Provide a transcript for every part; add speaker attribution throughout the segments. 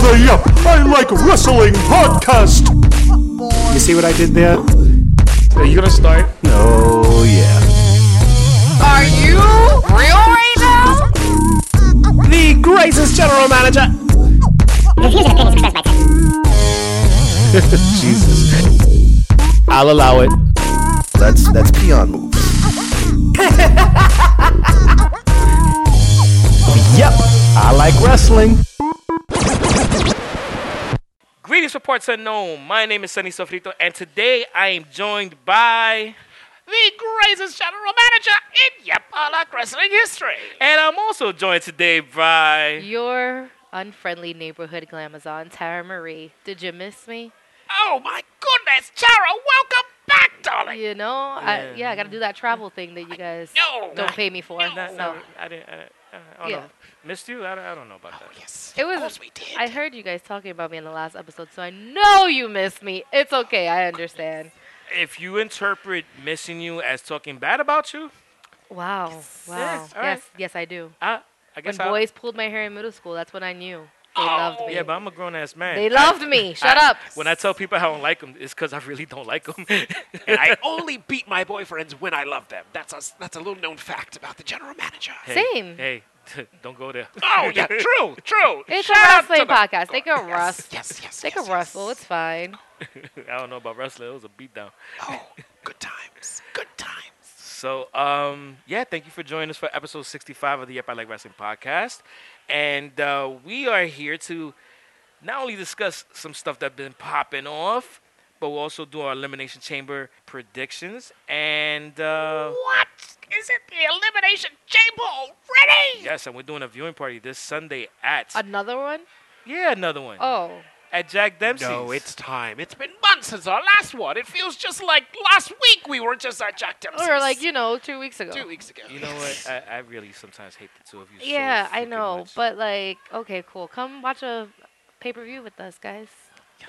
Speaker 1: Hurry up! I like wrestling podcast! You see what I did there?
Speaker 2: Are you gonna start?
Speaker 1: Oh, yeah.
Speaker 3: Are you real right now?
Speaker 1: The greatest general manager!
Speaker 4: Refusing to pay his success by text.
Speaker 1: Jesus. I'll allow it.
Speaker 5: That's that's peon moves.
Speaker 1: Yep, I like wrestling.
Speaker 2: Greetings, reports unknown. My name is Sunny Sofrito, and today I am joined by the greatest general manager in Yapala wrestling history. And I'm also joined today by.
Speaker 6: Your unfriendly neighborhood glamazon, Tara Marie. Did you miss me?
Speaker 2: Oh my goodness, Tara, welcome back, darling.
Speaker 6: You know, I, yeah, I got to do that travel thing that you guys
Speaker 2: No,
Speaker 6: don't
Speaker 2: I
Speaker 6: pay me for.
Speaker 2: No,
Speaker 6: so
Speaker 2: no, I didn't. uh, I, didn't- I don't
Speaker 6: Yeah. Oh,
Speaker 2: know. Missed you? I, don't- I don't know about that. yes.
Speaker 6: it was. I heard you guys talking about me in the last episode, so I know you missed me. It's okay, I understand.
Speaker 2: If you interpret missing you as talking bad about you,
Speaker 6: Wow, wow.
Speaker 2: Yes,
Speaker 6: Yes,
Speaker 2: all right.
Speaker 6: yes, I do.
Speaker 2: I, I guess
Speaker 6: When
Speaker 2: I'll- Oh,
Speaker 6: boys pulled my hair in middle school, that's when I knew they loved me.
Speaker 2: Yeah, but I'm a grown ass man.
Speaker 6: they loved me. Shut
Speaker 2: I-
Speaker 6: up.
Speaker 2: When I tell people I don't like them, it's because I really don't like them.
Speaker 7: and I only beat my boyfriends when I love them. That's a, that's a little known fact about the general manager.
Speaker 6: Same.
Speaker 2: Hey, don't go there.
Speaker 7: Oh yeah, true, true.
Speaker 6: it's a
Speaker 7: Shout out to
Speaker 6: wrestling
Speaker 7: the-
Speaker 6: podcast. They can rust.
Speaker 7: Yes, yes,
Speaker 6: They
Speaker 7: yes,
Speaker 6: can
Speaker 7: yes.
Speaker 6: rustle. It's fine.
Speaker 2: I don't know about wrestling. It was a beatdown.
Speaker 7: Oh, good times, good times.
Speaker 2: So, um, yeah, thank you for joining us for episode 65 of the Yep I Like Wrestling podcast. And uh, we are here to not only discuss some stuff that's been popping off, but we'll also do our Elimination Chamber predictions. And uh,
Speaker 7: What is it? The elimination chamber already?
Speaker 2: yes, and we're doing a viewing party this Sunday at,
Speaker 6: Another one?
Speaker 2: yeah, another one,
Speaker 6: Oh.
Speaker 2: at Jack Dempsey's.
Speaker 7: No, it's time. It's been months since our last one. It feels just like last week we were just at Jack Dempsey's.
Speaker 6: Or like, you know, two weeks ago.
Speaker 7: two weeks ago.
Speaker 2: You know what? I, I really sometimes hate the two of you. so
Speaker 6: Yeah, I
Speaker 2: freaking
Speaker 6: know.
Speaker 2: much.
Speaker 6: But like, okay, cool. Come watch a pay per view with us, guys.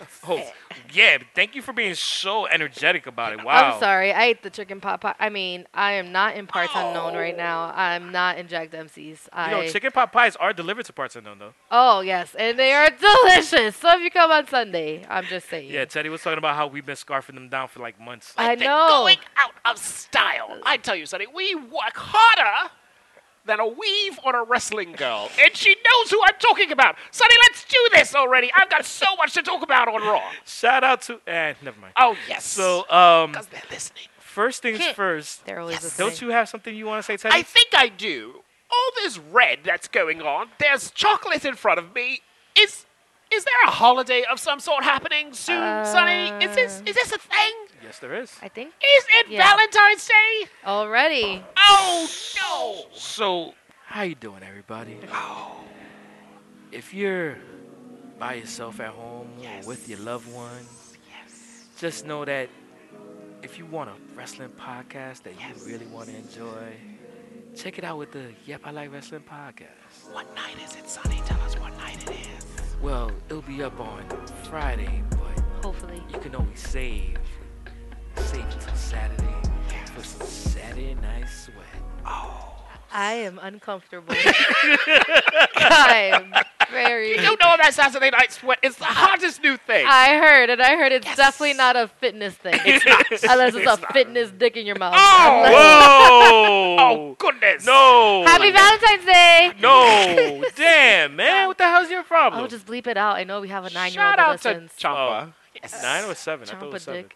Speaker 2: oh, yeah. Thank you for being so energetic about it. Wow.
Speaker 6: I'm sorry. I ate the chicken pot pie. I mean, I am not in parts unknown right now. I'm not in Jack Dempsey's.
Speaker 2: You
Speaker 6: I
Speaker 2: know, chicken pot pies are delivered to parts unknown though.
Speaker 6: oh yes, and they are delicious. So if you come on Sunday, I'm just saying.
Speaker 2: Yeah, Teddy was talking about how we've been scarfing them down for like months.
Speaker 6: I
Speaker 7: They're
Speaker 6: know.
Speaker 7: going out of style. I tell you, Sonny, we work harder than a weave on a wrestling girl. And she knows who I'm talking about. Sonny, let's do this already. I've got so much to talk about on Raw.
Speaker 2: Shout out to eh, never mind.
Speaker 7: Oh, yes.
Speaker 2: So, um,
Speaker 7: because they're listening.
Speaker 2: first things
Speaker 6: Heh.
Speaker 2: first.
Speaker 6: They're always the
Speaker 2: Don't you have something you want to say, Teddy?
Speaker 7: I think I do. All this red that's going on, there's chocolate in front of me. Is is there a holiday of some sort happening soon, Sonny? Is this is this a thing?
Speaker 2: yes, there is.
Speaker 6: I think
Speaker 7: Is it
Speaker 6: Yeah.
Speaker 7: Valentine's Day?
Speaker 6: already.
Speaker 7: Oh no!
Speaker 2: So, how you doing, everybody? If you're by yourself at home or with your loved one, just know that if you want a wrestling podcast that you really want to enjoy, check it out with the Yep I Like Wrestling podcast.
Speaker 7: What night is it, Sonny? Tell us what night it is.
Speaker 2: Well, it'll be up on Friday, but
Speaker 6: Hopefully.
Speaker 2: you can always save, save it till Saturday for some Saturday night sweat.
Speaker 6: I am uncomfortable. I'm very.
Speaker 7: You don't know about Saturday Night Sweat. It's the hottest new thing.
Speaker 6: I heard, and I heard it's definitely not a fitness thing. It's not. Unless it's, a fitness dick in your mouth. I'm like,
Speaker 2: Oh, Whoa!
Speaker 7: oh, goodness.
Speaker 2: no!
Speaker 6: Happy Valentine's Day!
Speaker 2: No, damn, man. What the hell's your problem? Oh,
Speaker 6: I'll just bleep it out. I know we have a nine year old
Speaker 7: Shout
Speaker 6: that
Speaker 7: out to
Speaker 6: listens.
Speaker 7: Chompa.
Speaker 2: nine or seven. I thought it was
Speaker 6: Chompa
Speaker 2: seven.
Speaker 6: dick.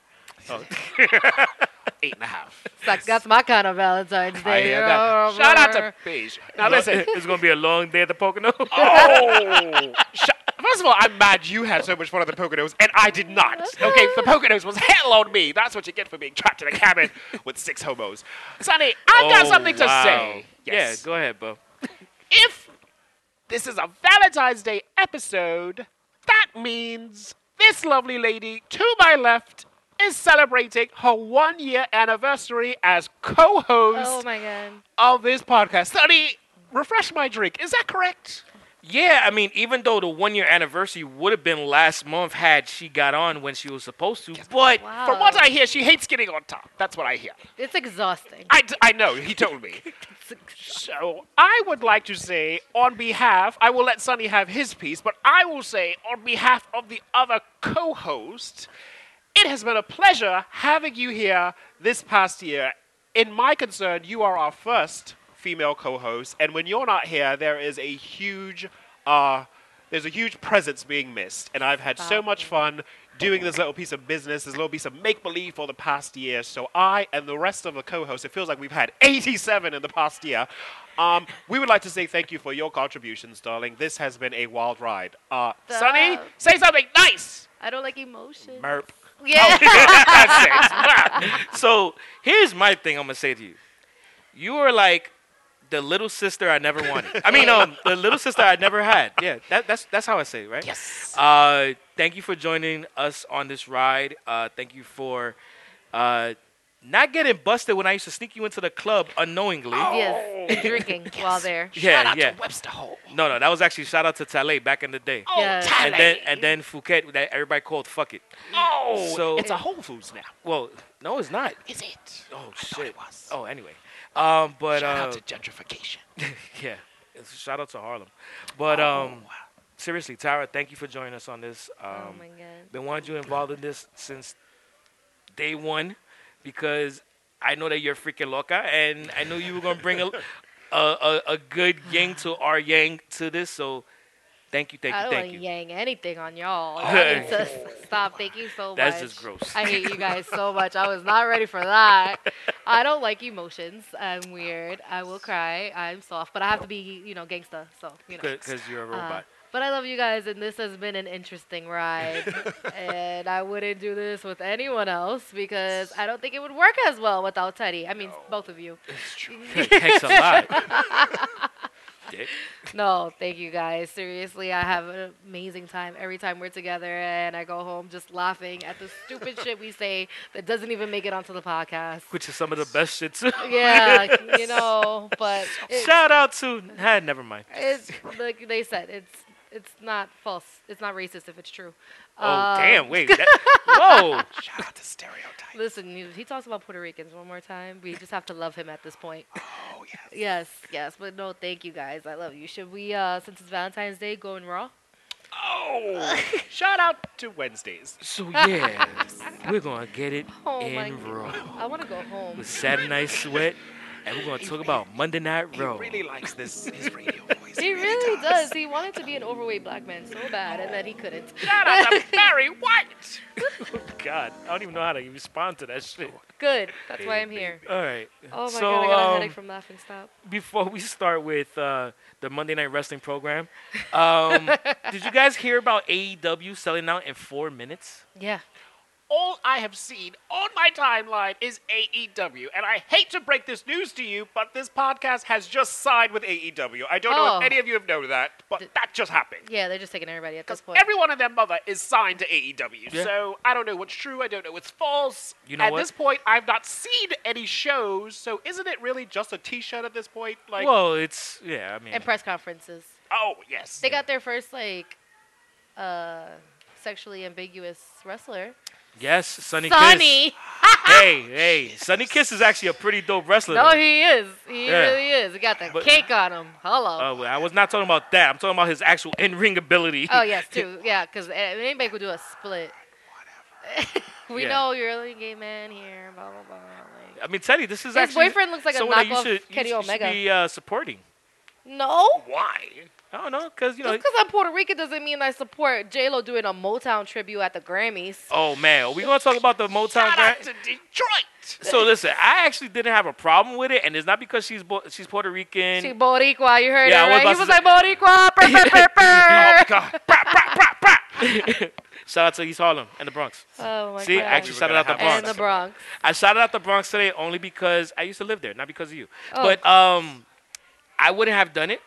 Speaker 7: Eight and a half.
Speaker 6: It's like, that's my kind of Valentine's
Speaker 7: Oh. I
Speaker 6: Day.
Speaker 7: hear that. Shout out to Beige. Now, listen.
Speaker 2: it's gonna be a long day at the Pocono.
Speaker 7: oh! Sh- First of all, I'm mad you had so much fun at the Poconos, and I did not. Okay, the Poconos was hell on me. That's what you get for being trapped in a cabin with six homos. Sonny, I've got something to say. Yes.
Speaker 2: Yeah, go ahead, Bo.
Speaker 7: if this is a Valentine's Day episode, that means this lovely lady to my left is celebrating her one year anniversary as co
Speaker 6: Oh
Speaker 7: host
Speaker 6: my god.
Speaker 7: of this podcast. Sonny, refresh my drink. Is that correct?
Speaker 2: Yeah, I mean, even though the one year anniversary would have been last month had she got on when she was supposed to, but
Speaker 6: Wow.
Speaker 7: From what I hear, she hates getting on top. That's what I hear.
Speaker 6: It's exhausting.
Speaker 7: I, d- I know, he told me. So I would like to say, on behalf, I will let Sonny have his piece, but I will say, on behalf of the other co host, it has been a pleasure having you here this past year. In my concern, you are our first female co host, and when you're not here, there is a huge. Uh, there's a huge presence being missed, and I've had so much fun doing this little piece of business, this little piece of make believe for the past year. So I and the rest of the co-hosts, it feels like we've had 87 in the past year. Um, we would like to say thank you for your contributions, darling. This has been a wild ride. Uh, Sonny,
Speaker 6: Stop.
Speaker 7: say something nice.
Speaker 6: I don't like emotion.
Speaker 2: Merp.
Speaker 6: Yeah.
Speaker 7: That's it.
Speaker 2: So here's my thing. I'm gonna say to you, you are like the little sister I never wanted. I mean, um, the little sister I never had. Yeah, that, that's that's how I say it, right? Yes. Uh, thank you for joining us on this ride. Uh, thank you for uh, not getting busted when I used to sneak you into the club unknowingly.
Speaker 7: Oh,
Speaker 6: yes. Drinking while there.
Speaker 2: Yeah, yeah.
Speaker 7: Webster Hall.
Speaker 2: No, no, that was actually shout out to Tale back in the day.
Speaker 7: Oh,
Speaker 6: Yes.
Speaker 2: And then and then Phuket that everybody called fuck it.
Speaker 7: Oh,
Speaker 2: So-
Speaker 7: it's a Whole Foods now.
Speaker 2: Well, no, it's not.
Speaker 7: Is it?
Speaker 2: Oh
Speaker 7: I thought
Speaker 2: shit.
Speaker 7: it was.
Speaker 2: Oh, anyway. Um, but
Speaker 7: Shout out
Speaker 2: uh,
Speaker 7: to gentrification.
Speaker 2: Yeah. It's- Shout out to Harlem. But um, seriously, Tara, thank you for joining us on this. Um,
Speaker 6: Oh my god.
Speaker 2: been wanting you involved in this since day one because I know that you're freaking loca, and I knew you were gonna bring a a, a, a good yang to our yang to this. So thank you, thank
Speaker 6: I
Speaker 2: you,
Speaker 6: don't want
Speaker 2: thank
Speaker 6: to
Speaker 2: you.
Speaker 6: yang anything on y'all. I need to s- stop. Thank you so much.
Speaker 2: That's just gross.
Speaker 6: I hate you guys so much. I was not ready for that. I don't like emotions. I'm weird. I will cry. I'm soft, but I have to be, you know, gangsta. So you know.
Speaker 2: Because you're a
Speaker 6: Uh,
Speaker 2: robot.
Speaker 6: but I love you guys, and this has been an interesting ride. and I wouldn't do this with anyone else because I don't think it would work as well without Teddy. I mean, both of you.
Speaker 2: Thanks a lot. Dick.
Speaker 6: No, thank you guys. Seriously, I have an amazing time every time we're together, and I go home just laughing at the stupid shit we say that doesn't even make it onto the podcast.
Speaker 2: Which is some of the best shit too.
Speaker 6: Yeah, you know, but it,
Speaker 2: Shout out to. Nah, never mind.
Speaker 6: it's like they said, it's it's not false. It's not racist if it's true.
Speaker 2: Oh
Speaker 6: Uh,
Speaker 2: damn! Wait. That, whoa.
Speaker 7: Shout out to stereotype.
Speaker 6: Listen, he, he talks about Puerto Ricans one more time. We just have to love him at this point.
Speaker 7: Oh yeah.
Speaker 6: Yes, yes, but no, thank you guys. I love you. Should we, uh, since it's Valentine's Day, go in raw?
Speaker 7: Oh. Shout out to Wednesdays.
Speaker 2: So yeah, we're gonna get it
Speaker 6: Oh my
Speaker 2: in
Speaker 6: God.
Speaker 2: raw
Speaker 6: I want to go home.
Speaker 2: with Saturday Night Sweat, and we're gonna talk about Monday Night
Speaker 7: He
Speaker 2: Raw.
Speaker 7: really likes this his radio voice.
Speaker 6: He really does. He wanted to be an overweight black man so bad, and then he couldn't.
Speaker 7: Shout out to Barry White.
Speaker 2: God, I don't even know how to respond to that shit.
Speaker 6: Good. That's why I'm here.
Speaker 2: All right.
Speaker 6: Oh my
Speaker 2: so,
Speaker 6: god, I got a headache
Speaker 2: um,
Speaker 6: from laughing. Stop.
Speaker 2: Before we start with uh, the Monday Night Wrestling program, um, did you guys hear about AEW selling out in four minutes?
Speaker 6: Yeah.
Speaker 7: All I have seen on my timeline is AEW, and I hate to break this news to you, but this podcast has just signed with AEW. I don't know
Speaker 6: Oh.
Speaker 7: if any of you have known that, but that just happened.
Speaker 6: Yeah, they're just taking everybody at this point.
Speaker 7: Everyone and their mother is signed to AEW,
Speaker 2: Yeah.
Speaker 7: so I don't know what's true. I don't know what's false.
Speaker 2: You know
Speaker 7: at
Speaker 2: what?
Speaker 7: this point, I've not seen any shows, so isn't it really just a T-shirt at this point? Like,
Speaker 2: well, it's yeah. I mean,
Speaker 6: and press conferences.
Speaker 7: oh yes,
Speaker 6: They got their first, like, uh, sexually ambiguous wrestler.
Speaker 2: yes, Sunny Kiss.
Speaker 6: Sonny.
Speaker 2: Hey, hey, Sunny Kiss is actually a pretty dope wrestler.
Speaker 6: No,
Speaker 2: though.
Speaker 6: he is. He
Speaker 2: Yeah.
Speaker 6: really is. He got the
Speaker 2: But-
Speaker 6: cake on him. Hello.
Speaker 2: Uh, well, I was not talking about that. I'm talking about his actual in-ring ability.
Speaker 6: Oh yes, too. Yeah, because anybody could do a split. we
Speaker 2: Yeah.
Speaker 6: know you're a really gay man here. Blah blah blah. Like,
Speaker 2: I mean, Teddy, this is
Speaker 6: His
Speaker 2: actually
Speaker 6: boyfriend looks like a
Speaker 2: someone that
Speaker 6: knockoff
Speaker 2: you should, you
Speaker 6: Kenny
Speaker 2: should- you should
Speaker 6: Omega.
Speaker 2: be uh, supporting.
Speaker 6: no,
Speaker 7: why?
Speaker 2: I don't know, cause you know.
Speaker 6: just because I'm Puerto Rican doesn't mean I support J Lo doing a Motown tribute at the Grammys.
Speaker 2: oh man, are we gonna talk about the Motown
Speaker 7: Shout
Speaker 2: grant?
Speaker 7: out to Detroit.
Speaker 2: So listen, I actually didn't have a problem with it, and it's not because she's Bo- she's Puerto Rican.
Speaker 6: She Boricua, you heard
Speaker 2: Yeah, I
Speaker 6: it
Speaker 2: was
Speaker 6: right?
Speaker 2: about
Speaker 6: He was
Speaker 2: to
Speaker 6: like Boricua. brr, brr, brr, brr."
Speaker 2: oh god! Brah, brah, brah, brah. Shout out to East Harlem and the Bronx.
Speaker 6: Oh my
Speaker 2: See, I
Speaker 6: god.
Speaker 2: actually
Speaker 7: We were
Speaker 2: shouted
Speaker 7: gonna
Speaker 2: out the
Speaker 7: have
Speaker 2: Bronx.
Speaker 6: and the Bronx.
Speaker 2: I shouted out the Bronx today only because I used to live there, not because of you.
Speaker 6: Oh.
Speaker 2: But um, I wouldn't have done it.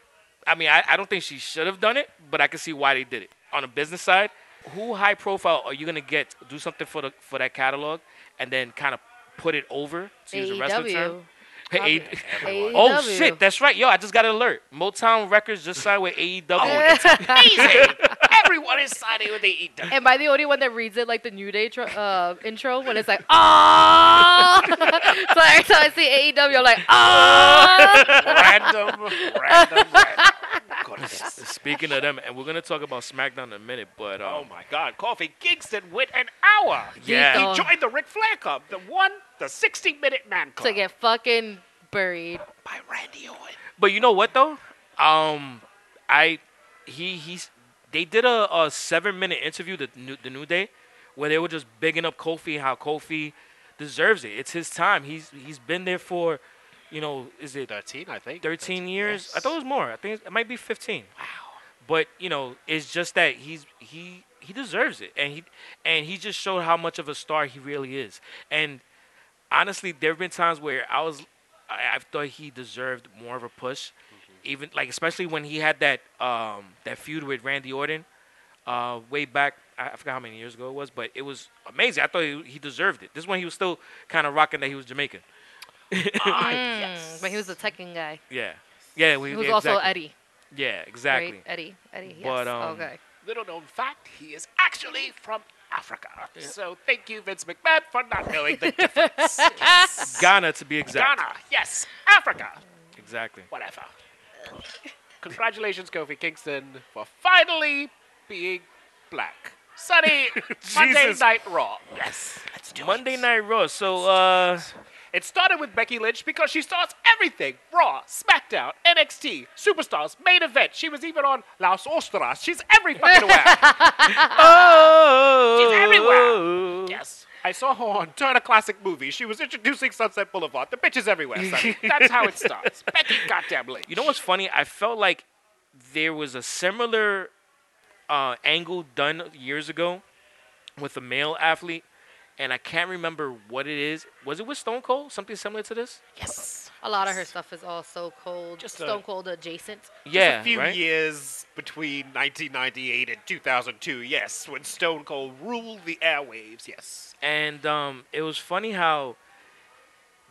Speaker 2: I mean, I, I don't think she should have done it, but I can see why they did it. On a business side, who high profile are you gonna get to do something for the for that catalog and then kind of put it over to use a wrestling term?
Speaker 6: AEW.
Speaker 2: Hey, E
Speaker 6: AEW.
Speaker 2: Oh E
Speaker 6: Oh,
Speaker 2: shit, that's right. Yo, I just got an alert. Motown Records just signed with AEW.
Speaker 7: Amazing. Everyone is signing E. when they eat them.
Speaker 6: Am I the only one that reads it like the New Day tr- uh, intro when it's like, ah? so every time I see AEW, I'm like, ah.
Speaker 7: random, random, random. Goodness.
Speaker 2: Speaking of them, and we're gonna talk about SmackDown in a minute, but um,
Speaker 7: Oh my God, Coffee Kingston went an hour.
Speaker 2: yeah,
Speaker 6: Lethal.
Speaker 7: He joined the Ric Flair Club, the one, the 60 minute man club.
Speaker 6: to get fucking buried.
Speaker 7: by Randy Orton.
Speaker 2: but you know what though? Um, I he he's they did a, a seven minute interview the new the new day where they were just bigging up Kofi how Kofi deserves it. It's his time. He's he's been there for, you know, is it
Speaker 7: 13, I think.
Speaker 2: 13 years. I
Speaker 7: yes.
Speaker 2: thought it was more. I think it might be 15. Wow. But you know, it's just that he's he he deserves it, and he and he just showed how much of a star he really is. And honestly, there have been times where I was I, I thought he deserved more of a push, even like especially when he had that um that feud with Randy Orton, uh way back. I I forgot how many years ago it was, but it was amazing. I thought he, he deserved it. This one he was still kind of rocking that he was Jamaican.
Speaker 6: Mm, But he was the Tekken guy.
Speaker 2: Yeah, yeah. We,
Speaker 6: He was
Speaker 2: yeah,
Speaker 6: also
Speaker 2: E- exactly.
Speaker 6: Eddie.
Speaker 2: Yeah, exactly.
Speaker 6: Right? Eddie. Eddie. Yes.
Speaker 2: But, um,
Speaker 6: okay.
Speaker 7: Little known fact, he is actually from Africa. So thank you, Vince McMahon, for not knowing the difference. Yes.
Speaker 2: Ghana to be exact.
Speaker 7: Ghana, yes. Africa,
Speaker 2: Exactly.
Speaker 7: whatever. Congratulations, Kofi Kingston, for finally being black. Sunny Monday
Speaker 2: Jesus.
Speaker 7: Night Raw. Yes. Let's do
Speaker 2: Monday Night Raw. So uh,
Speaker 7: It started with Becky Lynch because she starts everything Raw, SmackDown, NXT, Superstars, main event. She was even on Las Ostras. She's every fucking where.
Speaker 2: oh.
Speaker 7: She's Uh-huh. everywhere. Yes. I saw her on Turner Classic Movies. She was introducing Sunset Boulevard. The bitch is everywhere, Sonny. That's how it starts. Becky goddamn Lynch.
Speaker 2: you know what's funny? I felt like there was a similar uh, angle done years ago with a male athlete, and I can't remember what it is. Was it with Stone Cold? Something similar to this?
Speaker 7: yes.
Speaker 6: A lot of her stuff is all so cold,
Speaker 7: Just a-
Speaker 6: stone cold adjacent.
Speaker 2: yeah.
Speaker 7: a few
Speaker 2: right?
Speaker 7: years between 1998 and 2002, yes, when Stone Cold ruled the airwaves, yes.
Speaker 2: And um, it was funny how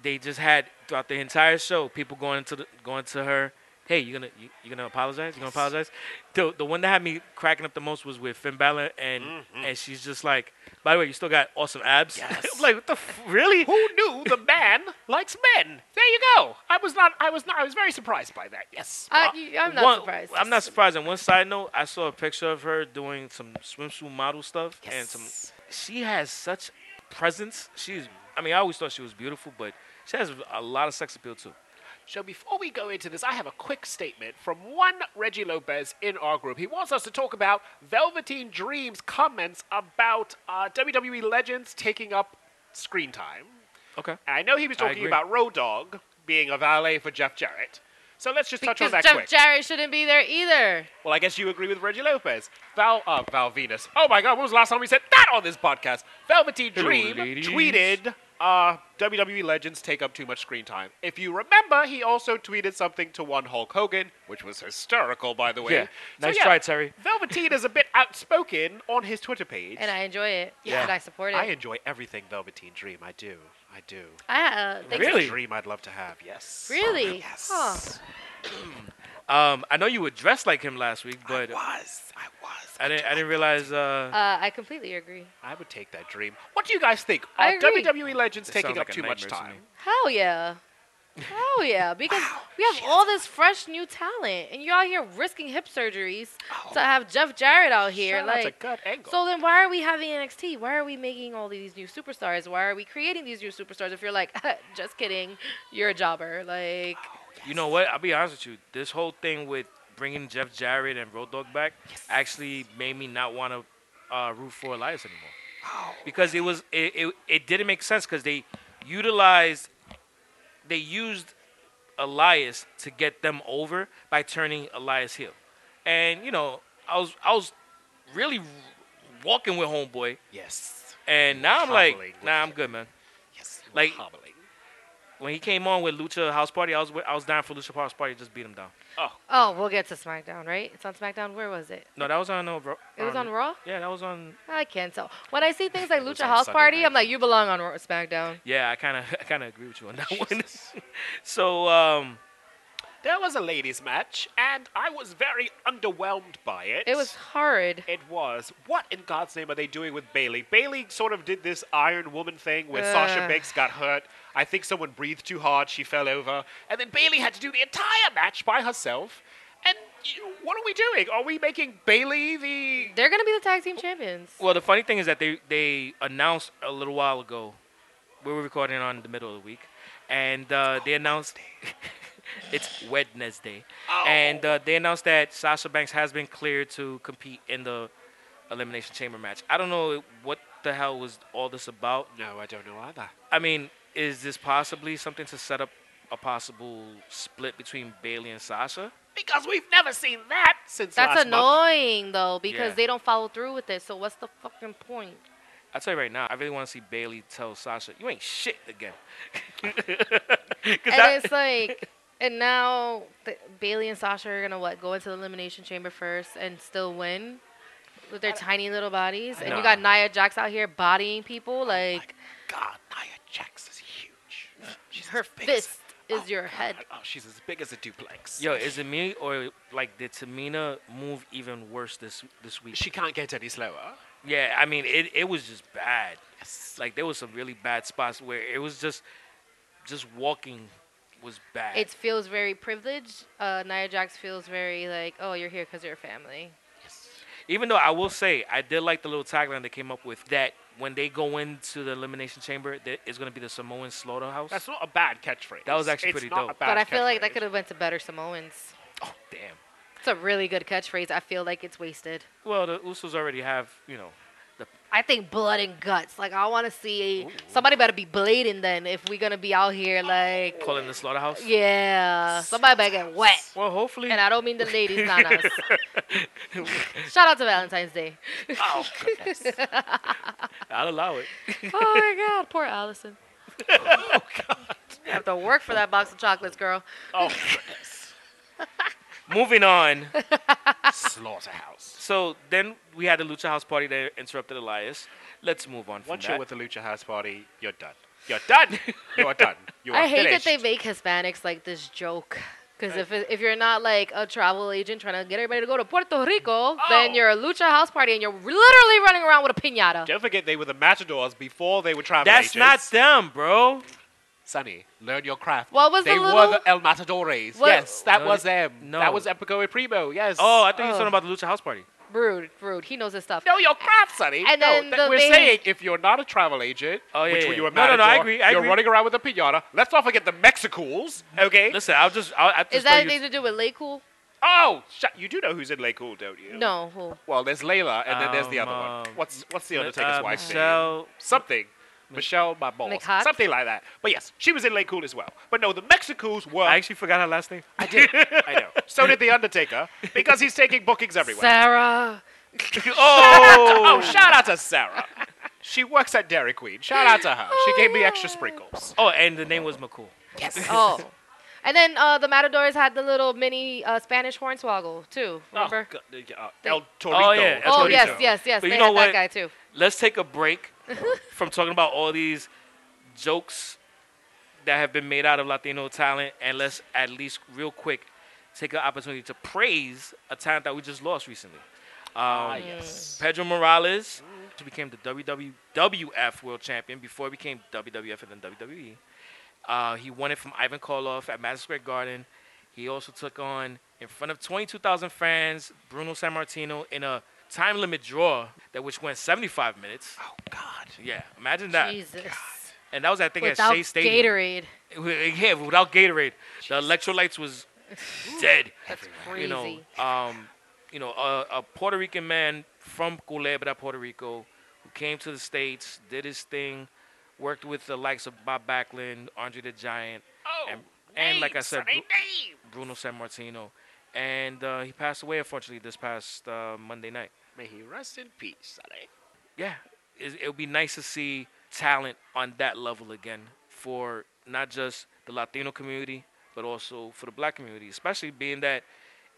Speaker 2: they just had throughout the entire show people going to the, going to her. Hey, you gonna you, you gonna apologize? You gonna apologize? The the one that had me cracking up the most was with Finn Balor, and and she's just like, by the way, you still got awesome abs.
Speaker 7: Mm-hmm. Yes.
Speaker 2: I'm like, what the f- really?
Speaker 7: Who knew the man likes men? There you go. I was not. I was not. I was very surprised by that. Yes.
Speaker 6: I,
Speaker 7: Well,
Speaker 6: I'm not
Speaker 2: One-
Speaker 6: surprised.
Speaker 2: I'm not surprised. And one side note, I saw a picture of her doing some swimsuit model stuff, and
Speaker 7: Yes.
Speaker 2: some. She has such presence. She's. I mean, I always thought she was beautiful, but she has a lot of sex appeal too.
Speaker 7: So before we go into this, I have a quick statement from one Reggie Lopez in our group. He wants us to talk about Velveteen Dream's comments about uh, WWE legends taking up screen time.
Speaker 2: Okay.
Speaker 7: And I know he was
Speaker 2: I
Speaker 7: talking
Speaker 2: agree.
Speaker 7: about Road Dogg being a valet for Jeff Jarrett. So let's just touch on
Speaker 6: Because
Speaker 7: that
Speaker 6: Jeff
Speaker 7: quick.
Speaker 6: Jarrett shouldn't be there either.
Speaker 7: Well, I guess you agree with Reggie Lopez. Val, uh, Val Venus. Oh my God, when was the last time we said that on this podcast? Velveteen
Speaker 2: Hello,
Speaker 7: Dream
Speaker 2: ladies.
Speaker 7: tweeted, uh, WWE legends take up too much screen time. If you remember, he also tweeted something to one Hulk Hogan, which was hysterical, by the way.
Speaker 2: Yeah.
Speaker 7: So,
Speaker 2: Nice
Speaker 7: yeah,
Speaker 2: try, Terry.
Speaker 7: Velveteen is a bit outspoken on his Twitter page.
Speaker 6: And I enjoy it.
Speaker 7: Yeah.
Speaker 6: And I support it.
Speaker 7: I enjoy everything Velveteen Dream. I do. I do.
Speaker 6: I, uh, thank
Speaker 7: It's a
Speaker 2: Really?
Speaker 7: dream I'd love to have, yes.
Speaker 6: Really?
Speaker 7: Yes.
Speaker 6: Huh.
Speaker 2: Um, I know you were dressed like him last week, but I,
Speaker 7: Was. I was.
Speaker 2: didn't. I didn't realize. Uh,
Speaker 6: Uh, I completely agree.
Speaker 7: I would take that dream. What do you guys think?
Speaker 6: I
Speaker 7: Are
Speaker 6: agree.
Speaker 7: WWE E legends
Speaker 2: That
Speaker 7: taking
Speaker 2: sounds like
Speaker 7: up
Speaker 2: a
Speaker 7: too much
Speaker 2: nightmare to
Speaker 7: time?
Speaker 2: me.
Speaker 6: Hell yeah. Hell yeah. Because we have all this fresh new talent, and you're out here risking hip surgeries to have Jeff Jarrett out here.
Speaker 7: Shout out to
Speaker 6: like,
Speaker 7: Gut Angle.
Speaker 6: so then why are we having NXT? Why are we making all these new superstars? Why are we creating these new superstars if you're like, just kidding, you're a jobber? Like,
Speaker 2: you know what? I'll be honest with you. This whole thing with bringing Jeff Jarrett and Road Dogg back actually made me not want to uh, root for Elias anymore. Because it was it, it, it didn't make sense because they utilized they used Elias to get them over by turning Elias heel, and you know I was I was really walking with homeboy,
Speaker 7: yes.
Speaker 2: and now I'm
Speaker 7: Hobbling
Speaker 2: like
Speaker 7: with
Speaker 2: nah I'm
Speaker 7: him.
Speaker 2: good man.
Speaker 7: Yes.
Speaker 2: Like-
Speaker 7: hobbling.
Speaker 2: when he came on with Lucha House Party, I was with, I was down for Lucha House Party. Just beat him down.
Speaker 6: oh, we'll get to SmackDown, right? It's on SmackDown. Where was it?
Speaker 2: No, that was on. Uh, Ro-
Speaker 6: It was on Raw?
Speaker 2: Yeah, that was on.
Speaker 6: I can't tell. When I see things like Lucha
Speaker 7: on
Speaker 6: House
Speaker 7: Sunday
Speaker 6: Party,
Speaker 7: night.
Speaker 6: I'm like, you belong on Raw SmackDown.
Speaker 2: Yeah, I kind of I kind of agree with you on that one. so um,
Speaker 7: There was a ladies' match, and I was very underwhelmed by it.
Speaker 6: It was horrid.
Speaker 7: It was. What in God's name are they doing with Bailey? Bailey sort of did this Iron Woman thing where Sasha
Speaker 6: Ugh.
Speaker 7: Banks got hurt. I think someone breathed too hard. She fell over. And then Bailey had to do the entire match by herself. And y- what are we doing? Are we making Bailey the.
Speaker 6: They're gonna be the tag team champions.
Speaker 2: Well, the funny thing is that they they announced a little while ago. We were recording on the middle of the week, and uh, they announced it's Wednesday, and uh, they announced that Sasha Banks has been cleared to compete in the elimination chamber match. I don't know what the hell was all this about.
Speaker 7: No, I don't know either.
Speaker 2: I mean, is this possibly something to set up a possible split between Bailey and Sasha?
Speaker 7: Because we've never seen that since
Speaker 6: That's
Speaker 7: last month.
Speaker 6: annoying though because
Speaker 2: Yeah.
Speaker 6: they don't follow through with it. So what's the fucking point?
Speaker 2: I tell you right now, I really want to see Bailey tell Sasha, "You ain't shit again." 'Cause
Speaker 6: And
Speaker 2: that-
Speaker 6: it's like, and now th- Bailey and Sasha are gonna what go into the elimination chamber first and still win with their tiny little bodies. And you got Nia Jax out here bodying
Speaker 7: Oh
Speaker 6: people like
Speaker 7: God, Nia Jax is huge. She's
Speaker 6: her
Speaker 7: as big as-
Speaker 6: fist is your head.
Speaker 7: Oh, she's as big as a duplex.
Speaker 2: Yo, is it me or like did Tamina move even worse this this week?
Speaker 7: She can't get any slower.
Speaker 2: yeah, I mean it, it was just bad.
Speaker 7: Yes.
Speaker 2: Like there was some really bad spots where it was just just walking was bad.
Speaker 6: It feels very privileged. Uh, Nia Jax feels very like, oh, you're here because you're family.
Speaker 2: even though I will say I did like the little tagline they came up with that when they go into the elimination chamber, that it's gonna be the Samoan slaughterhouse.
Speaker 7: That's not a bad catchphrase.
Speaker 2: That was actually
Speaker 7: It's
Speaker 2: pretty
Speaker 7: not a
Speaker 2: dope.
Speaker 7: bad
Speaker 6: but I feel like
Speaker 7: catchphrase.
Speaker 6: that could have went to better Samoans.
Speaker 2: oh damn.
Speaker 6: It's a really good catchphrase. I feel like it's wasted.
Speaker 2: Well, the Usos already have you know
Speaker 6: I think blood and guts. Like I want to see somebody better be bleeding then if we're gonna be out here like
Speaker 2: calling the slaughterhouse.
Speaker 6: yeah, somebody better get wet.
Speaker 2: Well, hopefully.
Speaker 6: And I don't mean the ladies, not us. Shout out to Valentine's Day.
Speaker 2: I'll allow it.
Speaker 6: oh my God, poor Allison.
Speaker 7: Oh,
Speaker 6: You have to work for that box of chocolates, girl.
Speaker 2: Moving on.
Speaker 7: Slaughterhouse.
Speaker 2: So then we had the Lucha House party that interrupted Elias. Let's move on from
Speaker 7: Once
Speaker 2: that.
Speaker 7: you're with the Lucha House Party, you're done. You're done. you are done. You are
Speaker 6: I hate
Speaker 7: finished.
Speaker 6: that they make Hispanics like this joke. Because if, it- if you're not like a travel agent trying to get everybody to go to Puerto Rico,
Speaker 7: Oh.
Speaker 6: then you're a lucha house party and you're literally running around with a pinata.
Speaker 7: Don't forget they were the Matadors before they were travel
Speaker 2: That's
Speaker 7: agents.
Speaker 2: not them, bro.
Speaker 7: Sunny. Learn your craft.
Speaker 6: What was the
Speaker 7: they were
Speaker 6: little-
Speaker 7: the El Matadores.
Speaker 6: What-
Speaker 7: Yes, that
Speaker 2: No,
Speaker 7: was
Speaker 2: they-
Speaker 7: them.
Speaker 2: no.
Speaker 7: That was Epico and Primo. Yes.
Speaker 2: Oh, I think you're talking
Speaker 6: Oh.
Speaker 2: about the Lucha House party.
Speaker 6: Rude, rude. He knows his stuff.
Speaker 7: know your craft, Sonny.
Speaker 6: And
Speaker 7: no,
Speaker 6: then
Speaker 7: that
Speaker 6: the-
Speaker 7: we're
Speaker 6: they-
Speaker 7: saying if you're not a travel agent,
Speaker 2: Oh, yeah,
Speaker 7: which
Speaker 2: yeah.
Speaker 7: you were
Speaker 2: No, no, no, I
Speaker 7: Matador,
Speaker 2: agree, I
Speaker 7: you're
Speaker 2: agree.
Speaker 7: running around with a pinata. Let's not forget the Mexicools, okay?
Speaker 2: Listen, I'll just. I'll, I'll just
Speaker 6: Is
Speaker 2: throw
Speaker 6: that
Speaker 2: you-
Speaker 6: anything to do with Lay Cool?
Speaker 7: Oh, shut, you do know who's in Lake Cool, don't you?
Speaker 6: No. Who?
Speaker 7: Well, there's Layla, and then there's the
Speaker 2: Um,
Speaker 7: other
Speaker 2: uh,
Speaker 7: one. What's what's the
Speaker 2: Mi-
Speaker 7: Undertaker's
Speaker 2: uh,
Speaker 7: wife's name?
Speaker 2: Michelle-
Speaker 7: Something. Michelle, my boss.
Speaker 6: McHot?
Speaker 7: Something like that. But yes, she was in Lake Cool as well. But no, the Mexicools were.
Speaker 2: I actually forgot her last name.
Speaker 7: I did. I know. So did the Undertaker because he's taking bookings everywhere.
Speaker 6: Sarah.
Speaker 7: oh, oh! Shout out to Sarah. She works at Dairy Queen. Shout out to her. She gave me extra sprinkles.
Speaker 2: Oh, and the name was McCool.
Speaker 6: Oh. And then uh, the Matadors had the little mini uh, Spanish hornswoggle, too. Remember?
Speaker 7: Oh, God, uh, El Torito.
Speaker 2: Oh, yeah, El
Speaker 6: Oh,
Speaker 2: Torito.
Speaker 6: yes, yes, yes.
Speaker 2: But
Speaker 6: They
Speaker 2: you know
Speaker 6: had that
Speaker 2: what?
Speaker 6: guy, too.
Speaker 2: Let's take a break from talking about all these jokes that have been made out of Latino talent, and let's at least real quick take an opportunity to praise a talent that we just lost recently. Um,
Speaker 7: Ah, yes.
Speaker 2: Pedro Morales, who became the WWF World Champion before he became WWF and then WWE. Uh, he won it from Ivan Koloff at Madison Square Garden. He also took on, in front of 22,000 fans, Bruno Sammartino in a time limit draw that which went 75 minutes.
Speaker 7: Oh, God.
Speaker 2: Yeah, imagine that.
Speaker 6: Jesus.
Speaker 2: And that was, I think,
Speaker 6: Without
Speaker 2: at Shea Stadium.
Speaker 6: Gatorade.
Speaker 2: Yeah, without Gatorade. The electrolytes was dead
Speaker 6: That's crazy.
Speaker 2: you know, um, you know, a, a Puerto Rican man from Culebra, Puerto Rico, who came to the states, did his thing, worked with the likes of Bob Backlund, Andre the Giant,
Speaker 7: Oh,
Speaker 2: and, and like I
Speaker 7: names,
Speaker 2: said,
Speaker 7: Sonny,
Speaker 2: Bru-
Speaker 7: names.
Speaker 2: Bruno San Martino, and uh, he passed away unfortunately this past uh, Monday night.
Speaker 7: May he rest in peace, Sonny.
Speaker 2: Yeah, it, it would be nice to see talent on that level again for not just the Latino community, but also for the Black community, especially being that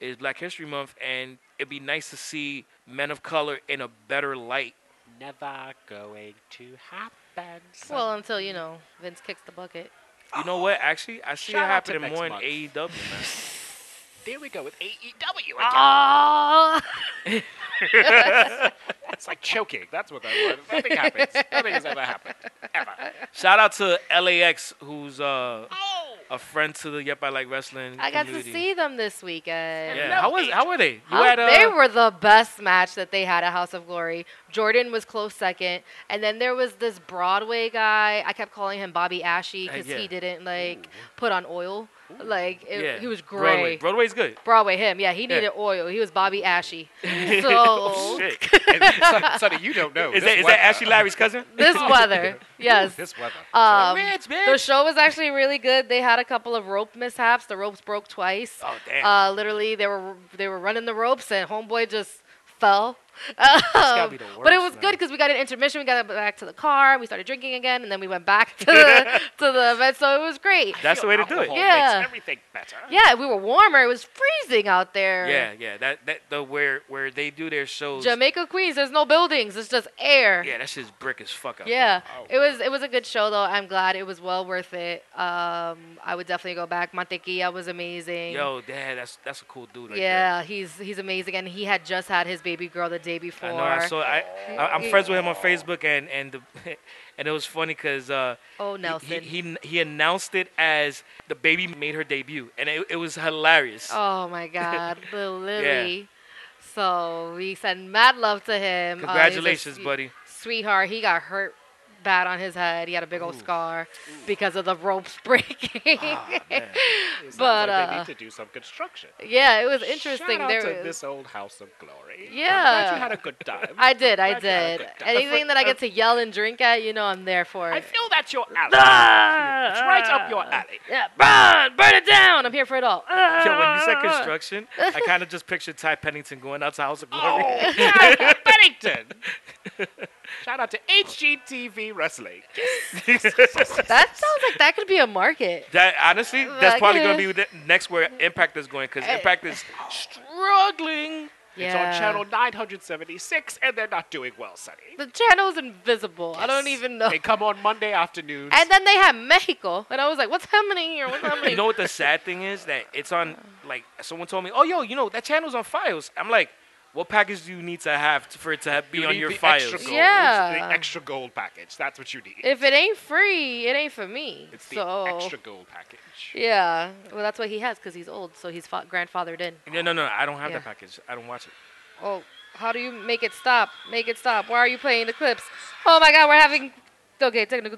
Speaker 2: it's Black History Month, and it'd be nice to see men of color in a better light.
Speaker 7: Never going to happen.
Speaker 6: well, until, you know, Vince kicks the bucket.
Speaker 2: You know what? Actually, I see
Speaker 7: Shout
Speaker 2: it
Speaker 7: out to
Speaker 2: happening
Speaker 7: next
Speaker 2: more E
Speaker 7: month.
Speaker 2: in AEW. Man.
Speaker 7: there we go with AEW. again.
Speaker 6: Oh.
Speaker 7: It's like choking. That's what that was. Nothing happens. Nothing has ever happened. Ever.
Speaker 2: Shout out to LAX, who's uh,
Speaker 7: Oh!
Speaker 2: a friend to the Yep I Like Wrestling.
Speaker 6: I got to
Speaker 2: community.
Speaker 6: see them this weekend.
Speaker 2: Yeah,
Speaker 7: No
Speaker 2: how was how were they? You
Speaker 6: How-
Speaker 2: had uh,
Speaker 6: they were the best match that they had at House of Glory. Jordan was close second, and then there was this Broadway guy. I kept calling him Bobby Ashy
Speaker 2: Uh,
Speaker 6: because
Speaker 2: yeah.
Speaker 6: he didn't like put on oil. Like it,
Speaker 2: yeah,
Speaker 6: he was
Speaker 2: Broadway.
Speaker 6: gray. Broadway.
Speaker 2: Broadway's good.
Speaker 6: him. Yeah, he
Speaker 2: Yeah.
Speaker 6: needed oil. He was Bobby Ashy. So Oh.
Speaker 7: Shit. Sonny, you don't know.
Speaker 2: Is
Speaker 7: this
Speaker 2: that is
Speaker 7: weather.
Speaker 2: that Ashley Larry's cousin?
Speaker 6: this weather, yes.
Speaker 7: This weather.
Speaker 6: Um,
Speaker 2: Rich,
Speaker 6: the
Speaker 2: bitch.
Speaker 6: show was actually really good. They had a couple of rope mishaps. The ropes broke twice.
Speaker 2: Oh, damn.
Speaker 6: Uh, literally, they were they were running the ropes, and homeboy just fell. Um,
Speaker 2: be the
Speaker 6: but it was
Speaker 2: worst,
Speaker 6: good because we got an intermission. We got back to the car. We started drinking again, and then we went back to the, to the event. So it was great.
Speaker 2: That's the way to do it.
Speaker 7: Alcohol
Speaker 6: Yeah.
Speaker 7: Makes everything better.
Speaker 6: Yeah, we were warmer. It was freezing out there.
Speaker 2: Yeah, yeah. That that the where where they do their shows.
Speaker 6: Jamaica, Queens. There's no buildings. It's just air.
Speaker 2: Yeah, that shit's brick as fuck up.
Speaker 6: Yeah,
Speaker 7: Oh.
Speaker 6: it was it was a good show though. I'm glad it was well worth it. Um, I would definitely go back. Montequilla was amazing.
Speaker 2: Yo, dad, that's that's a cool dude. Right
Speaker 6: yeah, he's he's amazing, and he had just had his baby girl the day before.
Speaker 2: There. I know. I saw. I, I I'm friends with him on Facebook, and and the, and it was funny because uh,
Speaker 6: oh
Speaker 2: he-
Speaker 6: Nelson.
Speaker 2: He, he he announced it as the baby made her debut, and it, it was hilarious.
Speaker 6: oh my God, little Lily. So we send mad love to him. Uh, he's a
Speaker 2: Congratulations,
Speaker 6: sweet-
Speaker 2: buddy.
Speaker 6: Sweetheart, he got hurt bad on his head. He had a big old scar because of the ropes breaking.
Speaker 2: Ah.
Speaker 7: It sounds
Speaker 6: But,
Speaker 7: like they
Speaker 6: uh,
Speaker 7: need to do some construction.
Speaker 6: yeah, it was interesting.
Speaker 7: Shout out
Speaker 6: there
Speaker 7: to
Speaker 6: was,
Speaker 7: this old house of glory.
Speaker 6: Yeah.
Speaker 7: I'm glad you had a good time.
Speaker 6: I did, I
Speaker 7: Glad you had a
Speaker 6: did.
Speaker 7: good time.
Speaker 6: Anything that I get to yell and drink at, you know, I'm there for
Speaker 7: I
Speaker 6: it.
Speaker 7: feel that's your
Speaker 2: Ah.
Speaker 7: alley. it's right up your alley.
Speaker 6: Yeah, burn, burn it down. I'm here for it all.
Speaker 2: Yo, when you said construction, I kind of just pictured Ty Pennington going out to House of Glory.
Speaker 7: Oh, Tyler Bennington. Shout out to HGTV Wrestling.
Speaker 6: That sounds like that could be a market.
Speaker 2: That honestly, that's
Speaker 6: Like, Eh.
Speaker 2: probably gonna
Speaker 6: yeah.
Speaker 2: be the next where Impact is going because Impact is struggling.
Speaker 6: Yeah.
Speaker 7: It's on channel 976, and they're not doing well, Sonny.
Speaker 6: The channel's invisible. I don't even know.
Speaker 7: They come on Monday afternoons.
Speaker 6: And then they had Mexico, and I was like, "What's happening here? What's happening?"
Speaker 2: You know what the sad thing is that it's on. Like someone told me, oh yo, you know that channel's on files. I'm like, what package do you need to have to, for it to have, be
Speaker 7: You
Speaker 2: on
Speaker 7: need
Speaker 2: your
Speaker 7: the
Speaker 2: files?
Speaker 7: Extra gold,
Speaker 6: Yeah.
Speaker 7: The extra gold package. That's what you need.
Speaker 6: if it ain't free, it ain't for me.
Speaker 7: it's the
Speaker 6: so
Speaker 7: extra gold package.
Speaker 6: yeah, well, that's what he has because he's old, so he's fa- grandfathered in.
Speaker 2: No, no, no. I don't have
Speaker 6: Yeah.
Speaker 2: that package. I don't watch it.
Speaker 6: Oh, how do you make it stop? Make it stop. Why are you playing the clips? Oh my God, we're having okay technical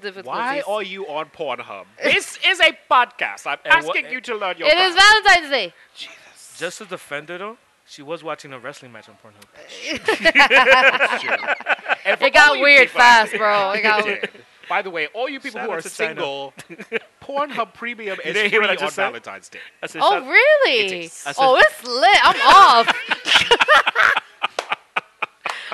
Speaker 7: Why
Speaker 6: difficulties.
Speaker 7: are you on Pornhub? this is a podcast. I'm
Speaker 2: And wha-
Speaker 7: asking you to learn your
Speaker 6: It is
Speaker 7: facts.
Speaker 6: Valentine's Day.
Speaker 2: Just to defend her though, she was watching a wrestling match on Pornhub.
Speaker 7: Uh, And for
Speaker 6: It got
Speaker 7: all you
Speaker 6: weird
Speaker 7: people-
Speaker 6: fast, bro. It got
Speaker 7: It did. By the way, all you people
Speaker 2: Shout
Speaker 7: who
Speaker 2: out
Speaker 7: are
Speaker 2: to China.
Speaker 7: single, Pornhub Premium is
Speaker 2: didn't
Speaker 7: free
Speaker 2: hear what I
Speaker 7: on
Speaker 2: just said?
Speaker 7: Valentine's Day.
Speaker 2: I said,
Speaker 6: Oh
Speaker 2: shout-
Speaker 6: really?
Speaker 7: It's
Speaker 2: ex-
Speaker 6: oh, it's lit. I'm off.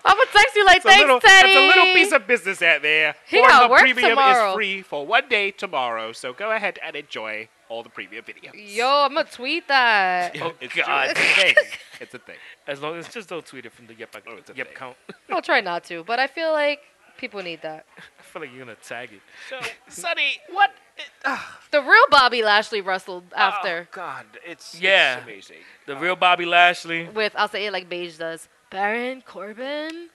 Speaker 6: I'm gonna text you like,
Speaker 7: It's
Speaker 6: thanks,
Speaker 7: a little,
Speaker 6: Teddy.
Speaker 7: It's a little piece of business out there.
Speaker 6: He
Speaker 7: Pornhub
Speaker 6: gotta work
Speaker 7: Premium
Speaker 6: tomorrow.
Speaker 7: is free for one day tomorrow, so go ahead and enjoy all the premium videos.
Speaker 6: Yo, I'm gonna tweet that.
Speaker 2: oh
Speaker 7: It's
Speaker 2: God.
Speaker 7: True. It's a thing. It's a thing.
Speaker 2: As long as just don't tweet it from the Yep,
Speaker 7: Oh, it's a
Speaker 2: yep
Speaker 7: thing.
Speaker 2: count.
Speaker 6: I'll try not to, but I feel like people need that.
Speaker 2: I feel like you're gonna tag it.
Speaker 7: So, Sonny, what?
Speaker 6: The real Bobby Lashley wrestled
Speaker 7: Oh.
Speaker 6: after
Speaker 7: God, it's
Speaker 2: Yeah.
Speaker 7: it's amazing.
Speaker 2: The real Bobby Lashley.
Speaker 6: with I'll say it like Beige does. Baron Corbin.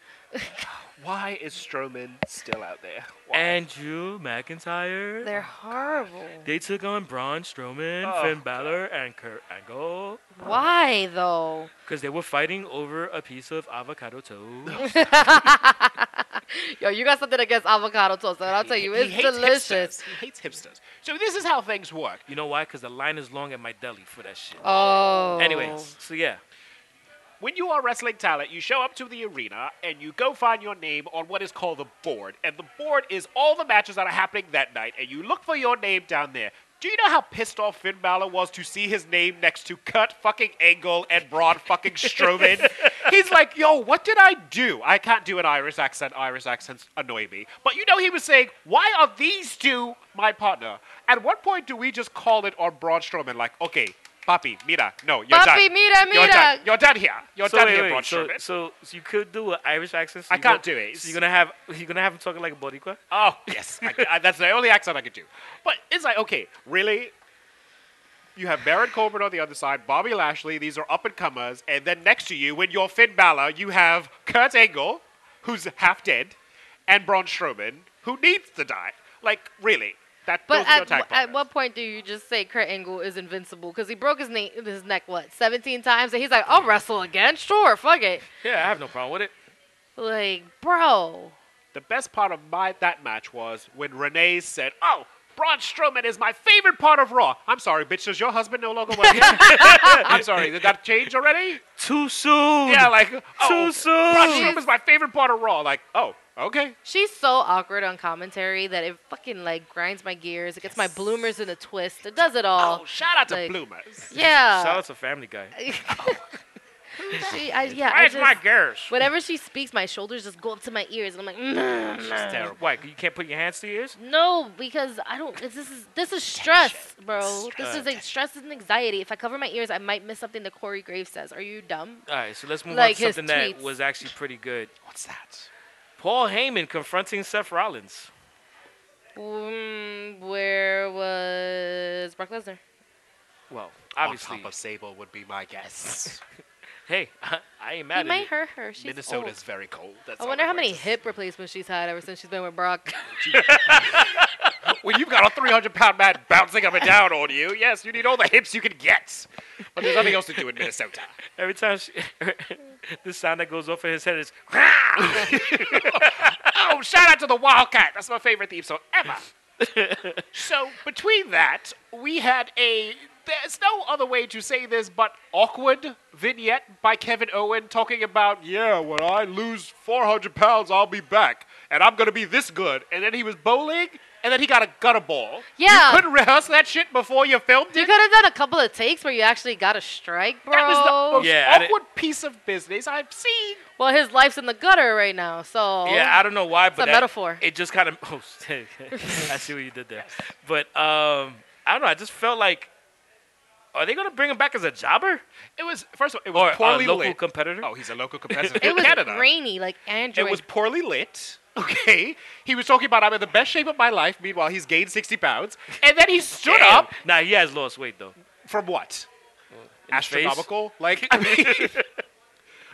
Speaker 7: Why is Strowman still out there? Why?
Speaker 2: and Drew McIntyre.
Speaker 6: They're horrible.
Speaker 2: They took on Braun Strowman,
Speaker 7: Oh,
Speaker 2: Finn Balor, and Kurt Angle
Speaker 6: Why though?
Speaker 2: because they were fighting over a piece of avocado toast.
Speaker 6: Yo, you got something against avocado toast, and I'll tell you,
Speaker 7: He
Speaker 6: it's
Speaker 7: hates
Speaker 6: delicious.
Speaker 7: Hipsters. He hates hipsters. So this is how things work.
Speaker 2: you know why? Because the line is long at my deli for that shit.
Speaker 6: Oh.
Speaker 2: Anyway, so yeah.
Speaker 7: When you are wrestling talent, you show up to the arena and you go find your name on what is called the board. And the board is all the matches that are happening that night, and you look for your name down there. Do you know how pissed off Finn Balor was to see his name next to Kurt fucking Angle and Braun fucking Strowman? He's like, yo, what did I do? I can't do an Irish accent. Irish accents annoy me. But you know, he was saying, why are these two my partner? At what point do we just call it on Braun Strowman? Like, okay, papi, mira, no, you're
Speaker 6: Papi,
Speaker 7: done.
Speaker 6: mira,
Speaker 7: You're
Speaker 6: mira.
Speaker 7: done. You're done here. You're
Speaker 2: so
Speaker 7: done
Speaker 2: wait,
Speaker 7: here,
Speaker 2: wait,
Speaker 7: Braun
Speaker 2: so,
Speaker 7: Strowman.
Speaker 2: so, so you could do an Irish accent. So
Speaker 7: I
Speaker 2: you
Speaker 7: can't
Speaker 2: go-
Speaker 7: do it.
Speaker 2: So you're gonna have you're gonna have him talking like a Boricua.
Speaker 7: oh yes, I, I, that's the only accent I could do. But it's like, okay, really, You have Baron Corbin on the other side, Bobby Lashley. These are up and comers. And then next to you, when you're Finn Balor, you have Kurt Angle, who's half dead, and Braun Strowman, who needs to die. Like, really? That,
Speaker 6: But
Speaker 7: those are your
Speaker 6: at,
Speaker 7: tag
Speaker 6: wh- at
Speaker 7: partners.
Speaker 6: what point do you just say Kurt Angle is invincible? Because he broke his, knee, his neck, what, 17 times? And he's like, I'll wrestle again? Sure, fuck it.
Speaker 2: Yeah, I have no problem with it.
Speaker 6: Like, bro.
Speaker 7: The best part of my that match was when Renee said, "Oh, Braun Strowman is my favorite part of Raw." I'm sorry, bitch. Does your husband no longer work here? I'm sorry. Did that change already?
Speaker 2: Too soon.
Speaker 7: Yeah, like oh,
Speaker 2: Too soon.
Speaker 7: Braun Strowman's my favorite part of Raw. Like, oh, okay.
Speaker 6: She's so awkward on commentary that it fucking, like, grinds my gears. It gets my bloomers in a twist. It does it all.
Speaker 7: Oh, shout out to
Speaker 6: like-
Speaker 7: Bloomers.
Speaker 6: yeah.
Speaker 2: Shout out to Family Guy.
Speaker 6: She- I- yeah, I
Speaker 7: Where's
Speaker 6: just-
Speaker 7: my girls?
Speaker 6: Whenever she speaks, my shoulders just go up to my ears, and I'm like, "Mm,
Speaker 2: It's terrible. Why? You can't put your hands to your ears?
Speaker 6: no, because I don't. This is this is stress, bro. This is like stress and anxiety. If I cover my ears, I might miss something that Corey Graves says. Are you dumb?
Speaker 2: All right, so let's move
Speaker 6: Like
Speaker 2: on to
Speaker 6: his
Speaker 2: something
Speaker 6: tweets.
Speaker 2: that was actually pretty good.
Speaker 7: What's that?
Speaker 2: Paul Heyman confronting Seth Rollins.
Speaker 6: Mm, where was Brock Lesnar?
Speaker 2: Well,
Speaker 7: On
Speaker 2: obviously,
Speaker 7: top of Sable would be my guess.
Speaker 2: hey, I ain't
Speaker 6: He
Speaker 2: mad at
Speaker 6: might
Speaker 2: it.
Speaker 6: hurt her. She's
Speaker 7: Minnesota's
Speaker 6: Old.
Speaker 7: very cold. That's
Speaker 6: I
Speaker 7: all
Speaker 6: wonder
Speaker 7: it
Speaker 6: how many
Speaker 7: was.
Speaker 6: hip replacements she's had ever since she's been with Brock.
Speaker 7: When you've got a 300 pound man bouncing up and down on you, yes, you need all the hips you can get. But there's nothing else to do in Minnesota.
Speaker 2: Every time she, the sound that goes off in his head is,
Speaker 7: Oh, shout out to the Wildcat. That's my favorite theme song ever. so between that, we had a there's no other way to say this but awkward vignette by Kevin Owen talking about yeah, when I lose 400 pounds, I'll be back, and I'm gonna be this good. And then he was bowling, and then he got a gutter ball.
Speaker 6: Yeah.
Speaker 7: you couldn't rehearse that shit before you filmed
Speaker 6: you
Speaker 7: it.
Speaker 6: could have done a couple of takes where you actually got a strike, bro.
Speaker 7: That was the most
Speaker 2: Yeah, I didn't-
Speaker 7: awkward piece of business I've seen.
Speaker 6: well, his life's in the gutter right now, so
Speaker 2: yeah, I don't know why, but
Speaker 6: a
Speaker 2: that-
Speaker 6: metaphor.
Speaker 2: It just kind of, oh, I see what you did there. But um, I don't know. I just felt like, are they gonna bring him back as a jobber
Speaker 7: It was first of all, it
Speaker 2: or
Speaker 7: was
Speaker 2: a
Speaker 7: poorly
Speaker 2: local
Speaker 7: lit.
Speaker 2: competitor?
Speaker 7: oh, he's a local competitor
Speaker 6: It
Speaker 7: from
Speaker 6: was
Speaker 7: Canada.
Speaker 6: rainy, like Andrew.
Speaker 7: It was poorly lit. Okay, he was talking about I'm in the best shape of my life. Meanwhile, he's gained 60 pounds, and then he stood
Speaker 2: Damn.
Speaker 7: up
Speaker 2: Nah, he has lost weight though.
Speaker 7: from what?
Speaker 2: In his face.
Speaker 7: Astronomical? Like, I mean,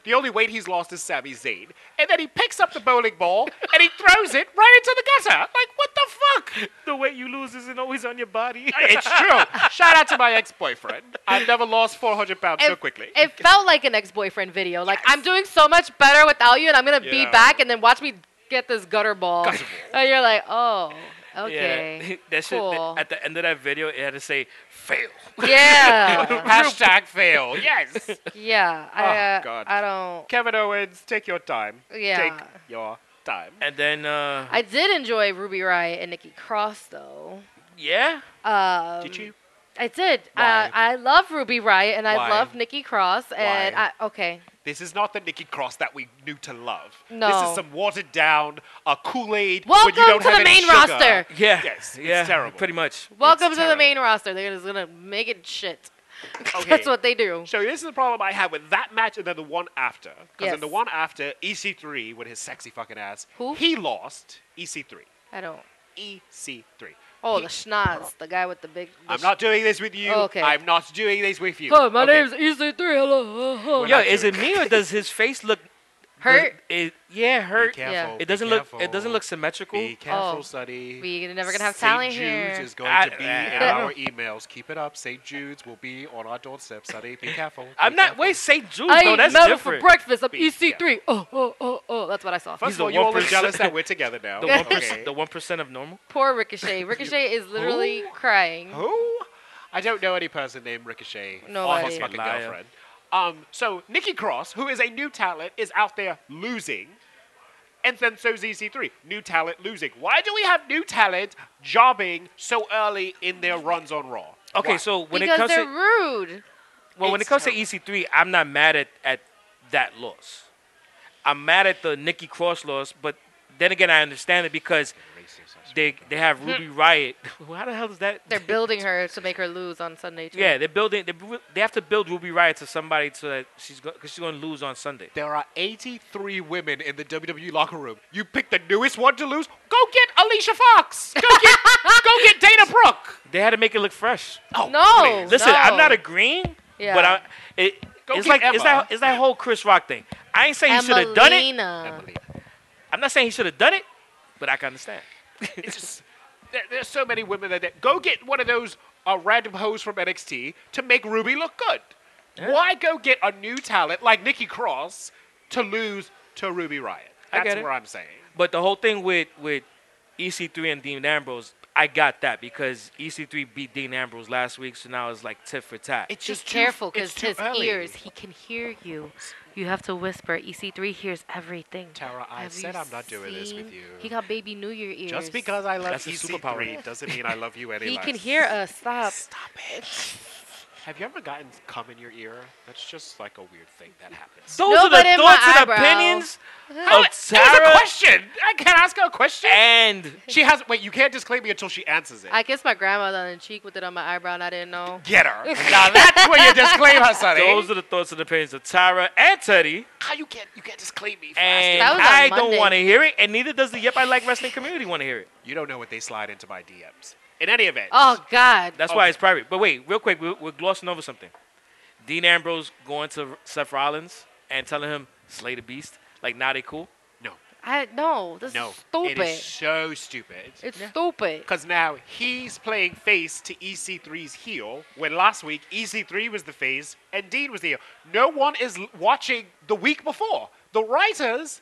Speaker 7: the only weight he's lost is Sami Zayn, and then he picks up the bowling ball and he throws it right into the gutter. Like, what the fuck?
Speaker 2: The weight you lose isn't always on your body.
Speaker 7: It's true. Shout out to my ex-boyfriend. I've never lost 400 pounds so
Speaker 6: it,
Speaker 7: quickly.
Speaker 6: It felt like an ex-boyfriend video. Like I'm doing so much better without you, and I'm gonna be
Speaker 7: Yeah.
Speaker 6: back, and then watch me get this gutter ball.
Speaker 7: Gutter
Speaker 6: And you're like, oh,
Speaker 2: Yeah,
Speaker 6: okay,
Speaker 2: that shit.
Speaker 6: cool.
Speaker 2: At the end of that video, it had to say fail.
Speaker 6: yeah,
Speaker 7: Hashtag fail. Yes.
Speaker 6: yeah. I,
Speaker 7: Oh,
Speaker 6: uh,
Speaker 7: God.
Speaker 6: I don't.
Speaker 7: Kevin Owens, take your time.
Speaker 6: Yeah.
Speaker 7: Take your time.
Speaker 2: And then, uh,
Speaker 6: I did enjoy Ruby Riot and Nikki Cross though.
Speaker 2: yeah,
Speaker 6: Um,
Speaker 7: Did you?
Speaker 6: I did. Uh,
Speaker 7: Why?
Speaker 6: I love Ruby Riot and I
Speaker 7: Why?
Speaker 6: love Nikki Cross and
Speaker 7: Why?
Speaker 6: I okay.
Speaker 7: This is not the Nikki Cross that we knew to love. This
Speaker 6: No.
Speaker 7: is some watered down uh, Kool Aid.
Speaker 6: Welcome
Speaker 7: you don't
Speaker 6: to
Speaker 7: have
Speaker 6: the
Speaker 7: any
Speaker 6: main
Speaker 7: sugar.
Speaker 6: roster.
Speaker 2: yeah,
Speaker 7: Yes, it's
Speaker 2: yeah,
Speaker 7: terrible.
Speaker 2: Pretty much.
Speaker 6: Welcome to the
Speaker 7: terrible.
Speaker 6: main roster. They're just gonna make it shit.
Speaker 7: Okay.
Speaker 6: That's what they do.
Speaker 7: So this is the problem I had with that match and then the one after. Because
Speaker 6: Yes.
Speaker 7: in the one after, EC3 with his sexy fucking ass,
Speaker 6: Who?
Speaker 7: he lost E EC3.
Speaker 6: I don't.
Speaker 7: EC3.
Speaker 6: Oh, the schnoz, the guy with the big. the
Speaker 7: E I'm not doing this with you.
Speaker 6: Oh, Okay.
Speaker 7: I'm not doing this with you.
Speaker 6: sh- Hi, my
Speaker 7: Okay.
Speaker 6: name's EC3. Hello.
Speaker 7: We're
Speaker 2: Yo,
Speaker 7: not
Speaker 2: is it
Speaker 7: doing
Speaker 2: me or does his face look
Speaker 6: Hurt.
Speaker 2: It, yeah, hurt.
Speaker 6: Yeah.
Speaker 7: Careful,
Speaker 2: It
Speaker 7: be
Speaker 2: doesn't look. It
Speaker 7: careful.
Speaker 2: doesn't look symmetrical.
Speaker 7: Be careful,
Speaker 6: Oh.
Speaker 7: Sonny.
Speaker 6: We're never gonna have
Speaker 7: St.
Speaker 6: Sally
Speaker 7: Jude's
Speaker 6: here.
Speaker 7: is going
Speaker 2: I-
Speaker 7: to be
Speaker 2: I-
Speaker 7: in
Speaker 2: I
Speaker 7: our emails. Keep it up. St. Jude's will be on our doorstep, Sonny. Be careful.
Speaker 2: I'm
Speaker 7: Be
Speaker 2: not.
Speaker 7: careful.
Speaker 2: Wait, St. Jude.
Speaker 6: I
Speaker 2: though,
Speaker 6: eat
Speaker 2: that's
Speaker 6: metal for
Speaker 2: different.
Speaker 6: breakfast. I'm
Speaker 7: Be
Speaker 6: EC3. Oh, oh, oh, oh. That's what I saw.
Speaker 7: First
Speaker 2: He's
Speaker 7: of
Speaker 2: the
Speaker 7: all, you're only
Speaker 2: 1%.
Speaker 7: jealous that we're together now.
Speaker 2: The one percent. The one percent of normal.
Speaker 6: Poor Ricochet. Ricochet is literally crying.
Speaker 7: Who? I don't know any person named Ricochet.
Speaker 6: No
Speaker 7: or his
Speaker 6: idea.
Speaker 7: fucking
Speaker 2: Liar.
Speaker 7: girlfriend. Um, so Nikki Cross, who is a new talent, is out there losing. And then so's EC3. New talent losing. Why do we have new talent jobbing so early in their runs on Raw?
Speaker 2: Okay,
Speaker 7: Why?
Speaker 2: so when it
Speaker 6: because
Speaker 2: comes
Speaker 6: they're
Speaker 2: to
Speaker 6: rude.
Speaker 2: well, when it
Speaker 7: it's
Speaker 2: comes
Speaker 7: terrible.
Speaker 2: to EC3, I'm not mad at at that loss. I'm mad at the Nikki Cross loss, but then again, I understand it because they they have Ruby Riot. How the hell is that?
Speaker 6: They're building her to make her lose on Sunday too.
Speaker 2: yeah, they're building. They, bu- they have to build Ruby Riot to somebody so that she's because she's going to lose on Sunday.
Speaker 7: There are 83 women in the WWE locker room. You pick the newest one to lose. Go get Alicia Fox. Go get, go get Dana Brooke.
Speaker 2: They had to make it look fresh.
Speaker 7: Oh,
Speaker 6: No.
Speaker 7: please.
Speaker 2: Listen, I'm
Speaker 6: No.
Speaker 2: not agreeing,
Speaker 6: Yeah.
Speaker 2: but I it,
Speaker 7: Go
Speaker 2: it's
Speaker 7: get
Speaker 2: like it's that
Speaker 7: Emma.
Speaker 2: it's that whole Chris Rock thing. I ain't saying he should have done it.
Speaker 6: Emelina.
Speaker 2: I'm not saying he should have done it, but I can understand.
Speaker 7: It's just, there, there's so many women that, that go get one of those uh, random hoes from NXT to make Ruby look good. Why go get a new talent like Nikki Cross to lose to Ruby Riot?
Speaker 2: I
Speaker 7: That's
Speaker 2: get it.
Speaker 7: what I'm saying.
Speaker 2: But the whole thing with with EC3 and Dean Ambrose, I got that because EC3 beat Dean Ambrose last week, so now it's like tit for tat.
Speaker 7: It's
Speaker 6: Be
Speaker 7: just too-
Speaker 6: careful
Speaker 7: it's
Speaker 6: because
Speaker 7: too
Speaker 6: his
Speaker 7: early.
Speaker 6: ears, he can hear you. You have to whisper. EC3 hears everything.
Speaker 7: Tara, I
Speaker 6: Have you
Speaker 7: said I'm not doing this with
Speaker 6: seen-
Speaker 7: you.
Speaker 6: He got baby New Year ears.
Speaker 7: Just because I love
Speaker 2: That's a
Speaker 7: EC3
Speaker 2: superpower.
Speaker 7: doesn't mean I love you any
Speaker 6: he
Speaker 7: less.
Speaker 6: can hear us. Stop.
Speaker 7: Have you ever gotten cum in your ear? That's just like a weird thing that happens.
Speaker 2: Those
Speaker 6: No,
Speaker 2: are the
Speaker 6: but in my
Speaker 2: thoughts and
Speaker 6: eyebrow.
Speaker 2: opinions of
Speaker 7: That was a
Speaker 2: Sarah
Speaker 7: question. I can't ask her a question.
Speaker 2: and
Speaker 7: Eh, she has. Wait, you can't disclaim me until she answers it.
Speaker 6: I kissed my grandmother on the cheek with it on my eyebrow, and I didn't know.
Speaker 7: Get her. now that's where you disclaim her, sonny.
Speaker 2: those are the thoughts and opinions of Tyra and Teddy.
Speaker 7: How you can't you can't disclaim me for
Speaker 2: And
Speaker 6: That
Speaker 7: asking.
Speaker 6: was on
Speaker 2: I don't
Speaker 6: Monday.
Speaker 2: want to hear it, and neither does the Yep I Like Wrestling community want to hear it.
Speaker 7: You don't know what they slide into my DMs. In any event.
Speaker 6: Oh God.
Speaker 2: That's why it's private. But wait, real quick, we're, we're glossing over something. Dean Ambrose going to Seth Rollins and telling him slay the beast. Like now they cool.
Speaker 7: no,
Speaker 6: I no. This
Speaker 7: no.
Speaker 6: is
Speaker 7: It
Speaker 6: stupid.
Speaker 7: is so stupid.
Speaker 6: It's stupid.
Speaker 7: Because now he's playing face to EC3's heel, when last week EC3 was the face and Dean was the heel. No one is l- watching the week before. The writers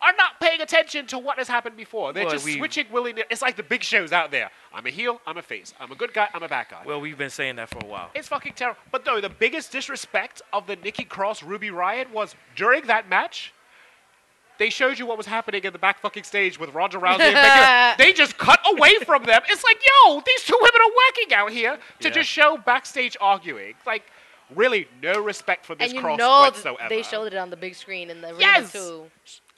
Speaker 7: are not paying attention to what has happened before. They're
Speaker 2: Well,
Speaker 7: just
Speaker 2: we-
Speaker 7: switching willy nilly. It's like the big shows out there. I'm a heel, I'm a face. I'm a good guy, I'm a bad guy.
Speaker 2: Well, we've been saying that for a while.
Speaker 7: It's fucking terrible. But though the biggest disrespect of the Nikki Cross Ruby Riot was during that match, they showed you what was happening in the back fucking stage with Ronda Rousey and Becky. They just cut away from them. It's like, yo, these two women are working out here to
Speaker 2: Yeah.
Speaker 7: just show backstage arguing. Like, really, no respect for this
Speaker 6: and you
Speaker 7: cross
Speaker 6: know th-
Speaker 7: whatsoever.
Speaker 6: they showed it on the big screen in the arena
Speaker 7: Yes!
Speaker 6: too.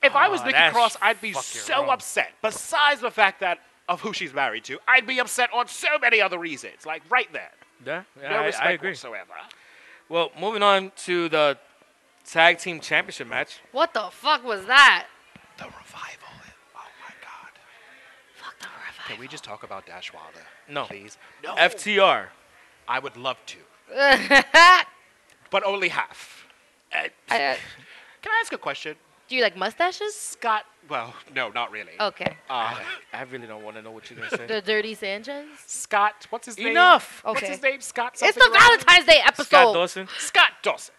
Speaker 7: If I was
Speaker 2: Aw,
Speaker 7: Nikki
Speaker 2: that's
Speaker 7: Cross, I'd be
Speaker 2: fucking
Speaker 7: so
Speaker 2: wrong.
Speaker 7: upset. Besides the fact that of who she's married to, I'd be upset on so many other reasons. Like right there,
Speaker 2: Yeah, yeah,
Speaker 7: no
Speaker 2: I-
Speaker 7: respect
Speaker 2: I agree.
Speaker 7: whatsoever.
Speaker 2: Well, moving on to the tag team championship match.
Speaker 6: What the fuck was that?
Speaker 7: The revival. Oh my god.
Speaker 6: Fuck the
Speaker 7: Can we just talk about Dash Wilder?
Speaker 2: No.
Speaker 7: Please. No.
Speaker 2: FTR.
Speaker 7: I would love to,
Speaker 6: revival.
Speaker 7: but only half. Uh,
Speaker 6: I-
Speaker 7: can I ask a question?
Speaker 6: Do you like mustaches?
Speaker 7: Scott, well, no, not really.
Speaker 6: Okay.
Speaker 7: Uh,
Speaker 2: I really don't want to know what you're gonna say.
Speaker 6: The Dirty Sanchez.
Speaker 7: Scott, what's his name?
Speaker 2: Enough.
Speaker 7: What's
Speaker 6: Okay.
Speaker 7: his name? Scott
Speaker 6: It's
Speaker 7: something
Speaker 6: the
Speaker 7: or other?
Speaker 6: Valentine's Day episode.
Speaker 2: Scott Dawson.
Speaker 7: Scott Dawson.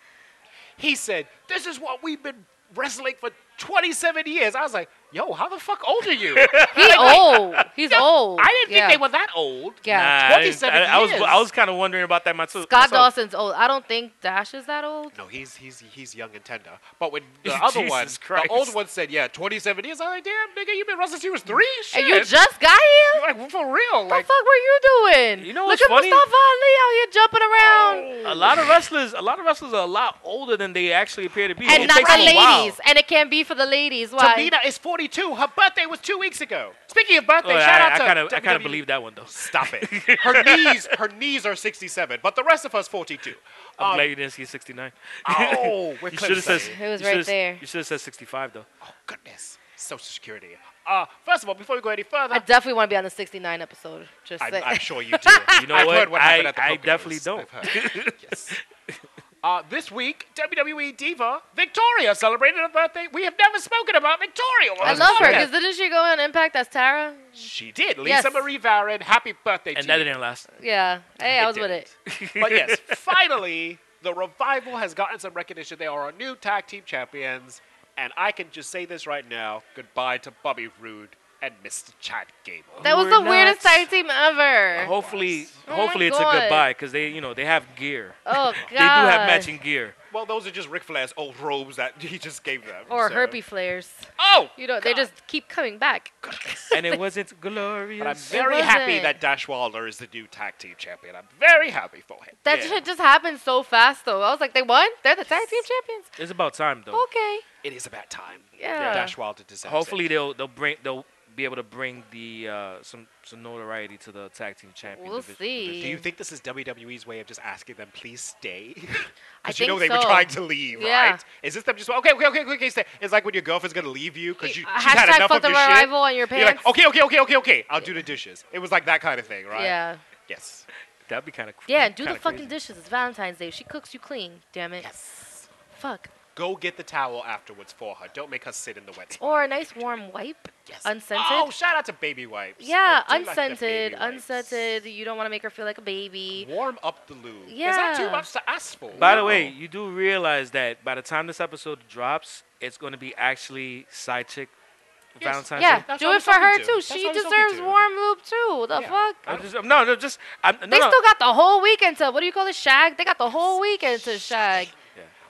Speaker 7: He said, This is what we've been wrestling for 27 years. I was like, Yo, how the fuck old are you?
Speaker 6: He's old. He's old.
Speaker 7: I didn't
Speaker 6: Yeah.
Speaker 7: think they were that old.
Speaker 6: Yeah.
Speaker 2: Nah, I didn't-
Speaker 7: 27
Speaker 2: I, I was
Speaker 7: years.
Speaker 2: I was kind of wondering about that myself.
Speaker 6: Scott
Speaker 2: myself.
Speaker 6: Dawson's old. I don't think Dash is that old.
Speaker 7: No, he's he's he's young and tender. But when the other one,
Speaker 2: Jesus
Speaker 7: the old
Speaker 2: Christ.
Speaker 7: one said, "Yeah, 27 years." I'm like, "Damn, nigga, you've been wrestling since you was three. Shit,
Speaker 6: And you just got here?
Speaker 7: like for real?
Speaker 6: What
Speaker 7: Like,
Speaker 6: the fuck were you doing?
Speaker 2: You know
Speaker 6: Look
Speaker 2: what's
Speaker 6: at
Speaker 2: funny?
Speaker 6: Mustafa Ali out here jumping around.
Speaker 2: A lot of wrestlers, a lot of wrestlers are a lot older than they actually appear to be.
Speaker 6: And
Speaker 2: It
Speaker 6: not
Speaker 2: takes
Speaker 6: the
Speaker 2: them a while.
Speaker 6: ladies. And it can't be for the ladies. Why?
Speaker 7: Tamina is 42. Her birthday was two weeks ago. Speaking of birthday,
Speaker 2: Well,
Speaker 7: shout
Speaker 2: Oh, I,
Speaker 7: out to E.
Speaker 2: kind of I kind
Speaker 7: WWE.
Speaker 2: of believe that one though.
Speaker 7: Stop it. Her knees, her knees are 67, but the rest of us 42.
Speaker 2: I'm
Speaker 7: Um,
Speaker 2: glad you didn't see 69.
Speaker 7: oh, we're
Speaker 2: you should have said
Speaker 7: close,
Speaker 6: It was
Speaker 2: you shoulda
Speaker 6: right
Speaker 2: s-
Speaker 6: there.
Speaker 2: You should have said 65 though.
Speaker 7: oh goodness, Social Security. Uh, first of all, before we go any further,
Speaker 6: I definitely want to be on the 69 episode. Just
Speaker 7: I'm,
Speaker 6: saying.
Speaker 7: I'm sure you do.
Speaker 2: You know
Speaker 7: I've
Speaker 2: what?
Speaker 7: heard what happened
Speaker 2: I-
Speaker 7: at the
Speaker 2: I
Speaker 7: Poconos.
Speaker 2: definitely don't.
Speaker 7: I've heard. yes. Uh, this week, WWE diva Victoria celebrated her birthday. We have never spoken about Victoria. on
Speaker 6: I
Speaker 7: this
Speaker 6: love her
Speaker 7: podcast.
Speaker 6: because didn't she go on Impact? That's Tara.
Speaker 7: she did. Lisa
Speaker 6: Yes.
Speaker 7: Marie Varon, happy birthday
Speaker 2: And
Speaker 7: to
Speaker 2: that
Speaker 7: you.
Speaker 2: didn't last.
Speaker 6: Yeah. Hey, I was with it.
Speaker 7: didn't. But yes, finally, the revival has gotten some recognition. They are our new tag team champions, and I can just say this right now: goodbye to Bobby Roode and Mr. Chad Gable.
Speaker 6: That was
Speaker 2: We're
Speaker 6: the weirdest
Speaker 2: nuts.
Speaker 6: tag team ever.
Speaker 2: Hopefully,
Speaker 6: Oh my
Speaker 2: hopefully it's
Speaker 6: God.
Speaker 2: a goodbye because they, you know, they have gear.
Speaker 6: Oh, God.
Speaker 2: They do have matching gear.
Speaker 7: well, those are just Ric Flair's old robes that he just gave them.
Speaker 6: Or
Speaker 7: so.
Speaker 6: herpy flares.
Speaker 7: Oh,
Speaker 6: You know, they just keep coming back.
Speaker 2: and it wasn't glorious.
Speaker 7: But I'm very
Speaker 6: wasn't.
Speaker 7: happy that Dash Wilder is the new tag team champion. I'm very happy for him.
Speaker 6: That
Speaker 2: Yeah.
Speaker 6: shit just happened so fast, though. I was like, they won? They're the tag team champions?
Speaker 2: it's about time though.
Speaker 6: Okay.
Speaker 7: it is about time.
Speaker 6: Yeah.
Speaker 7: Dash Wilder deserves
Speaker 2: Hopefully
Speaker 7: it.
Speaker 2: they'll they'll bring they'll be able to bring the uh, some some notoriety to the tag team champion.
Speaker 6: We'll
Speaker 2: divi-
Speaker 6: see.
Speaker 7: Do you think this is WWE's way of just asking them, please stay?
Speaker 6: I
Speaker 7: Because you know they
Speaker 6: think
Speaker 7: were
Speaker 6: so.
Speaker 7: trying to leave,
Speaker 6: Yeah.
Speaker 7: right? Is this them just okay, okay, okay, okay, okay, stay? It's like when your girlfriend's gonna leave you because you
Speaker 6: Uh,
Speaker 7: she's had
Speaker 6: hashtag
Speaker 7: enough
Speaker 6: fuck
Speaker 7: of
Speaker 6: the
Speaker 7: your shit.
Speaker 6: rival on your
Speaker 7: You're like,
Speaker 6: pants.
Speaker 7: okay, okay, okay, okay, okay. I'll do the dishes. It was like that kind of thing, right?
Speaker 6: Yeah.
Speaker 7: Yes.
Speaker 2: That'd be kind of
Speaker 6: Yeah, do the fucking dishes. It's Valentine's Day. She cooks you clean. Damn it. Yes. Fuck.
Speaker 7: Go get the towel afterwards for her. Don't make her sit in the wet. spot.
Speaker 6: Or a nice warm wipe.
Speaker 7: Yes.
Speaker 6: Unscented.
Speaker 7: Oh, shout out to baby wipes.
Speaker 6: yeah,
Speaker 7: I do like the
Speaker 6: unscented,
Speaker 7: baby wipes.
Speaker 6: unscented. You don't want to make her feel like a baby.
Speaker 7: Warm up the lube. Is that too
Speaker 6: Yeah.
Speaker 7: much to ask for?
Speaker 2: By the way, you do realize that by the time this episode drops, it's going to be actually side chick
Speaker 7: Yes.
Speaker 2: Valentine's
Speaker 6: Yeah,
Speaker 2: Day.
Speaker 7: That's
Speaker 6: do
Speaker 7: what I
Speaker 6: it
Speaker 7: was
Speaker 6: for
Speaker 7: talking
Speaker 6: her
Speaker 7: to.
Speaker 6: too.
Speaker 7: That's what
Speaker 6: She
Speaker 7: I was talking
Speaker 6: deserves
Speaker 7: to.
Speaker 6: warm lube too. The
Speaker 7: Yeah.
Speaker 6: fuck?
Speaker 2: I'm just, no, no, just I'm, no,
Speaker 6: They
Speaker 2: no.
Speaker 6: still got the whole weekend to. What do you call this? Shag. They got the whole weekend to shag.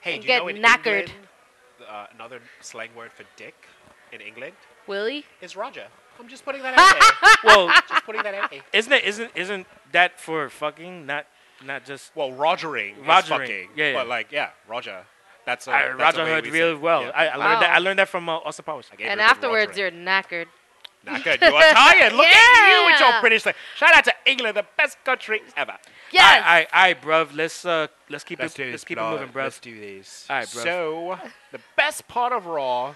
Speaker 7: hey,
Speaker 6: and
Speaker 7: do you know
Speaker 6: get
Speaker 7: in
Speaker 6: knackered.
Speaker 7: England, uh, another slang word for dick in England
Speaker 6: Willie.
Speaker 7: is Roger. I'm just putting that out there.
Speaker 2: well,
Speaker 7: just putting that out there.
Speaker 2: isn't it isn't isn't that for fucking not not just
Speaker 7: Well, Rogering, is
Speaker 2: Rogering,
Speaker 7: fucking,
Speaker 2: yeah, yeah.
Speaker 7: but like, yeah, Roger. That's a,
Speaker 2: I,
Speaker 7: that's a
Speaker 2: Roger
Speaker 7: way
Speaker 2: heard
Speaker 7: we say
Speaker 2: real
Speaker 7: it.
Speaker 2: well.
Speaker 7: Yeah.
Speaker 2: I, I learned that
Speaker 6: Wow.
Speaker 2: I learned that from uh, Austin Powers.
Speaker 7: I gave
Speaker 6: And
Speaker 7: her a good
Speaker 6: afterwards,
Speaker 7: Rogering.
Speaker 6: you're knackered.
Speaker 7: Not good. You are tired. Look at you with your
Speaker 6: Yeah.
Speaker 7: British thing. Shout out to England, the best country ever.
Speaker 6: Yes.
Speaker 2: I, I, bruv. Let's uh, let's keep it let's keep it moving, bruv.
Speaker 7: Let's do this.
Speaker 2: All right, bruv.
Speaker 7: So, the best part of Raw,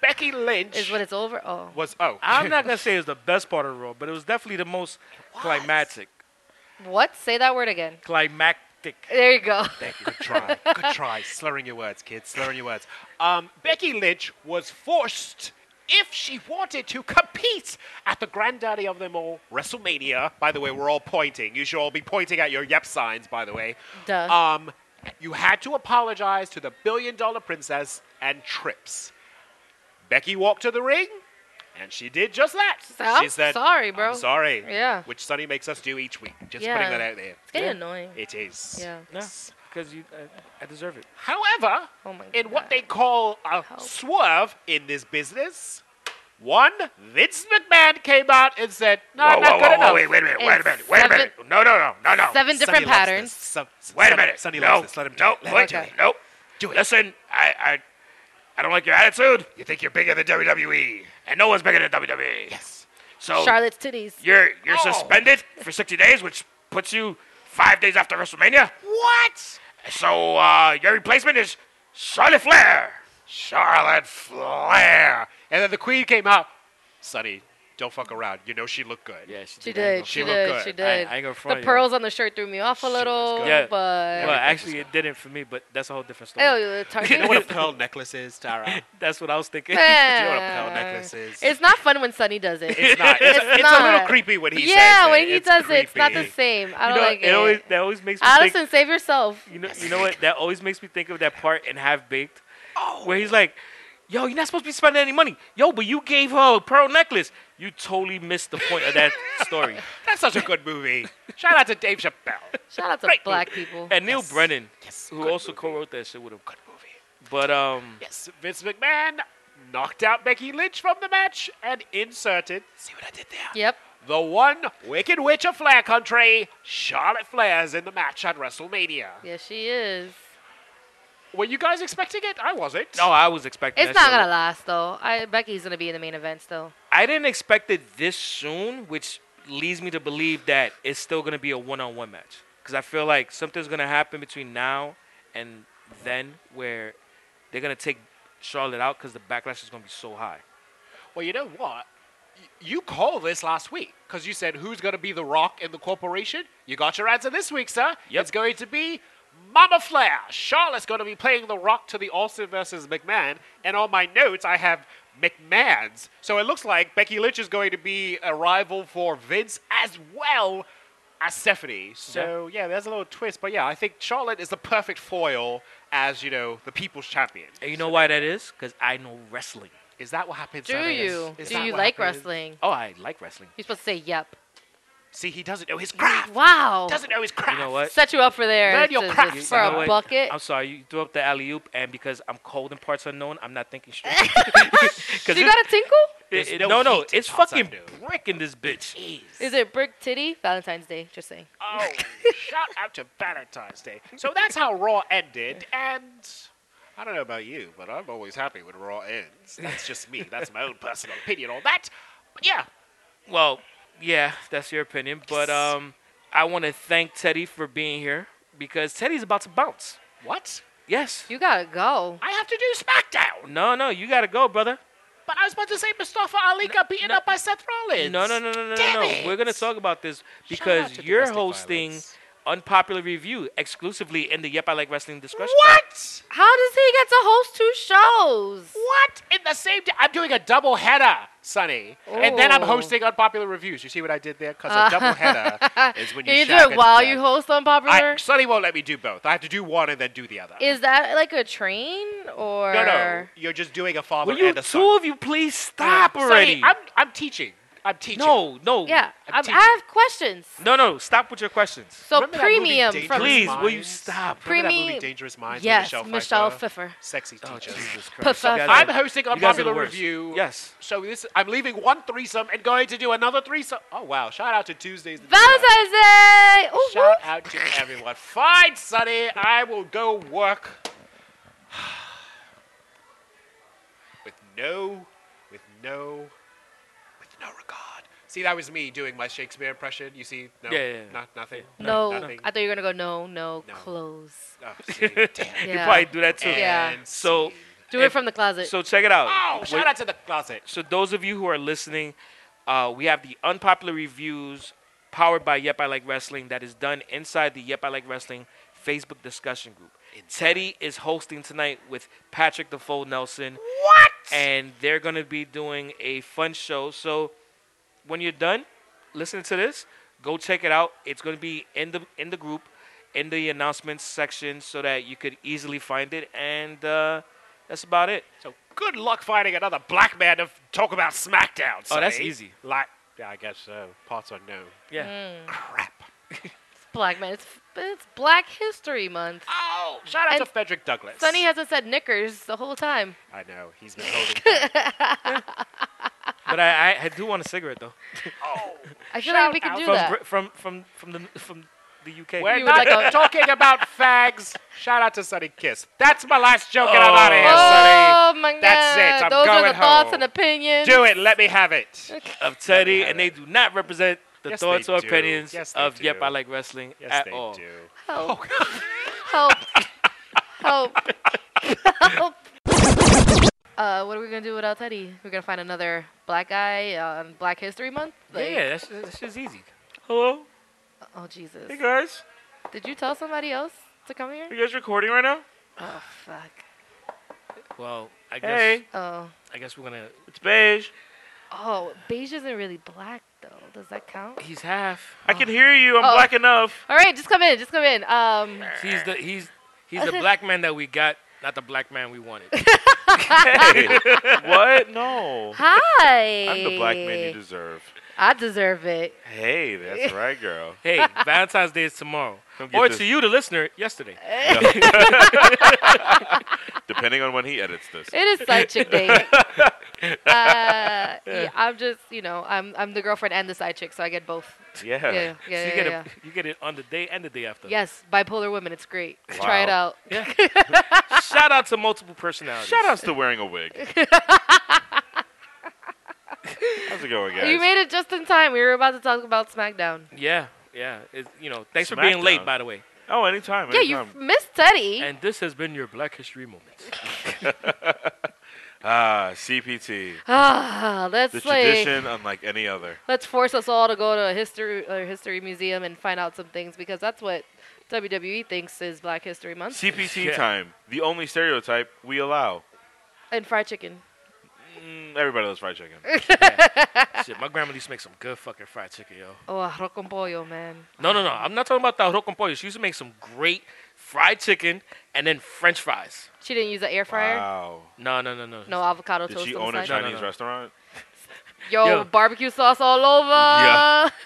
Speaker 7: Becky Lynch
Speaker 6: Is when it's over. Oh.
Speaker 7: was. Oh,
Speaker 2: I'm not gonna say it was the best part of the Raw, but it was definitely the most climactic.
Speaker 6: What? Say that word again.
Speaker 2: Climactic.
Speaker 6: There you go.
Speaker 7: Thank you. Good try. Good try. Slurring your words, kids. Slurring your words. Um, Becky Lynch was forced, if she wanted to, compete at the granddaddy of them all, WrestleMania. By the way, we're all pointing. You should all be pointing at your yep signs, by the way.
Speaker 6: Duh.
Speaker 7: Um, you had to apologize to the billion dollar princess and Trips. Becky walked to the ring. And she did just that.
Speaker 6: said,
Speaker 7: she
Speaker 6: "I'm
Speaker 7: said,
Speaker 6: sorry,
Speaker 7: "I'm
Speaker 6: bro."
Speaker 7: sorry."
Speaker 6: Yeah.
Speaker 7: Which Sunny makes us do each week. Just
Speaker 6: Yeah.
Speaker 7: putting that out there.
Speaker 6: It's getting annoying.
Speaker 7: It is.
Speaker 6: Yeah.
Speaker 2: Yeah, because you, I, I deserve it.
Speaker 7: However,
Speaker 6: Oh my
Speaker 7: in what
Speaker 6: God.
Speaker 7: they call a
Speaker 6: Help.
Speaker 7: swerve in this business, one Vince McMahon came out and said, "No, I'm not good enough."
Speaker 1: wait a minute,
Speaker 6: wait a minute, wait a minute.
Speaker 1: No, no, no, no, no.
Speaker 6: Seven different patterns.
Speaker 1: Wait a minute.
Speaker 7: Sonny
Speaker 1: no,
Speaker 7: loves this. Let him do
Speaker 1: no,
Speaker 7: it. Let him
Speaker 1: wait,
Speaker 6: do it.
Speaker 1: Nope. Do it. Listen, I, I, I don't like your attitude. You think you're bigger than WWE, and no one's bigger than WWE. Yes. So
Speaker 6: Charlotte's titties.
Speaker 1: you're you're
Speaker 7: Oh.
Speaker 1: suspended for 60 days, which puts you five days after WrestleMania.
Speaker 7: What?
Speaker 1: So uh, your replacement is Charlotte Flair.
Speaker 7: Charlotte Flair. And then the Queen came out. Sonny, don't fuck around. You know she looked good.
Speaker 2: Yeah, she,
Speaker 6: She did.
Speaker 7: She
Speaker 6: She,
Speaker 7: looked
Speaker 6: did.
Speaker 7: good.
Speaker 6: She
Speaker 7: I-
Speaker 6: did.
Speaker 2: I ain't gonna front
Speaker 6: the
Speaker 2: you.
Speaker 6: pearls on the shirt threw me off a little,
Speaker 7: good.
Speaker 2: Yeah.
Speaker 6: but
Speaker 2: Well, actually, it didn't for me, but that's a whole different story.
Speaker 6: Ew, the
Speaker 7: You know what a
Speaker 6: target.
Speaker 7: pearl necklace is, Tara?
Speaker 2: That's what I was thinking.
Speaker 7: You know what a pearl necklace is?
Speaker 6: It's not fun when Sunny does it.
Speaker 7: It's not. It's,
Speaker 6: It's
Speaker 7: it's a little
Speaker 6: not.
Speaker 7: creepy when he says
Speaker 6: yeah,
Speaker 7: it.
Speaker 6: when he
Speaker 7: It's
Speaker 6: does it, it's not the
Speaker 7: creepy.
Speaker 6: same. I
Speaker 2: You
Speaker 6: don't
Speaker 2: know,
Speaker 6: like it.
Speaker 2: it always that always makes me think.
Speaker 6: Allison, save yourself.
Speaker 2: You know, you know what? That always makes me think of that part in Half Baked,
Speaker 7: Oh.
Speaker 2: where he's like, "Yo, you're not supposed to be spending any money. Yo, but you gave her a pearl necklace. You totally missed the point of that story."
Speaker 7: That's such a good movie. Shout out to Dave Chappelle.
Speaker 6: Shout out to
Speaker 7: Great
Speaker 6: black people.
Speaker 2: And Neil Brennan,
Speaker 7: Yes,
Speaker 2: who
Speaker 7: good
Speaker 2: also
Speaker 7: movie.
Speaker 2: co-wrote that shit with him.
Speaker 7: Good movie.
Speaker 2: But um,
Speaker 7: Yes, Vince McMahon knocked out Becky Lynch from the match and inserted. See what I did there?
Speaker 6: Yep.
Speaker 7: The one Wicked Witch of Flair Country, Charlotte Flair, is in the match at WrestleMania.
Speaker 6: Yes, she is.
Speaker 7: Were you guys expecting it? I wasn't.
Speaker 2: no, I was expecting.
Speaker 6: It's
Speaker 2: that
Speaker 6: not
Speaker 2: shit.
Speaker 6: gonna last though. I Becky's gonna be in the main event still.
Speaker 2: I didn't expect it this soon, which leads me to believe that it's still gonna be a one-on-one match. Because I feel like something's gonna happen between now and then where they're gonna take Charlotte out because the backlash is gonna be so high.
Speaker 7: Well, you know what? Y- You called this last week because you said who's going to be the rock in the corporation. You got your answer this week, sir.
Speaker 2: Yep.
Speaker 7: It's going to be Mama Flair. Charlotte's going to be playing the rock to the Austin versus McMahon. And on my notes, I have McMahon's. So it looks like Becky Lynch is going to be a rival for Vince as well as Stephanie. So yeah, there's a little twist. But yeah, I think Charlotte is the perfect foil as you know the people's champion.
Speaker 2: And you know why that is? Because I know wrestling.
Speaker 7: Is that what happens?
Speaker 6: Do
Speaker 7: Sunday? Is-
Speaker 6: you?
Speaker 7: is
Speaker 6: Do
Speaker 7: that
Speaker 6: you
Speaker 7: what
Speaker 6: like
Speaker 7: happens?
Speaker 6: wrestling?
Speaker 2: Oh, I like wrestling.
Speaker 6: You're supposed to say yep.
Speaker 7: See, he doesn't know his craft.
Speaker 6: Wow.
Speaker 7: doesn't know his
Speaker 2: You
Speaker 7: craft.
Speaker 2: know what?
Speaker 6: Set you up for there.
Speaker 7: Learn your
Speaker 6: to-
Speaker 7: craft,
Speaker 6: just for
Speaker 2: You
Speaker 7: son.
Speaker 2: know
Speaker 6: a
Speaker 2: what?
Speaker 6: bucket.
Speaker 2: I'm sorry, you threw up the alley oop, and because I'm cold and parts unknown, I'm not thinking straight.
Speaker 6: Do
Speaker 2: Because
Speaker 6: you got a tinkle?
Speaker 7: There's
Speaker 2: it,
Speaker 7: no
Speaker 2: no, no,
Speaker 7: heat
Speaker 2: it's
Speaker 7: outside,
Speaker 2: fucking
Speaker 7: dude.
Speaker 2: pricking this bitch.
Speaker 6: Is it brick titty? Valentine's Day. Just saying.
Speaker 7: Oh, shout out to Valentine's Day. So that's how Raw ended, and I don't know about you, but I'm always happy when Raw ends. That's just me. That's my own personal opinion on that. But yeah,
Speaker 2: Well, yeah, that's your opinion, but um, I want to thank Teddy for being here because Teddy's about to bounce.
Speaker 7: what?
Speaker 2: Yes.
Speaker 6: You gotta go.
Speaker 7: I have to do SmackDown.
Speaker 2: No, no, you gotta go, brother.
Speaker 7: But I was about to say Mustafa Ali got beaten
Speaker 2: no.
Speaker 7: up by Seth Rollins.
Speaker 2: No, no, no, no, no,
Speaker 7: Damn
Speaker 2: no, no.
Speaker 7: it.
Speaker 2: We're gonna talk about this
Speaker 7: out
Speaker 2: because
Speaker 7: to
Speaker 2: you're
Speaker 7: domestic
Speaker 2: hosting
Speaker 7: violence.
Speaker 2: unpopular review exclusively in the Yep I Like Wrestling discussion.
Speaker 7: What?
Speaker 6: How does he get to host two shows?
Speaker 7: What? In the same day? I'm doing a double header, Sonny. And then I'm
Speaker 6: Oh.
Speaker 7: hosting unpopular reviews. You see what I did there? Because a double header is when you,
Speaker 6: Can you do
Speaker 7: shag
Speaker 6: it
Speaker 7: a
Speaker 6: while
Speaker 7: duck.
Speaker 6: you host Unpopular?
Speaker 7: I, Sonny won't let me do both. I have to do one and then do the other.
Speaker 6: Is that like a train or?
Speaker 7: no, no. You're just doing a father
Speaker 2: Will you
Speaker 7: and a
Speaker 2: two
Speaker 7: son. Mm.
Speaker 2: of you please stop
Speaker 7: Sonny,
Speaker 2: already?
Speaker 7: I'm, I'm teaching. I'm teaching.
Speaker 2: no, no.
Speaker 6: Yeah,
Speaker 7: I'm
Speaker 6: I'm, I
Speaker 7: teaching.
Speaker 6: have questions.
Speaker 2: No, no. Stop with your questions.
Speaker 6: So
Speaker 7: Remember that movie,
Speaker 6: premium
Speaker 7: Dangerous
Speaker 6: from
Speaker 2: Please,
Speaker 7: Minds?
Speaker 2: will you stop?
Speaker 7: Remember that movie
Speaker 6: Premium-
Speaker 7: Dangerous Minds? with
Speaker 6: yes,
Speaker 7: Michelle,
Speaker 6: Michelle
Speaker 7: Pfeiffer?
Speaker 6: Pfeiffer.
Speaker 7: Sexy teacher.
Speaker 2: Oh, Christ.
Speaker 6: Puffa-
Speaker 2: You guys
Speaker 7: I'm
Speaker 2: are-
Speaker 7: hosting
Speaker 2: you guys are the
Speaker 7: unpopular
Speaker 2: worst.
Speaker 7: review.
Speaker 2: Yes.
Speaker 7: So this, I'm leaving one threesome and going to do another threesome. Oh wow! Shout out to Tuesdays. that do that.
Speaker 6: Valentine's Day. Ooh,
Speaker 7: Shout
Speaker 6: whoop.
Speaker 7: out to everyone. Fine, Sonny. I will go work with no, with no, with no regard. See, that was me doing my Shakespeare impression. You see, no,
Speaker 2: Yeah, yeah, yeah.
Speaker 7: not nothing.
Speaker 6: No,
Speaker 7: nothing.
Speaker 6: I thought you were gonna go. No, no,
Speaker 7: No.
Speaker 6: clothes.
Speaker 7: Oh, see, damn.
Speaker 2: You
Speaker 6: Yeah.
Speaker 2: probably do that too.
Speaker 6: Yeah.
Speaker 7: And
Speaker 2: So-
Speaker 7: see.
Speaker 6: Do
Speaker 2: If-
Speaker 6: it from the closet.
Speaker 2: So check it out.
Speaker 7: oh,
Speaker 2: Wait-
Speaker 7: shout out to the closet.
Speaker 2: So those of you who are listening, uh, we have the unpopular reviews powered by Yep I Like Wrestling that is done inside the Yep I Like Wrestling Facebook discussion group. Teddy is hosting tonight with Patrick the Fold Nelson.
Speaker 7: What?
Speaker 2: and they're going to be doing a fun show. So when you're done listening to this, go check it out. It's going to be in the in the group, in the announcements section, so that you could easily find it. And uh, that's about it.
Speaker 7: So good luck finding another black man to f- talk about SmackDown.
Speaker 2: Oh, that's
Speaker 7: Sonny.
Speaker 2: easy.
Speaker 7: Like, yeah, I guess so. Parts unknown.
Speaker 2: Yeah.
Speaker 7: Crap.
Speaker 6: black man. It's, it's Black History Month.
Speaker 7: Oh, shout out
Speaker 6: And
Speaker 7: to Frederick Douglass.
Speaker 6: Sonny hasn't said knickers the whole time.
Speaker 7: I know he's been holding. back.
Speaker 2: But I, I, I do want a cigarette though.
Speaker 7: Oh,
Speaker 6: I feel
Speaker 7: Shout
Speaker 6: like we
Speaker 7: out
Speaker 6: can do
Speaker 2: from
Speaker 6: that.
Speaker 2: Br- from from from the from the UK.
Speaker 7: We're
Speaker 6: You would
Speaker 7: not
Speaker 6: like a-
Speaker 7: talking about fags. Shout out to Sonny Kiss. That's my last joke, and I'm out of here, Sonny.
Speaker 6: oh my god.
Speaker 7: That's it. I'm
Speaker 6: Those are
Speaker 7: going
Speaker 6: the thoughts
Speaker 7: home.
Speaker 6: and opinions.
Speaker 7: Do it. Let me have it.
Speaker 2: of Teddy, and they do not represent the
Speaker 7: Yes,
Speaker 2: thoughts
Speaker 7: they
Speaker 2: or
Speaker 7: do.
Speaker 2: opinions
Speaker 7: Yes, they
Speaker 2: of Yep
Speaker 7: do.
Speaker 2: I Like Wrestling
Speaker 7: Yes,
Speaker 2: at
Speaker 7: they
Speaker 2: all.
Speaker 7: do.
Speaker 6: Help. Help. Help. Help. Uh, what are we gonna do without Teddy? We're gonna find another black guy on Black History Month.
Speaker 2: Yeah,
Speaker 6: Like-
Speaker 2: yeah, that's that's just easy. Hello,
Speaker 6: Oh Jesus.
Speaker 2: hey guys,
Speaker 6: Did you tell somebody else to come here?
Speaker 2: you guys recording right now?
Speaker 6: Oh fuck.
Speaker 2: Well, I guess
Speaker 1: Hey,
Speaker 6: Oh.
Speaker 2: I guess we're gonna.
Speaker 1: it's beige.
Speaker 6: Oh, beige isn't really black though. Does that count?
Speaker 2: He's half.
Speaker 1: I can hear you. I'm
Speaker 6: Oh.
Speaker 1: black enough.
Speaker 6: All right, just come in. Just come in. Um,
Speaker 2: He's the he's he's the black man that we got, not the black man we wanted.
Speaker 1: what? No.
Speaker 6: hi.
Speaker 8: I'm the black man you deserve.
Speaker 6: I deserve it.
Speaker 8: Hey, that's right, girl.
Speaker 2: hey, Valentine's Day is tomorrow,
Speaker 8: Come get
Speaker 2: or
Speaker 8: this.
Speaker 2: to you, the listener, yesterday.
Speaker 8: Depending on when he edits this.
Speaker 6: It is such a thing. uh, yeah, I'm just, you know, I'm I'm the girlfriend and the side chick, so I get both.
Speaker 8: Yeah.
Speaker 6: Yeah, yeah,
Speaker 2: so you
Speaker 6: yeah.
Speaker 2: get
Speaker 6: yeah.
Speaker 2: a, you get it on the day and the day after.
Speaker 6: Yes, bipolar women, it's great. Try it out.
Speaker 2: Shout out to multiple personalities.
Speaker 8: Shout out to wearing a wig. How's it going, guys?
Speaker 6: You made it just in time. We were about to talk about SmackDown.
Speaker 2: Yeah, yeah. It's, you know, thanks for being late,
Speaker 8: Smackdown.
Speaker 2: by the way.
Speaker 8: oh, anytime.
Speaker 6: Yeah, you
Speaker 8: anytime.
Speaker 6: missed Teddy.
Speaker 2: And this has been your Black History moment.
Speaker 8: Ah, CPT.
Speaker 6: ah, let's
Speaker 8: The
Speaker 6: like
Speaker 8: tradition unlike any other.
Speaker 6: let's force us all to go to a history or history museum and find out some things because that's what WWE thinks is Black History Month
Speaker 8: CPT
Speaker 2: Yeah.
Speaker 8: time. The only stereotype we allow.
Speaker 6: and fried chicken.
Speaker 8: Mm, everybody loves fried chicken.
Speaker 2: Shit, my grandma used to make some good fucking fried chicken, yo.
Speaker 6: Oh, arroz con pollo, man.
Speaker 2: No, no, no. I'm not talking about the arroz con pollo. She used to make some great fried chicken and then French fries.
Speaker 6: She didn't use an air fryer.
Speaker 8: Wow.
Speaker 2: No, no, no, no.
Speaker 6: No avocado
Speaker 8: Did
Speaker 6: toast.
Speaker 8: she
Speaker 6: on
Speaker 8: own
Speaker 6: the
Speaker 8: a
Speaker 6: side.
Speaker 2: No, no,
Speaker 8: Chinese
Speaker 2: no.
Speaker 8: restaurant?
Speaker 6: Yo,
Speaker 2: Yo.
Speaker 6: barbecue sauce all over.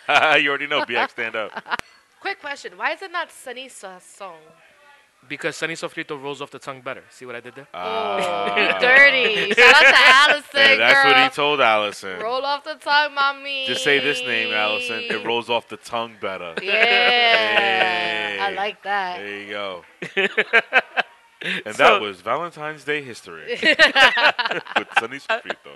Speaker 8: Yeah. you already know. BX, stand up. Uh,
Speaker 6: Quick question: Why is it not Sunny Song?
Speaker 2: Because Sunny Sofrito rolls off the tongue better. See what I did
Speaker 6: Uh.
Speaker 2: there?
Speaker 6: Oh, dirty! Shout out to Allison,
Speaker 8: Hey, Uh, that's
Speaker 6: girl.
Speaker 8: what he told Allison.
Speaker 6: Roll off the tongue, mommy.
Speaker 8: Just say this name, Allison. It rolls off the tongue better.
Speaker 6: Yeah, I
Speaker 8: Hey.
Speaker 6: like that.
Speaker 8: There you go. And
Speaker 2: So-
Speaker 8: that was Valentine's Day history with Sunny Sufrito.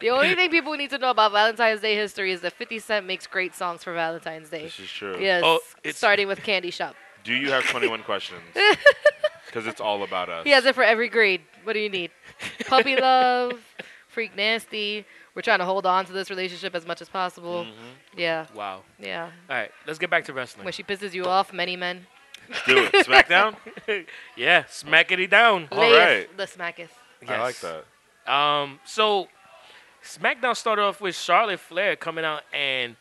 Speaker 6: The only thing people need to know about Valentine's Day history is that 50 Cent makes great songs for Valentine's Day.
Speaker 8: This is true.
Speaker 6: Yes,
Speaker 8: Oh, it's-
Speaker 6: starting with Candy Shop.
Speaker 8: Do you have 21 questions? Because it's all about us.
Speaker 6: He has it for every grade. What do you need? Puppy love, freak nasty. We're trying to hold on to this relationship as much as possible.
Speaker 8: Mm-hmm.
Speaker 6: Yeah,
Speaker 2: Wow.
Speaker 6: yeah.
Speaker 2: All right, let's get back to wrestling.
Speaker 6: When she pisses you off, many men.
Speaker 8: Do it. SmackDown?
Speaker 2: yeah, smackity down.
Speaker 8: All
Speaker 6: Layeth,
Speaker 8: right.
Speaker 6: The smacketh.
Speaker 8: I like
Speaker 2: Yes.
Speaker 8: that.
Speaker 2: Um, so SmackDown started off with Charlotte Flair coming out and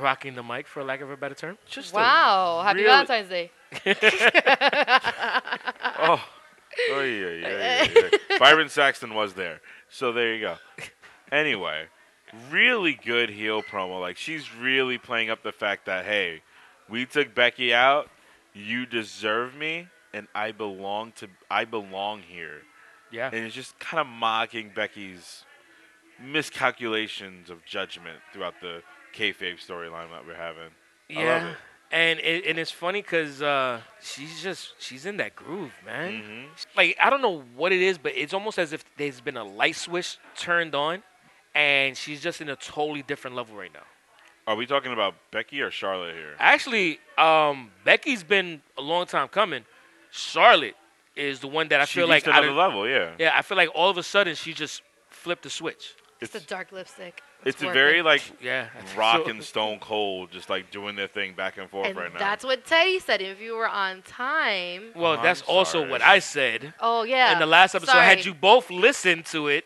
Speaker 2: rocking the mic, for lack of a better term. Just a-
Speaker 6: Wow. Happy
Speaker 2: really-
Speaker 6: Valentine's Day.
Speaker 8: Oh. Oh, yeah, yeah, yeah, yeah. Byron Saxton was there. So there you go. Anyway, really good heel promo. Like, she's really playing up the fact that, hey, we took Becky out. You deserve me. And I belong to, I belong here.
Speaker 2: yeah.
Speaker 8: and it's just kind of mocking Becky's miscalculations of judgment throughout the kayfabe storyline that we're having. I love
Speaker 2: Yeah.
Speaker 8: it.
Speaker 2: And it, and it's funny because uh, she's just she's in that groove, man.
Speaker 8: Mhm.
Speaker 2: Like I don't know what it is, but it's almost as if there's been a light switch turned on, and she's just in a totally different level right now.
Speaker 8: Are we talking about Becky or Charlotte here?
Speaker 2: Actually, um, Becky's been a long time coming. Charlotte is the one that I
Speaker 8: she
Speaker 2: feel like
Speaker 8: reached
Speaker 2: out
Speaker 8: another
Speaker 2: of-
Speaker 8: level. Yeah,
Speaker 2: yeah, I feel like all of a sudden she just flipped the switch.
Speaker 6: It's
Speaker 8: it's
Speaker 6: the dark lipstick.
Speaker 8: it's a
Speaker 6: working.
Speaker 8: very like
Speaker 2: Yeah, I think
Speaker 8: rock
Speaker 2: so.
Speaker 8: and stone cold, just like doing their thing back and forth
Speaker 6: And
Speaker 8: right now.
Speaker 6: that's what Teddy said. If you were on time.
Speaker 2: Well,
Speaker 8: I'm
Speaker 2: that's also
Speaker 8: sorry.
Speaker 2: what I said
Speaker 6: Oh yeah.
Speaker 2: in the last episode.
Speaker 6: Sorry.
Speaker 2: Had you both listened to it,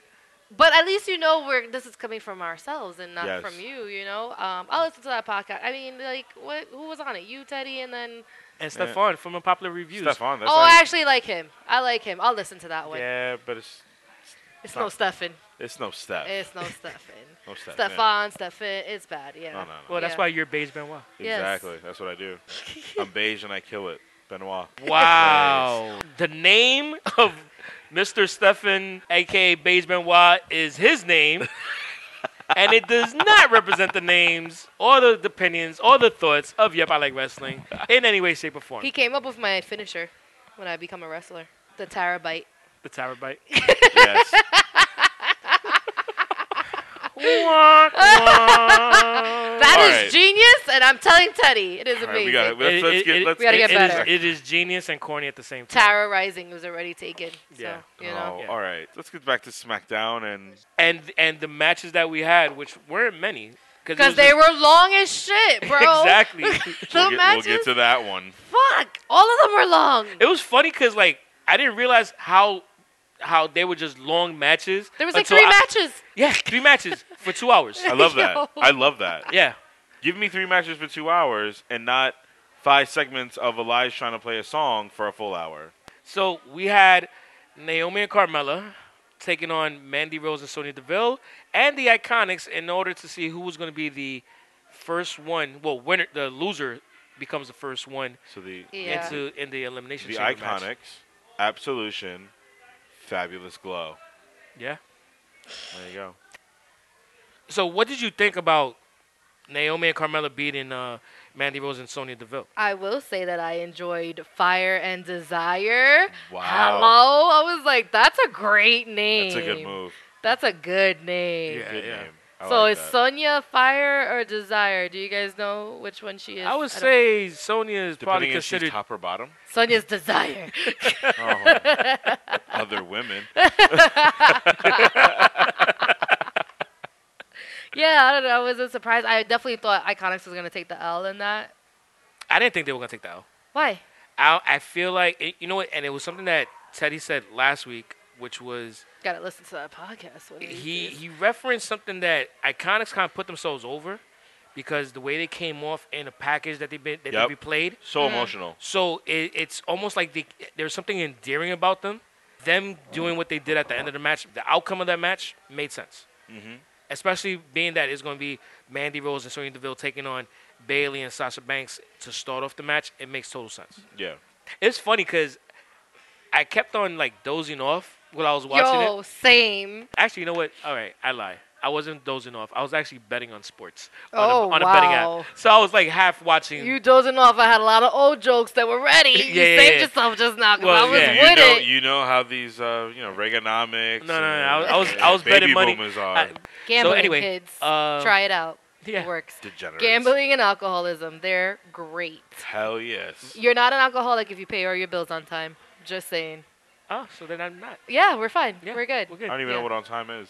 Speaker 6: But at least you know where this is coming from ourselves and not
Speaker 8: Yes.
Speaker 6: from you. You know. Um, I'll listen to that podcast. I mean, like, what? Who was on it? You, Teddy, and then.
Speaker 2: and Stefan from Unpopular Reviews.
Speaker 8: Stefan, that's
Speaker 6: oh,
Speaker 8: how
Speaker 6: I
Speaker 8: you-
Speaker 6: actually like him. I like him. I'll listen to that one.
Speaker 8: yeah, but it's
Speaker 6: it's no
Speaker 8: not-
Speaker 6: Stefan.
Speaker 8: it's no step.
Speaker 6: It's no Stefan.
Speaker 8: no step. yeah.
Speaker 6: Stefan, Stefan. It's bad. Yeah.
Speaker 8: No, no, no.
Speaker 2: Well, that's
Speaker 6: Yeah.
Speaker 2: why you're beige Benoit.
Speaker 6: Yes.
Speaker 8: Exactly. That's what I do. I'm beige and I kill it. Benoit.
Speaker 2: Wow. the name of Mr. Stefan, aka Beige Benoit, is his name. and it does not represent the names or the opinions or the thoughts of Yep, I Like Wrestling in any way, shape, or form.
Speaker 6: He came up with my finisher when I become a wrestler. The terabyte.
Speaker 2: the tower bite.
Speaker 8: Yes.
Speaker 6: That is
Speaker 8: Alright.
Speaker 6: genius, and I'm telling Teddy, it is
Speaker 8: All right, we
Speaker 6: amazing.
Speaker 8: got let's,
Speaker 2: It-
Speaker 8: let's
Speaker 2: it-
Speaker 8: get
Speaker 2: it-
Speaker 8: let's
Speaker 6: We gotta
Speaker 2: it-
Speaker 6: get
Speaker 2: it is-
Speaker 6: better.
Speaker 2: it is genius and corny at the same time.
Speaker 6: Tara Rising was already taken. So,
Speaker 2: Yeah.
Speaker 6: you know.
Speaker 8: Oh,
Speaker 2: Yeah.
Speaker 8: all right. Let's get back to SmackDown and
Speaker 2: And and the matches that we had, which weren't many, it
Speaker 6: Because
Speaker 2: was
Speaker 6: they
Speaker 2: just-
Speaker 6: were long as shit, bro.
Speaker 2: exactly.
Speaker 6: The
Speaker 8: we'll get, we'll
Speaker 6: matches,
Speaker 8: get to that one.
Speaker 6: fuck, all of them were long.
Speaker 2: it was funny because like I didn't realize how how they were just long matches.
Speaker 6: There was like
Speaker 2: until
Speaker 6: three
Speaker 2: I-
Speaker 6: matches.
Speaker 2: Yeah, three matches for two hours.
Speaker 8: I love that.
Speaker 6: Yo.
Speaker 8: I love that.
Speaker 2: Yeah,
Speaker 8: Give me three matches for two hours and not five segments of Elias trying to play a song for a full hour.
Speaker 2: So we had Naomi and Carmella taking on Mandy Rose and Sonya Deville and the Iconics in order to see who was going to be the first one. Well, winner, the loser becomes the first one
Speaker 8: So the
Speaker 6: Yeah.
Speaker 2: into in the elimination.
Speaker 8: the
Speaker 2: chamber match.
Speaker 8: Iconics, Absolution, Fabulous Glow.
Speaker 2: Yeah.
Speaker 8: There you go.
Speaker 2: So what did you think about Naomi and Carmella beating uh, Mandy Rose and Sonya Deville?
Speaker 6: I will say that I enjoyed Fire and Desire.
Speaker 8: Wow.
Speaker 6: Hello. I was like, that's a great name.
Speaker 8: That's a good move.
Speaker 6: That's a good name.
Speaker 2: Yeah,
Speaker 8: Good
Speaker 2: yeah.
Speaker 8: name. I
Speaker 6: so
Speaker 8: like
Speaker 6: is
Speaker 8: that.
Speaker 6: Sonia Fire or Desire? Do you guys know which one she is?
Speaker 2: I would
Speaker 6: don't-
Speaker 2: say Sonya is probably
Speaker 8: Depending if she's
Speaker 2: considered.
Speaker 8: top or bottom.
Speaker 6: Sonia's Desire.
Speaker 8: Oh. Other women.
Speaker 6: yeah, I don't know. I wasn't surprised. I definitely thought Iconics was gonna take the L in that.
Speaker 2: I didn't think they were gonna take that. Out.
Speaker 6: Why?
Speaker 2: I I feel like it, you know what, and it was something that Teddy said last week, which was
Speaker 6: Gotta listen to that podcast. What do you
Speaker 2: he
Speaker 6: do?
Speaker 2: he referenced something that Iconics kind of put themselves over because the way they came off in a package that they been that
Speaker 8: Yep.
Speaker 2: they replayed.
Speaker 8: So emotional.
Speaker 2: So it, it's almost like they, there's something endearing about them. Them doing what they did at the end of the match, the outcome of that match made sense.
Speaker 8: Mm-hmm.
Speaker 2: Especially being that it's going to be Mandy Rose and Sonya Deville taking on Bailey and Sasha Banks to start off the match. It makes total sense.
Speaker 8: Yeah.
Speaker 2: It's funny because I kept on like dozing off while I was watching
Speaker 6: Yo, same.
Speaker 2: it. Actually, you know what? All right, I lie. I wasn't dozing off. I was actually betting on sports on,
Speaker 6: Oh,
Speaker 2: a, on a betting
Speaker 6: wow.
Speaker 2: app. So I was like half watching.
Speaker 6: You dozing off. I had a lot of old jokes that were ready.
Speaker 2: Yeah,
Speaker 6: you
Speaker 2: yeah,
Speaker 6: saved
Speaker 2: yeah.
Speaker 6: yourself just now 'cause
Speaker 2: Well,
Speaker 6: I was
Speaker 2: yeah.
Speaker 8: you
Speaker 6: with
Speaker 8: know,
Speaker 6: it.
Speaker 8: you know how these, uh, you know, Reaganomics.
Speaker 2: No, no, no,
Speaker 8: and-
Speaker 2: I was- I was-
Speaker 8: and
Speaker 2: I was
Speaker 8: baby
Speaker 2: betting money.
Speaker 8: boomers are
Speaker 2: I-
Speaker 6: Gambling,
Speaker 2: So anyway,
Speaker 6: kids.
Speaker 2: uh,
Speaker 6: Try it out.
Speaker 2: yeah.
Speaker 6: It works.
Speaker 8: degenerates.
Speaker 6: Gambling and alcoholism, they're great.
Speaker 8: Hell yes.
Speaker 6: You're not an alcoholic if you pay all your bills on time. Just saying.
Speaker 2: Oh, so then I'm not.
Speaker 6: Yeah, we're fine.
Speaker 2: Yeah,
Speaker 6: We're good.
Speaker 2: We're
Speaker 8: I
Speaker 2: good.
Speaker 8: don't even know
Speaker 6: Yeah.
Speaker 8: what on time is.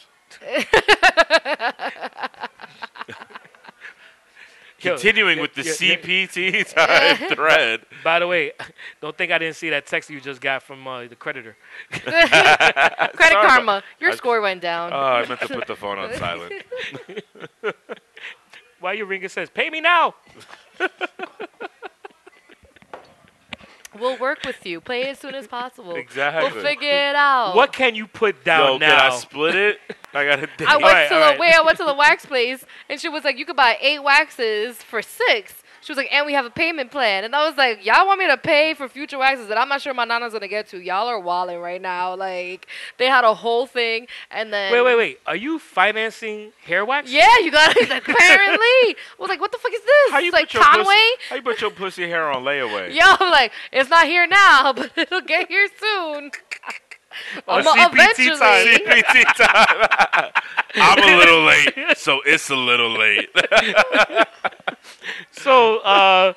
Speaker 2: Yo,
Speaker 8: Continuing
Speaker 2: yeah,
Speaker 8: with the
Speaker 2: yeah, yeah.
Speaker 8: CPT time thread.
Speaker 2: By the way, don't think I didn't see that text you just got from uh, the creditor.
Speaker 6: Credit
Speaker 8: Sorry,
Speaker 6: Karma, your
Speaker 8: I-
Speaker 6: score went down.
Speaker 8: Oh,
Speaker 2: Uh,
Speaker 8: I meant to put the phone on silent.
Speaker 2: Why your ringer says, "Pay me now."
Speaker 6: we'll work with you. Play as soon as possible.
Speaker 8: Exactly.
Speaker 6: We'll figure it out.
Speaker 2: What can you put down
Speaker 8: Yo,
Speaker 2: now?
Speaker 8: can I split it? I got a date.
Speaker 6: I went
Speaker 2: Alright,
Speaker 6: to
Speaker 2: alright.
Speaker 6: the wait, I went to the wax place and she was like, You could buy eight waxes for six. She was like, and we have a payment plan. And I was like, Y'all want me to pay for future waxes that I'm not sure my nana's gonna get to. Y'all are walling right now. Like they had a whole thing and then
Speaker 2: wait, wait, wait. Are you financing hair wax?
Speaker 6: Yeah, you got it. Apparently. I was like, what the fuck is this?
Speaker 8: How you
Speaker 6: like
Speaker 8: put your
Speaker 6: Conway?
Speaker 8: Pussy, how you put your pussy hair on layaway?
Speaker 6: Yo, I'm like, it's not here now, but it'll get here soon.
Speaker 8: On Oh,
Speaker 6: I'm gonna
Speaker 8: CPT time.
Speaker 6: eventually.
Speaker 8: CPT time. I'm a little late, so it's a little late.
Speaker 2: So, uh,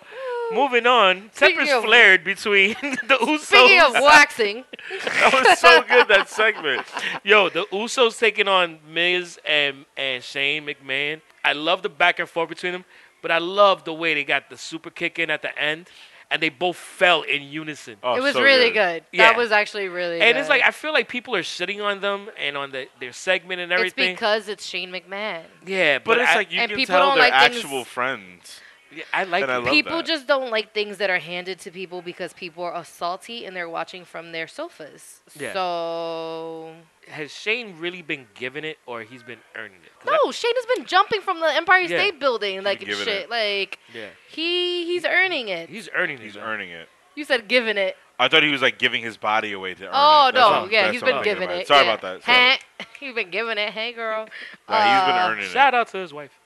Speaker 2: moving on.
Speaker 6: Speaking
Speaker 2: Tempers
Speaker 6: of-
Speaker 2: flared between the Usos.
Speaker 6: Speaking of waxing,
Speaker 8: that was so good that segment.
Speaker 2: Yo, the Usos taking on Miz and and Shane McMahon. I love the back and forth between them, but I love the way they got the super kick in at the end, and they both fell in unison.
Speaker 8: Oh,
Speaker 6: it was
Speaker 8: so
Speaker 6: really good.
Speaker 2: Yeah.
Speaker 6: That was actually really good.
Speaker 2: and it's like I feel like people are shitting on them and on the, their segment and
Speaker 6: it's
Speaker 2: everything.
Speaker 6: because it's Shane McMahon.
Speaker 2: yeah, but,
Speaker 8: But it's
Speaker 2: I,
Speaker 8: like you
Speaker 6: and
Speaker 8: can
Speaker 6: people
Speaker 8: tell
Speaker 6: don't
Speaker 8: they're
Speaker 6: like things-
Speaker 8: actual friends.
Speaker 2: yeah, I like.
Speaker 8: and I
Speaker 2: it.
Speaker 8: love
Speaker 6: people
Speaker 8: that.
Speaker 6: just don't like things that are handed to people because people are salty and they're watching from their sofas.
Speaker 2: Yeah.
Speaker 6: So
Speaker 2: Has Shane really been given it, or he's been earning it? 'Cause
Speaker 6: no, Shane has been jumping from the Empire
Speaker 2: Yeah.
Speaker 6: State Building like
Speaker 8: been
Speaker 6: and
Speaker 8: giving
Speaker 6: shit.
Speaker 8: it.
Speaker 6: Like
Speaker 2: I- yeah,
Speaker 6: he he's earning it.
Speaker 2: he's earning it.
Speaker 8: He's
Speaker 2: though.
Speaker 8: earning it.
Speaker 6: You said giving it.
Speaker 8: I thought he was like giving his body away to earn
Speaker 6: Oh
Speaker 8: it. That's
Speaker 6: no,
Speaker 8: what-
Speaker 6: yeah,
Speaker 8: that's
Speaker 6: he's
Speaker 8: what
Speaker 6: been
Speaker 8: I'm thinking
Speaker 6: giving
Speaker 8: about.
Speaker 6: it.
Speaker 8: Sorry
Speaker 6: yeah.
Speaker 8: about that. Sorry.
Speaker 6: Hey, he's been giving it. Hey, girl.
Speaker 8: Nah, he's been
Speaker 6: Uh,
Speaker 8: earning it.
Speaker 2: Shout out to his wife.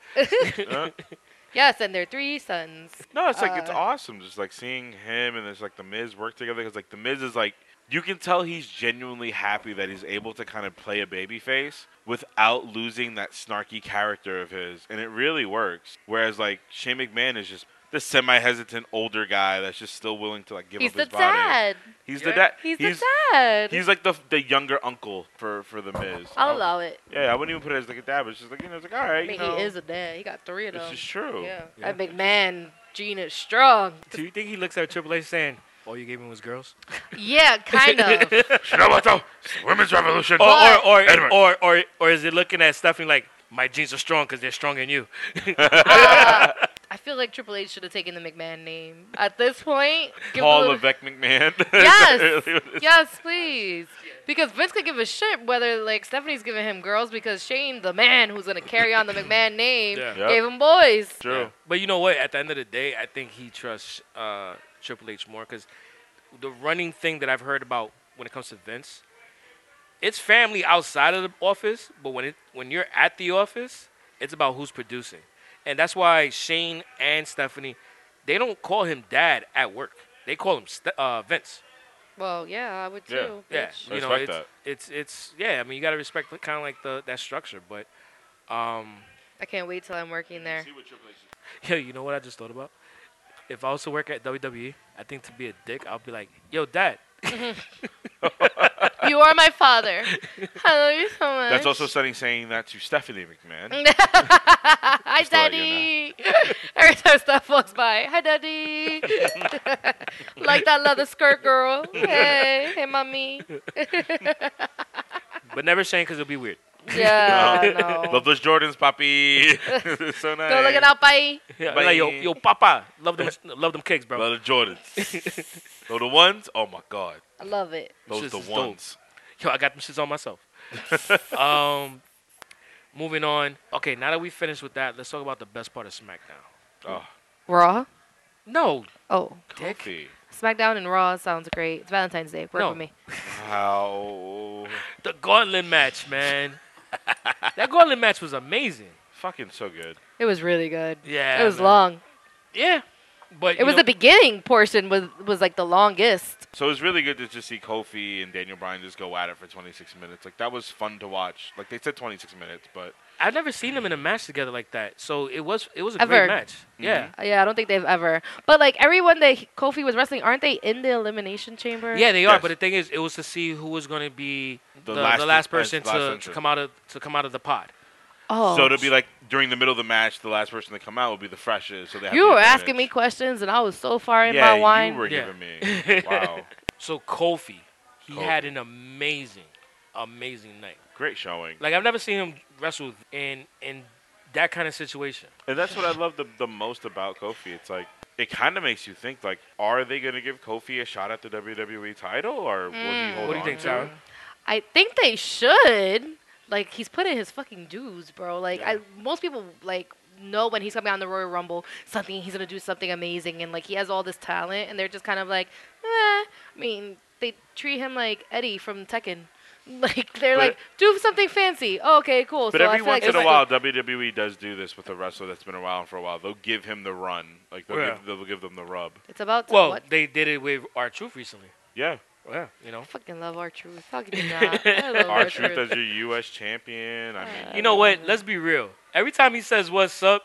Speaker 6: Yes, and their three sons.
Speaker 8: No, it's like it's
Speaker 6: Uh,
Speaker 8: awesome. Just like seeing him and there's like the Miz work together because like the Miz is like you can tell he's genuinely happy that he's able to kind of play a baby face without losing that snarky character of his, and it really works. Whereas like Shane McMahon is just the semi-hesitant older guy that's just still willing to like give
Speaker 6: He's
Speaker 8: up
Speaker 6: the
Speaker 8: his body.
Speaker 6: dad.
Speaker 8: He's
Speaker 2: Yeah.
Speaker 8: the dad.
Speaker 6: He's, the dad.
Speaker 8: He's like the the younger uncle for for the Miz.
Speaker 6: I'll
Speaker 8: I-
Speaker 6: allow it.
Speaker 8: Yeah, I wouldn't even put it as like a dad, but it's just like you know, it's like all right,
Speaker 6: I mean,
Speaker 8: you know,
Speaker 6: he is a dad. He got three of
Speaker 8: This
Speaker 6: them.
Speaker 8: is true.
Speaker 6: Yeah. That McMahon gene is strong.
Speaker 2: Do you think he looks at Triple H saying, "All you gave him was girls"?
Speaker 6: Yeah, kind of.
Speaker 1: Shinomoto, it's the women's revolution.
Speaker 2: or
Speaker 6: But-
Speaker 2: or or,
Speaker 1: Edward.
Speaker 2: or or or is it looking at Stephanie like my jeans are strong because they're stronger than you?
Speaker 6: I feel like Triple H should have taken the McMahon name at this point. give it a
Speaker 8: Paul
Speaker 6: little-
Speaker 8: Levesque McMahon.
Speaker 6: Yes. yes, please. Because Vince could give a shit whether like Stephanie's giving him girls because Shane, the man who's gonna carry on the McMahon name,
Speaker 2: Yeah.
Speaker 8: Yep.
Speaker 6: gave him boys.
Speaker 8: True.
Speaker 2: But you know what? At the end of the day, I think he trusts uh, Triple H more because the running thing that I've heard about when it comes to Vince, it's family outside of the office, but when it when you're at the office, it's about who's producing, and that's why Shane and Stephanie, they don't call him Dad at work. They call him Ste- uh, Vince.
Speaker 6: Well, yeah, I would
Speaker 8: Yeah.
Speaker 6: too.
Speaker 2: Yeah,
Speaker 6: Oh, bitch.
Speaker 2: you know,
Speaker 8: Respect
Speaker 2: it's, it's it's yeah. I mean, you gotta respect kind of like the that structure, but um,
Speaker 6: I can't wait till I'm working there.
Speaker 2: yo, you know what I just thought about? If I was to work at WWE, I think to be a dick, I'll be like, yo, dad.
Speaker 6: you are my father. I love you so much.
Speaker 8: That's also Sonny saying that to Stephanie McMahon.
Speaker 6: Hi,
Speaker 8: to let you
Speaker 6: Daddy. Every time stuff walks by, hi, Daddy. like that leather skirt, girl. Hey, hey, mommy.
Speaker 2: But never Shane because it'll be weird.
Speaker 6: Yeah, no.
Speaker 8: Love those Jordans, Poppy. so nice.
Speaker 6: Go look it up, bye.
Speaker 2: Yeah, like, yo,
Speaker 8: Bye.
Speaker 2: yo, papa, love them, love them cakes, bro.
Speaker 8: Love the Jordans. oh, the ones? Oh my God.
Speaker 6: I love it.
Speaker 8: Those
Speaker 2: Shit's
Speaker 8: the
Speaker 2: dope.
Speaker 8: ones.
Speaker 2: Yo, I got them shits on myself. um, moving on. Okay, now that we finished with that, let's talk about the best part of SmackDown.
Speaker 6: Raw?
Speaker 2: No,
Speaker 6: Oh,
Speaker 2: dick.
Speaker 8: Coffee.
Speaker 6: SmackDown and Raw sounds great. It's Valentine's Day. Work
Speaker 2: No.
Speaker 6: with me.
Speaker 8: Wow.
Speaker 2: The gauntlet match, man. that Gauntlet match was amazing.
Speaker 8: Fucking so good.
Speaker 6: It was really good.
Speaker 2: Yeah,
Speaker 6: it was
Speaker 2: man.
Speaker 6: long.
Speaker 2: Yeah, but
Speaker 6: It was the beginning portion was was like the longest.
Speaker 8: So it was really good to just see Kofi and Daniel Bryan just go at it for 26 minutes. Like that was fun to watch. Like they said 26 minutes, but
Speaker 2: I've never seen them in a match together like that. So it was it was a great
Speaker 6: Ever.
Speaker 2: match. Yeah,
Speaker 6: Uh, Yeah, I don't think they've ever. But like everyone that he- Kofi was wrestling, aren't they in the elimination chamber?
Speaker 2: yeah, they are.
Speaker 8: Yes.
Speaker 2: But the thing is, it was to see who was going to be
Speaker 8: The
Speaker 2: the, the
Speaker 8: last
Speaker 2: last,
Speaker 8: en-
Speaker 2: person
Speaker 8: last
Speaker 2: to, to
Speaker 8: entrant.
Speaker 2: come out of to come out of the pod.
Speaker 6: Oh,
Speaker 8: so it'll be like during the middle of the match, the last person to come out will be the freshest. So they have
Speaker 6: you
Speaker 8: the
Speaker 6: were asking me
Speaker 8: advantage.
Speaker 6: questions, and I was so far in
Speaker 8: yeah,
Speaker 6: my wine.
Speaker 8: you were
Speaker 2: Yeah.
Speaker 8: giving me. Wow,
Speaker 2: So Kofi, he
Speaker 8: Kofi.
Speaker 2: had an amazing, amazing night.
Speaker 8: great showing.
Speaker 2: Like I've never seen him wrestle in in that kind of situation.
Speaker 8: And that's what I love the, the most about Kofi. It's like it kind of makes you think like, are they going to give Kofi a shot at the WWE title, or will he
Speaker 6: Mm.
Speaker 8: hold
Speaker 2: what do
Speaker 8: on
Speaker 2: you think,
Speaker 8: to it?
Speaker 2: Sarah?
Speaker 6: I think they should. Like he's put in his fucking dues, bro. Like I, most people like know when he's coming on the Royal Rumble, something he's gonna do something amazing, and like he has all this talent, and they're just kind of like, eh. I mean, they treat him like Eddie from Tekken. Like they're
Speaker 8: But-
Speaker 6: like, do something fancy. Oh, okay, cool.
Speaker 8: But
Speaker 6: so I
Speaker 8: every
Speaker 6: feel
Speaker 8: once
Speaker 6: like
Speaker 8: in a
Speaker 6: it's
Speaker 8: while,
Speaker 6: like-
Speaker 8: WWE does do this with a wrestler that's been around for a while. They'll give him the run, like they'll,
Speaker 2: Yeah.
Speaker 8: give, they'll give them the rub.
Speaker 6: it's about
Speaker 2: Well,
Speaker 6: what?
Speaker 2: they did it with our truth recently.
Speaker 8: Yeah,
Speaker 2: Yeah, you know.
Speaker 6: I fucking love our truth. How could you not? I love
Speaker 8: our
Speaker 6: our
Speaker 8: truth as
Speaker 6: truth.
Speaker 8: your U.S. champion. I mean,
Speaker 2: You know what? Let's be real. Every time he says "What's up,"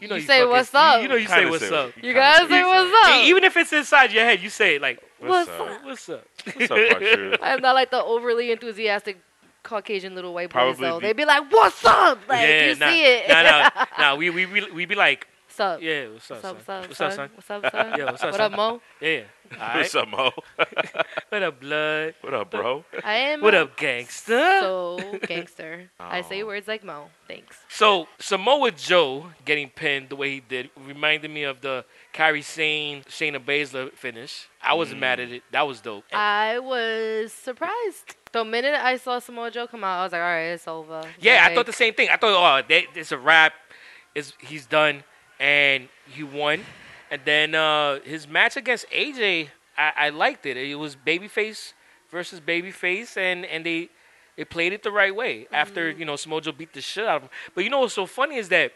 Speaker 2: you know
Speaker 6: You
Speaker 2: you,
Speaker 6: say,
Speaker 2: fucking-
Speaker 6: "What's
Speaker 2: you-
Speaker 6: up?"
Speaker 2: You know you say
Speaker 8: kinda
Speaker 2: "What's up."
Speaker 8: kinda
Speaker 6: You guys
Speaker 8: say
Speaker 6: say what's up.
Speaker 2: E- Even if it's inside your head, you say it like,
Speaker 6: What's
Speaker 8: What's up?
Speaker 6: up?
Speaker 2: "What's up?"
Speaker 8: What's up, our truth?
Speaker 6: I'm not like the overly enthusiastic Caucasian little white boys
Speaker 8: Probably
Speaker 6: though.
Speaker 8: the-
Speaker 6: They'd be like, "What's up?" Like you
Speaker 2: nah,
Speaker 6: see it.
Speaker 2: Nah, nah, nah. We we we we be like,
Speaker 6: What's up?
Speaker 2: yeah, what's up,
Speaker 6: What's up,
Speaker 2: son?
Speaker 6: son? What's up, son? What's up, son?
Speaker 2: Yeah, what's up,
Speaker 6: What
Speaker 2: son?
Speaker 6: up, Mo?
Speaker 2: Yeah, yeah. All right.
Speaker 8: What's up, Mo?
Speaker 2: What up, blood?
Speaker 8: What up, bro?
Speaker 6: I am
Speaker 2: What
Speaker 6: a
Speaker 2: up, gangster? So,
Speaker 6: so gangster. I say words like Mo. Thanks.
Speaker 2: Samoa Joe getting pinned the way he did reminded me of the Kyrie Sane Shayna Baszler finish. I wasn't mad at it. That was dope.
Speaker 6: I was surprised. The minute I saw Samoa Joe come out, I was like, "All right, it's over."
Speaker 2: yeah, I
Speaker 6: Like,
Speaker 2: thought the same thing. I thought, oh, they, it's a wrap. It's, he's done, and he won. And then uh, his match against AJ, I, I liked it. It was babyface versus babyface, and and they they played it the right way. After
Speaker 6: Mm-hmm.
Speaker 2: you know Samojo beat the shit out of him. But you know what's so funny is that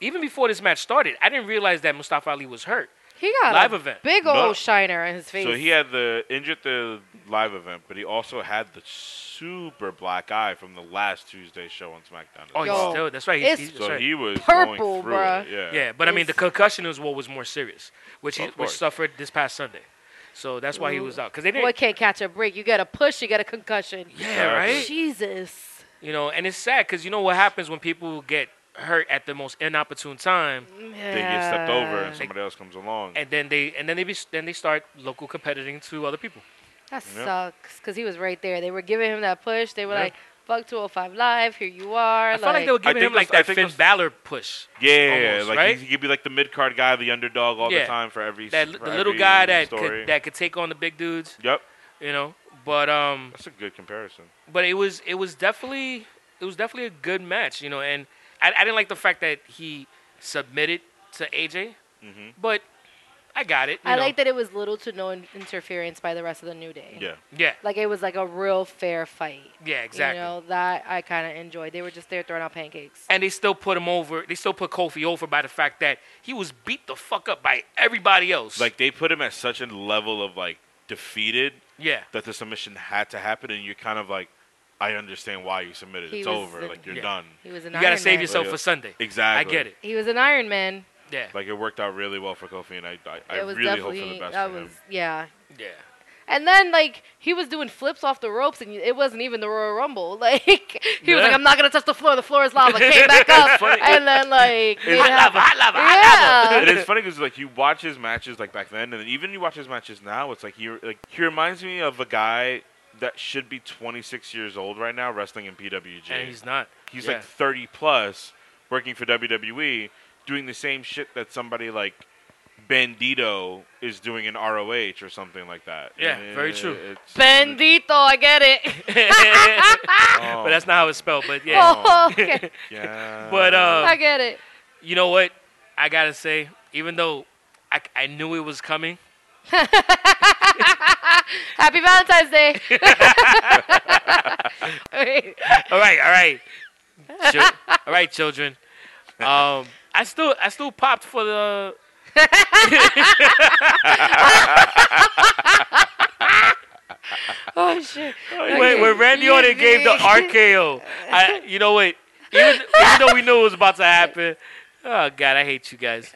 Speaker 2: even before this match started, I didn't realize that Mustafa Ali was hurt.
Speaker 6: he got
Speaker 2: live
Speaker 6: a
Speaker 2: event.
Speaker 6: big
Speaker 8: No.
Speaker 6: old shiner in his face.
Speaker 8: So he had the injured the live event, but he also had the super black eye from the last Tuesday show on SmackDown. as
Speaker 2: Oh,
Speaker 8: well.
Speaker 2: he's
Speaker 6: Yo,
Speaker 2: still that's right. He's,
Speaker 6: it's-
Speaker 2: he's-
Speaker 8: so
Speaker 2: right.
Speaker 8: he was
Speaker 6: Purple,
Speaker 8: going through
Speaker 6: bruh.
Speaker 8: It. Yeah.
Speaker 2: Yeah, but I mean the
Speaker 6: It's-
Speaker 2: concussion is what was more serious, which he,
Speaker 8: Of
Speaker 2: which
Speaker 8: course.
Speaker 2: suffered this past Sunday. So that's why he was out because they didn't.
Speaker 6: Boy can't catch a break. You get a push, you get a concussion.
Speaker 2: Yeah, right.
Speaker 6: Jesus.
Speaker 2: You know, and it's sad because you know what happens when people get hurt at the most inopportune time,
Speaker 6: Mm-hmm.
Speaker 8: They get stepped over, and
Speaker 6: Yeah.
Speaker 8: somebody else comes along.
Speaker 2: and then they and then they be, then they start local competing to other people.
Speaker 6: That sucks.
Speaker 8: Yeah.
Speaker 6: 'Cause sucks because he was right there. They were giving him that push. They were
Speaker 2: Yeah.
Speaker 6: like, "Fuck 205 Live, here you are."
Speaker 2: I felt like they were giving
Speaker 8: think
Speaker 2: him like
Speaker 8: those- I
Speaker 2: that
Speaker 8: think
Speaker 2: Finn
Speaker 8: those-
Speaker 2: Balor push.
Speaker 8: Yeah,
Speaker 2: almost,
Speaker 8: like
Speaker 2: right?
Speaker 8: he could be like the mid card guy, the underdog all the
Speaker 2: Yeah.
Speaker 8: time for every
Speaker 2: That
Speaker 8: for
Speaker 2: the little
Speaker 8: every
Speaker 2: guy that
Speaker 8: story.
Speaker 2: could that could take on the big dudes.
Speaker 8: Yep,
Speaker 2: You know, but um,
Speaker 8: that's a good comparison.
Speaker 2: but it was it was definitely it was definitely a good match, you know. And I, I didn't like the fact that he submitted to AJ,
Speaker 8: Mm-hmm.
Speaker 2: but I got it. You
Speaker 6: I
Speaker 2: know.
Speaker 6: like that it was little to no in- interference by the rest of the New Day.
Speaker 8: Yeah,
Speaker 2: Yeah,
Speaker 6: Like it was like a real fair fight.
Speaker 2: yeah, exactly.
Speaker 6: You know that I kind of enjoyed. They were just there throwing out pancakes.
Speaker 2: And they still put him over. They still put Kofi over by the fact that he was beat the fuck up by everybody else.
Speaker 8: like they put him at such a level of like defeated
Speaker 2: yeah,
Speaker 8: that the submission had to happen, and you're kind of like, I understand why you submitted.
Speaker 6: He
Speaker 8: it's
Speaker 6: was
Speaker 8: over.
Speaker 6: the-
Speaker 8: like you're
Speaker 2: Yeah.
Speaker 8: done.
Speaker 6: He was an.
Speaker 2: you gotta
Speaker 6: Iron
Speaker 2: save
Speaker 6: Man.
Speaker 2: yourself
Speaker 8: Like,
Speaker 2: for Sunday.
Speaker 8: Exactly.
Speaker 2: I get it.
Speaker 6: He was an Iron Man.
Speaker 2: Yeah,
Speaker 8: Like it worked out really well for Kofi, and I I, I
Speaker 6: it was
Speaker 8: really hope
Speaker 6: definitely
Speaker 8: for the best
Speaker 6: that
Speaker 8: for him.
Speaker 6: was yeah.
Speaker 2: yeah.
Speaker 6: And then like he was doing flips off the ropes, and it wasn't even the Royal Rumble. Like he was
Speaker 2: Yeah.
Speaker 6: like, "I'm not gonna touch the floor. The floor is lava." Came back up, and then like made
Speaker 2: I
Speaker 6: it
Speaker 2: love
Speaker 6: happen.
Speaker 2: her. I love her.
Speaker 6: yeah.
Speaker 8: it is funny because like you watch his matches like back then, and then even you watch his matches now. It's like he like he reminds me of a guy that should be 26 years old right now, wrestling in PWG.
Speaker 2: And he's not.
Speaker 8: He's
Speaker 2: yeah.
Speaker 8: like 30 plus, working for WWE, doing the same shit that somebody like Bandito is doing in ROH or something like that.
Speaker 2: Yeah,
Speaker 8: And
Speaker 2: very true.
Speaker 8: it's-
Speaker 6: Bendito, I get it.
Speaker 8: oh,
Speaker 2: but that's not how it's spelled. But yeah,
Speaker 6: Oh, okay.
Speaker 8: yeah.
Speaker 2: but uh,
Speaker 6: I get it.
Speaker 2: you know what? I gotta say, even though I, I knew it was coming,
Speaker 6: Happy Valentine's Day. Wait.
Speaker 2: all right, all right, Chil- all right, children. Um, I still, I still popped for the.
Speaker 6: oh shit.
Speaker 2: When, when Randy Orton gave the RKO, I, you know what? Even, even though we knew it was about to happen, oh god, I hate you guys.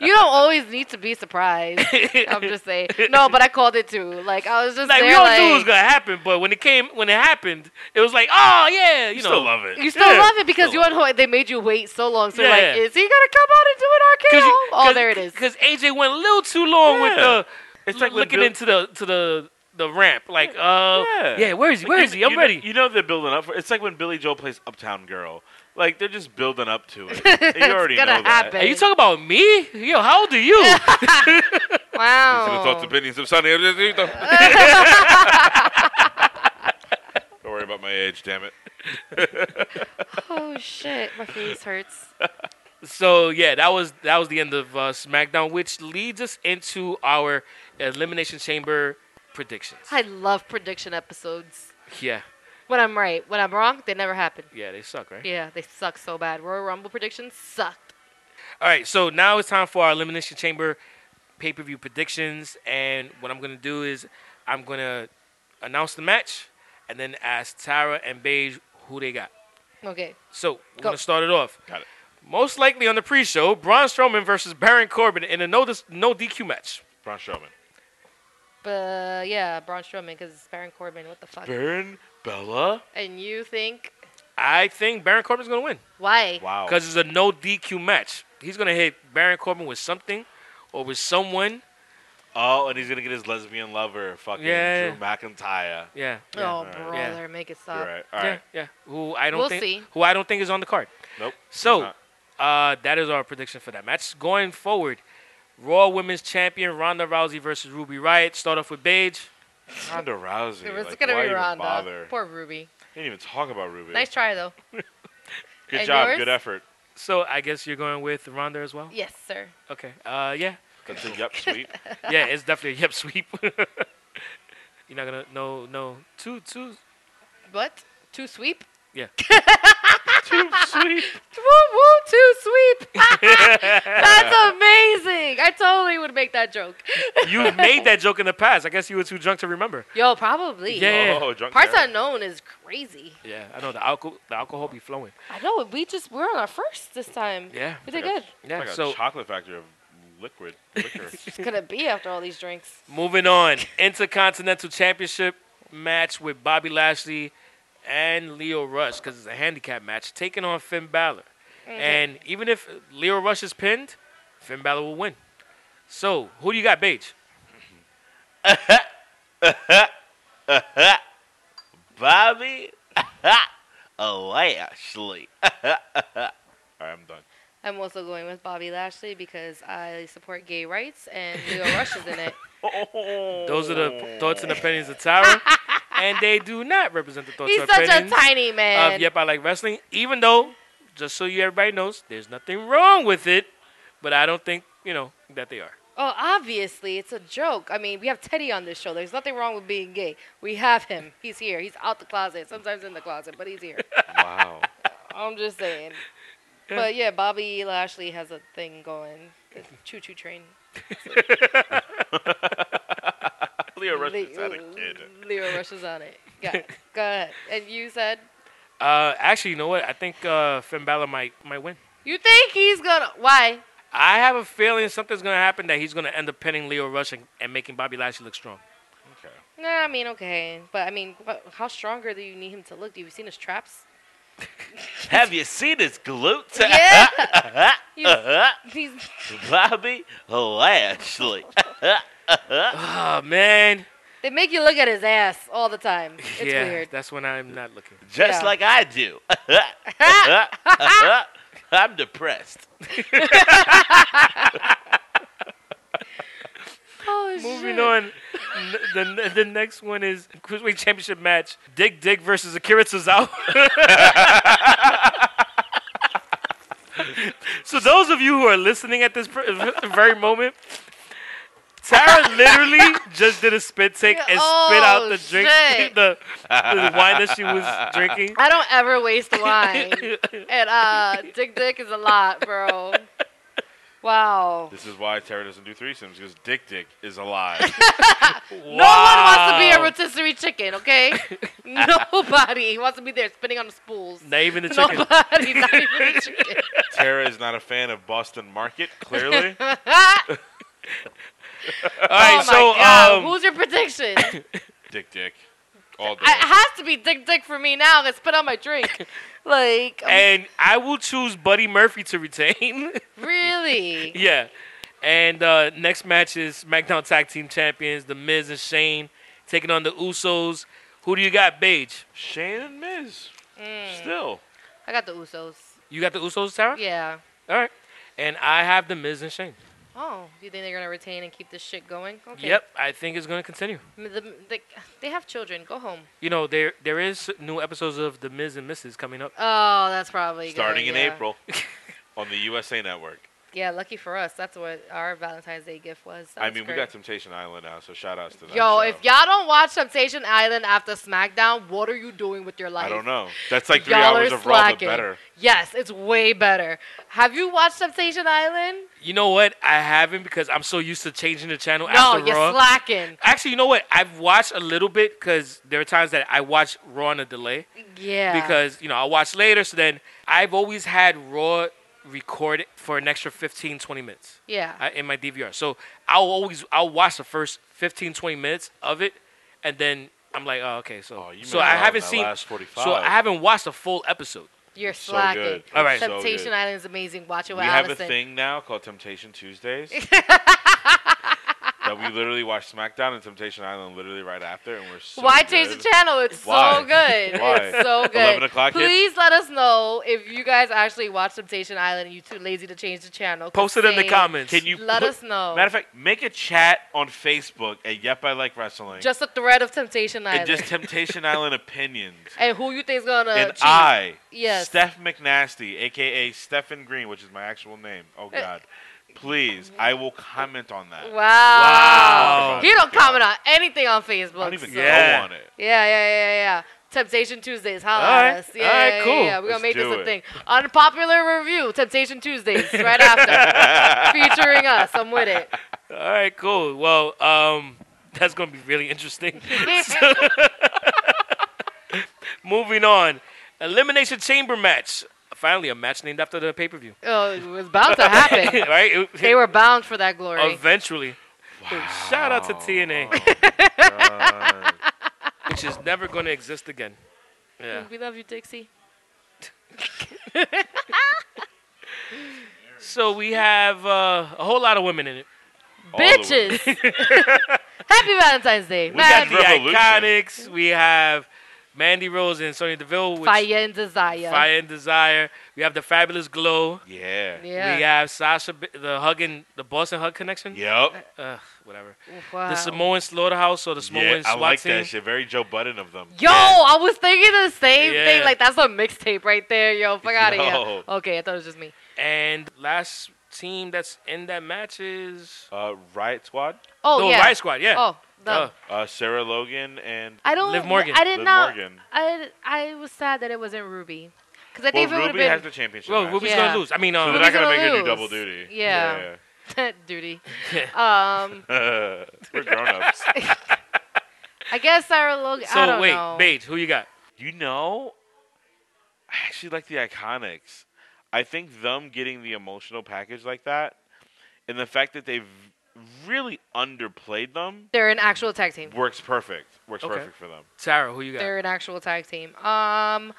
Speaker 6: You don't always need to be surprised. I'm just saying. No, but I called it too. Like I was just
Speaker 2: Like
Speaker 6: there,
Speaker 2: we all
Speaker 6: like,
Speaker 2: knew it was gonna happen, but when it came, when it happened, it was like, oh yeah, you, know,
Speaker 8: still love it.
Speaker 6: You still
Speaker 2: Yeah,
Speaker 6: love it because you unho- they made you wait so long. So
Speaker 2: Yeah.
Speaker 6: you're like, is he gonna come out and do an RKO?
Speaker 2: you-
Speaker 6: oh, there it is.
Speaker 2: Because AJ went a little too long with
Speaker 8: Yeah.
Speaker 2: the.
Speaker 8: It's
Speaker 2: It's
Speaker 8: like
Speaker 2: like looking
Speaker 8: when Bill-
Speaker 2: into the to the the ramp, like uh,
Speaker 8: Yeah.
Speaker 2: yeah, where is he? Where
Speaker 8: You-
Speaker 2: is he? I'm
Speaker 8: you
Speaker 2: ready.
Speaker 8: Know, you know they're building up for It's like when Billy Joel plays Uptown Girl. Like they're just building up to it. You already
Speaker 6: gonna
Speaker 8: know that.
Speaker 6: happen.
Speaker 2: Are you talking about me? Yo, how old are you?
Speaker 8: These are the thoughts
Speaker 6: Wow.
Speaker 8: and opinions of Sonny. Don't worry about my age, damn it.
Speaker 6: Oh shit, my face hurts.
Speaker 2: so yeah, that was that was the end of uh, SmackDown, which leads us into our Elimination Chamber predictions.
Speaker 6: I love prediction episodes.
Speaker 2: Yeah,
Speaker 6: When I'm right, when I'm wrong, they never happen.
Speaker 2: yeah, they suck, right?
Speaker 6: Yeah, they suck so bad. Royal Rumble predictions sucked.
Speaker 2: All right, so now it's time for our Elimination Chamber pay per view predictions. And what I'm going to do is I'm going to announce the match and then ask Tara and Beige who they got.
Speaker 6: Okay.
Speaker 2: So we're
Speaker 6: Go.
Speaker 2: going to start it off.
Speaker 8: Got it.
Speaker 2: Most likely on the pre show, Braun Strowman versus Baron Corbin in a no, dis- no DQ match.
Speaker 8: Braun Strowman.
Speaker 6: But yeah, Braun Strowman because Baron Corbin. What the fuck?
Speaker 8: Burn Bella.
Speaker 6: And you think
Speaker 2: I think Baron Corbin's going to win
Speaker 6: why?
Speaker 8: Wow.
Speaker 2: because it's a no DQ match. He's going to hit Baron Corbin with something or with someone.
Speaker 8: Oh, and he's gonna get his lesbian lover, fucking
Speaker 2: Yeah.
Speaker 8: Drew McIntyre.
Speaker 2: Yeah.
Speaker 6: Oh
Speaker 2: yeah.
Speaker 6: brother,
Speaker 2: yeah.
Speaker 6: make it
Speaker 8: You're
Speaker 6: stop.
Speaker 8: right. All right.
Speaker 2: yeah, yeah. Who I don't
Speaker 6: We'll
Speaker 2: think
Speaker 6: see.
Speaker 2: who I don't think is on the card.
Speaker 8: Nope.
Speaker 2: So,
Speaker 8: not.
Speaker 2: uh, that is our prediction for that match. Going forward, Raw Women's Champion Ronda Rousey versus Ruby Riot. Start off with Paige.
Speaker 8: Ronda Rousey.
Speaker 6: It was
Speaker 8: like,
Speaker 6: gonna
Speaker 8: why
Speaker 6: be
Speaker 8: even
Speaker 6: Ronda.
Speaker 8: Bother?
Speaker 6: Poor Ruby.
Speaker 8: Didn't even talk about Ruby.
Speaker 6: Nice try though.
Speaker 8: Good
Speaker 6: and
Speaker 8: job.
Speaker 6: yours?
Speaker 8: Good effort.
Speaker 2: So I guess you're going with Ronda as well.
Speaker 6: Yes, sir.
Speaker 2: Okay. Uh, yeah,
Speaker 8: That's a yep sweep.
Speaker 2: yeah. It's definitely a yep sweep. you're not gonna no no two two.
Speaker 6: What? Two sweep?
Speaker 2: Yeah.
Speaker 8: Too sweep.
Speaker 6: Woo woo! Two sweep. That's amazing. I totally would make that joke.
Speaker 2: You made that joke in the past. I guess you were too drunk to remember.
Speaker 6: Yo, probably.
Speaker 2: Yeah.
Speaker 8: Oh, drunk
Speaker 6: Parts
Speaker 8: Karen.
Speaker 6: unknown is crazy.
Speaker 2: Yeah, I know the alcohol the alcohol be flowing.
Speaker 6: I know. We just we're on our first this time.
Speaker 2: Yeah.
Speaker 6: We did good.
Speaker 2: Yeah.
Speaker 8: Like
Speaker 2: so
Speaker 8: a chocolate factory of liquid liquor.
Speaker 6: It's gonna be after all these drinks.
Speaker 2: Moving on, Intercontinental Championship match with Bobby Lashley and Leo Rush because it's a handicap match, taking on Finn Balor.
Speaker 6: Mm-hmm.
Speaker 2: And even if Leo Rush is pinned, Finn Balor will win. So, who do you got, Paige?
Speaker 7: Bobby Lashley.
Speaker 8: All right, I'm done.
Speaker 6: I'm also going with Bobby Lashley because I support gay rights and Leo Rush is in it.
Speaker 2: Those are the thoughts and opinions of Tyra, and they do not represent the thoughts
Speaker 6: He's
Speaker 2: and
Speaker 6: such a
Speaker 2: opinions
Speaker 8: Um,
Speaker 6: tiny
Speaker 2: of
Speaker 6: man.
Speaker 2: Yep I Like Wrestling. Even though, just so you everybody knows, there's nothing wrong with it, but I don't think you know that they are.
Speaker 6: Oh, obviously, it's a joke. I mean, we have Teddy on this show. There's nothing wrong with being gay. We have him. He's here. He's out the closet. Sometimes in the closet, but he's here.
Speaker 8: Wow.
Speaker 6: I'm just saying. But yeah, Bobby Lashley has a thing going. The choo choo train.
Speaker 8: Leo Rush
Speaker 6: Le-
Speaker 8: is at a kid.
Speaker 6: Leo Rush is on it. Yeah. Go ahead. And you said
Speaker 2: Uh, actually, you know what? I think uh, Finn Balor might might win.
Speaker 6: you think he's gonna why?
Speaker 2: I have a feeling something's gonna happen that he's gonna end up pinning Leo Rush and, and making Bobby Lashley look strong.
Speaker 6: Nah, I mean okay, but I mean, what, how stronger do you need him to look? Do you seen his traps?
Speaker 7: Have you seen his glutes?
Speaker 6: Yeah. He's-
Speaker 7: Uh,
Speaker 6: he's-
Speaker 7: Bobby Lashley.
Speaker 2: Oh man,
Speaker 6: they make you look at his ass all the time. It's
Speaker 2: yeah,
Speaker 6: weird.
Speaker 2: that's when I'm not looking.
Speaker 7: Just
Speaker 6: Yeah.
Speaker 7: like I do. I'm depressed.
Speaker 6: Oh,
Speaker 2: Moving
Speaker 6: shit.
Speaker 2: on, n- the n- the next one is cruiserweight championship match: Dick Dick versus Akira Tozawa. so those of you who are listening at this pr- very moment, Tara literally just did a spit take and spit out
Speaker 6: Oh,
Speaker 2: the drink,
Speaker 6: shit.
Speaker 2: the, the wine that she was drinking.
Speaker 6: I don't ever waste wine. and uh, Dick Dick is a lot, bro. Wow.
Speaker 8: This is why Tara doesn't do threesomes because Dick Dick is alive.
Speaker 6: No one wants to be a rotisserie chicken, okay? Nobody wants to be there spitting on the spools.
Speaker 2: Not even the chicken.
Speaker 6: Nobody, not even the chicken.
Speaker 8: Tara is not a fan of Boston Market. Clearly,
Speaker 2: All right,
Speaker 6: oh my
Speaker 2: so
Speaker 6: God.
Speaker 2: um,
Speaker 6: Who's your prediction?
Speaker 8: Dick Dick, all day.
Speaker 6: I- it has to be Dick Dick for me now. Let's put on my drink. Like,
Speaker 2: and I will choose Buddy Murphy to retain.
Speaker 6: really?
Speaker 2: yeah. And uh, next match is SmackDown Tag Team Champions, The Miz and Shane taking on the Usos. Who do you got, Paige?
Speaker 8: Shane and Miz,
Speaker 6: Mm.
Speaker 8: still.
Speaker 6: I got the Usos.
Speaker 2: You got the Usos, Tara?
Speaker 6: Yeah.
Speaker 2: All right. And I have The Miz and Shane.
Speaker 6: Oh, you think they're going to retain and keep this shit going? Okay.
Speaker 2: Yep, I think it's going to continue.
Speaker 6: I mean, the- the- they have children. Go home.
Speaker 2: You know, there there is new episodes of The Miz and Mrs. coming up.
Speaker 6: Oh, that's probably good,
Speaker 8: Starting in
Speaker 6: yeah.
Speaker 8: April on the USA Network.
Speaker 6: Yeah, lucky for us, that's what our Valentine's Day gift was. That
Speaker 8: I
Speaker 6: was
Speaker 8: mean,
Speaker 6: great.
Speaker 8: we got Temptation Island now, so shout outs to that.
Speaker 6: Yo,
Speaker 8: show.
Speaker 6: if y'all don't watch Temptation Island after SmackDown, what are you doing with your life?
Speaker 8: I don't know. That's like 3
Speaker 6: Y'all
Speaker 8: hours
Speaker 6: are
Speaker 8: of Raw, but
Speaker 6: slacking.
Speaker 8: better.
Speaker 6: Yes, it's way better. Have you watched Temptation Island?
Speaker 2: You know what? I haven't because I'm so used to changing the channel
Speaker 6: No,
Speaker 2: after
Speaker 6: you're
Speaker 2: Raw.
Speaker 6: slacking.
Speaker 2: Actually, you know what? I've watched a little bit because there are times that I watch Raw on a delay
Speaker 6: Yeah.
Speaker 2: because you know I watch later. So then I've always had Raw recorded for an extra 15, 20 minutes
Speaker 6: yeah.
Speaker 2: uh, in my DVR. So I'll always I'll watch the first 15, 20 minutes of it, and then I'm like, oh, okay. So
Speaker 8: Oh, you
Speaker 2: so
Speaker 8: missed
Speaker 2: I
Speaker 8: out on
Speaker 2: haven't
Speaker 8: that
Speaker 2: seen
Speaker 8: last 45.
Speaker 2: so I haven't watched a full episode.
Speaker 6: you're
Speaker 8: so
Speaker 6: slacking.
Speaker 8: good.
Speaker 2: All right.
Speaker 8: So
Speaker 6: Temptation
Speaker 8: good.
Speaker 6: Island is amazing. Watch it
Speaker 8: We
Speaker 6: with
Speaker 8: have a
Speaker 6: Allison.
Speaker 8: thing now called Temptation Tuesdays. that we literally watch SmackDown and Temptation Island literally right after, and we're so
Speaker 6: Why
Speaker 8: good.
Speaker 6: change the channel? It's
Speaker 8: Why?
Speaker 6: so good.
Speaker 8: Why?
Speaker 6: It's so good.
Speaker 8: 11 o'clock hits?
Speaker 6: Please let us know if you guys actually watch Temptation Island and you're too lazy to change the channel. 'cause
Speaker 2: Post it in the
Speaker 6: same.
Speaker 2: comments.
Speaker 8: Can you
Speaker 6: Let
Speaker 8: put-
Speaker 6: us know.
Speaker 8: Matter of fact, make a chat on Facebook at Yep I Like Wrestling
Speaker 6: Just a thread of Temptation
Speaker 8: and
Speaker 6: Island.
Speaker 8: just Temptation Island opinions.
Speaker 6: and who you think's gonna
Speaker 8: and
Speaker 6: cheat.
Speaker 8: I,
Speaker 6: Yes.
Speaker 8: Steph McNasty, aka Stephen Green, which is my actual name. Oh God, please, I will comment on that.
Speaker 6: Eh. Wow.
Speaker 2: Wow.
Speaker 6: He don't comment on anything on Facebook.
Speaker 8: Oh I don't even
Speaker 6: so-
Speaker 8: go
Speaker 6: yeah.
Speaker 2: Yeah.
Speaker 8: on it.
Speaker 6: yeah, yeah, yeah, yeah. Temptation Tuesdays, huh?
Speaker 2: All right. All
Speaker 6: Yeah,
Speaker 2: right,
Speaker 6: yeah,
Speaker 2: cool.
Speaker 6: Yeah, we're gonna
Speaker 8: Let's
Speaker 6: make this
Speaker 8: do
Speaker 6: a
Speaker 8: it.
Speaker 6: thing. Unpopular review, Temptation Tuesdays, right after, featuring us. I'm with it.
Speaker 2: All right, cool. Well, um, that's gonna be really interesting. Moving on, elimination chamber match. Finally, a match named after the pay per view.
Speaker 6: Oh, it was bound to happen.
Speaker 2: right? It-
Speaker 6: They were bound for that glory.
Speaker 2: eventually. Shout out to
Speaker 8: Oh
Speaker 2: TNA, which is never gonna exist again. Yeah.
Speaker 6: We love you, Dixie.
Speaker 2: So we have uh, a whole lot of women in it.
Speaker 8: All the way.
Speaker 6: Bitches. Happy Valentine's Day.
Speaker 8: We got
Speaker 2: The
Speaker 6: Man,
Speaker 8: dr- Revolution.
Speaker 2: Iconics. We have Mandy Rose and Sonya Deville. Which
Speaker 6: fire and desire.
Speaker 2: Fire and Desire. We have the Fabulous Glow.
Speaker 8: Yeah.
Speaker 6: Yeah.
Speaker 2: We have Sasha, B- the hugging, the Boston hug connection.
Speaker 8: Yep.
Speaker 2: Ugh, whatever.
Speaker 6: Wow.
Speaker 2: The Samoan slaughterhouse or the Samoan
Speaker 8: Yeah, I
Speaker 2: SWAT
Speaker 8: like
Speaker 2: team.
Speaker 8: that shit. Very Joe Budden of them.
Speaker 6: Yo, I was thinking the same
Speaker 2: Yeah.
Speaker 6: thing. Like that's a mixtape right there. Yo, fuck out of
Speaker 8: Yo.
Speaker 6: here. Okay, I thought it was just me.
Speaker 2: And last team that's in that match is
Speaker 8: Uh, Riot Squad,
Speaker 6: Oh
Speaker 2: no
Speaker 6: yeah.
Speaker 2: Riot Squad. Yeah.
Speaker 6: Oh no.
Speaker 2: Duh.
Speaker 8: uh, Sarah Logan, and
Speaker 6: I don't.
Speaker 2: Liv Morgan.
Speaker 6: I did
Speaker 8: Liv
Speaker 6: not.
Speaker 8: Morgan.
Speaker 6: I I was sad that it wasn't Ruby, because I
Speaker 8: well,
Speaker 6: think
Speaker 8: Ruby
Speaker 6: it
Speaker 8: has
Speaker 6: would
Speaker 8: the championship.
Speaker 2: Well,
Speaker 8: match.
Speaker 2: Ruby's
Speaker 6: Yeah.
Speaker 2: gonna lose. I mean,
Speaker 8: So
Speaker 2: um,
Speaker 8: they're not gonna
Speaker 6: Ruby's
Speaker 8: make her do
Speaker 6: gonna
Speaker 8: double
Speaker 6: lose.
Speaker 8: duty.
Speaker 6: Yeah.
Speaker 8: yeah.
Speaker 6: have been duty. um,
Speaker 8: We're grown ups.
Speaker 6: I guess Sarah Logan. I
Speaker 2: so
Speaker 6: don't
Speaker 2: wait,
Speaker 6: know.
Speaker 2: Paige, who you got?
Speaker 8: You know, I actually like the Iconics. I think them getting the emotional package like that, and the fact that they've really underplayed them
Speaker 6: They're an actual tag team.
Speaker 8: works perfect. Works
Speaker 2: Okay.
Speaker 8: perfect for them.
Speaker 2: Sarah, who you got?
Speaker 6: They're an actual tag team. Um,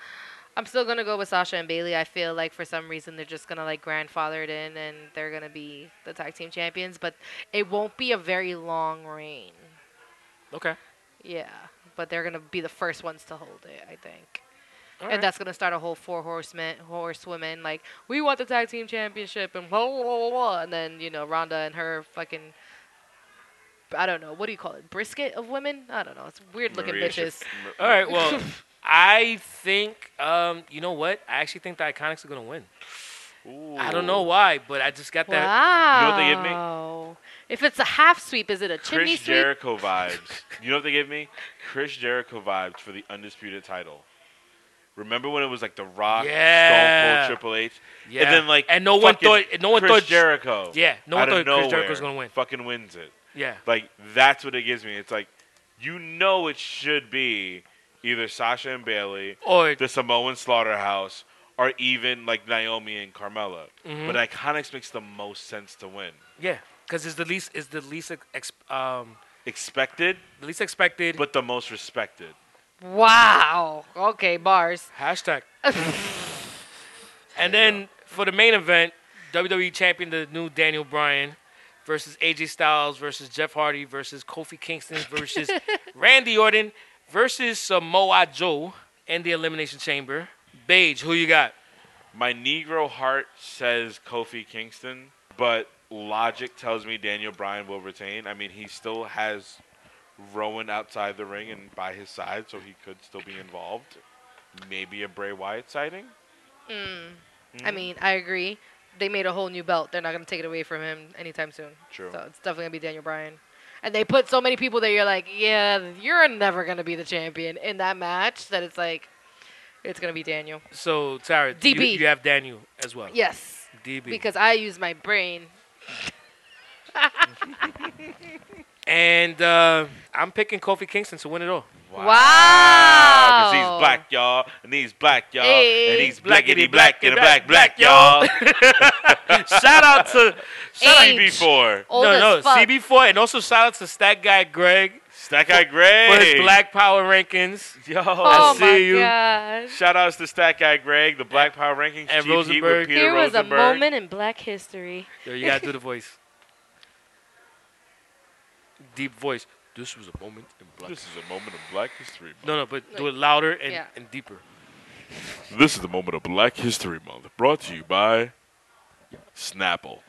Speaker 6: I'm still gonna go with Sasha and Bailey. I feel like for some reason they're just gonna like grandfather it in, and they're gonna be the tag team champions. But it won't be a very long reign.
Speaker 2: Okay.
Speaker 6: Yeah, but they're gonna be the first ones to hold it, I think.
Speaker 2: All
Speaker 6: and
Speaker 2: right.
Speaker 6: that's gonna start a whole four horsemen, horsewomen like we want the tag team championship and blah blah blah, blah. and then you know Ronda and her fucking. I don't know. What do you call it? Brisket of women? I don't know. It's weird looking
Speaker 8: Maria
Speaker 6: bitches.
Speaker 8: Shaf-
Speaker 2: All right. Well, I think um, you know what? I actually think the Iconics are gonna win.
Speaker 8: Ooh.
Speaker 2: I don't know why, but I just got that.
Speaker 6: Wow.
Speaker 8: what they give me?
Speaker 6: If it's a half sweep, is it a chimney
Speaker 8: Chris
Speaker 6: sweep?
Speaker 8: Jericho vibes. You know what they gave me? Chris Jericho vibes for the undisputed title. Remember when it was like The Rock,
Speaker 2: Yeah.
Speaker 8: Stone Cold, Triple H,
Speaker 2: Yeah.
Speaker 8: and then like
Speaker 2: And no one
Speaker 8: fucking
Speaker 2: thought- and no one
Speaker 8: Chris
Speaker 2: thought-
Speaker 8: Jericho.
Speaker 2: yeah, no one
Speaker 8: out of
Speaker 2: thought Chris Jericho
Speaker 8: nowhere
Speaker 2: was gonna win.
Speaker 8: Fucking wins it.
Speaker 2: Yeah.
Speaker 8: Like that's what it gives me. It's like you know it should be either Sasha and Bailey,
Speaker 2: Or
Speaker 8: the Samoan slaughterhouse, or even like Naomi and Carmella.
Speaker 2: Mm-hmm.
Speaker 8: But Iconics makes the most sense to win.
Speaker 2: yeah, because it's the least it's the least ex, um
Speaker 8: Expected,
Speaker 2: the least expected.
Speaker 8: but the most respected.
Speaker 6: Wow. Okay, bars.
Speaker 2: Hashtag. and then for the main event, WWE Champion, the new Daniel Bryan versus AJ Styles versus Jeff Hardy versus Kofi Kingston versus Randy Orton versus Samoa Joe in the Elimination Chamber. Paige, who you got?
Speaker 8: My Negro heart says Kofi Kingston, but logic tells me Daniel Bryan will retain. I mean, he still has Rowan outside the ring and by his side, so he could still be involved. Maybe a Bray Wyatt sighting.
Speaker 2: Mm.
Speaker 6: I mean, I agree. They made a whole new belt. They're not gonna take it away from him anytime soon.
Speaker 8: True.
Speaker 6: So it's definitely gonna be Daniel Bryan. And they put so many people there. You're like, yeah, you're never gonna be the champion in that match. That it's like, it's gonna be Daniel.
Speaker 2: So Tara, you-
Speaker 6: DB.
Speaker 2: You, have Daniel as well.
Speaker 6: Yes.
Speaker 2: DB.
Speaker 6: Because I use my brain.
Speaker 2: and uh, I'm picking Kofi Kingston to win it all.
Speaker 6: Wow.
Speaker 8: Ah, 'Cause he's black, y'all, and he's black, y'all,
Speaker 6: Oh. Hey.
Speaker 8: and he's blackity black and a black black, y'all.
Speaker 2: shout out to
Speaker 8: Shut
Speaker 6: Age.
Speaker 8: up, before
Speaker 6: Old
Speaker 2: no
Speaker 6: as
Speaker 2: no
Speaker 6: fuck.
Speaker 2: CB4, and also shout out to Stat Guy Greg
Speaker 8: Stack Guy
Speaker 2: for
Speaker 8: Greg.
Speaker 2: his Black Power rankings.
Speaker 8: Yo,
Speaker 6: Oh
Speaker 2: I
Speaker 6: my
Speaker 2: see you.
Speaker 6: gosh.
Speaker 8: shout outs to Stack Guy Greg, the Black Power Rankings,
Speaker 2: And
Speaker 8: Chief Heat with
Speaker 2: Rosenberg.
Speaker 8: Peter
Speaker 6: Here was a
Speaker 8: Rosenberg.
Speaker 6: moment in black history.
Speaker 2: Yo, you gotta do the voice. Deep voice. This was a moment in black.
Speaker 8: This is a moment of Black History Month.
Speaker 2: No, no, but do it louder and,
Speaker 6: Yeah.
Speaker 2: and deeper.
Speaker 8: This is the moment of Black History Month, brought to you by Snapple.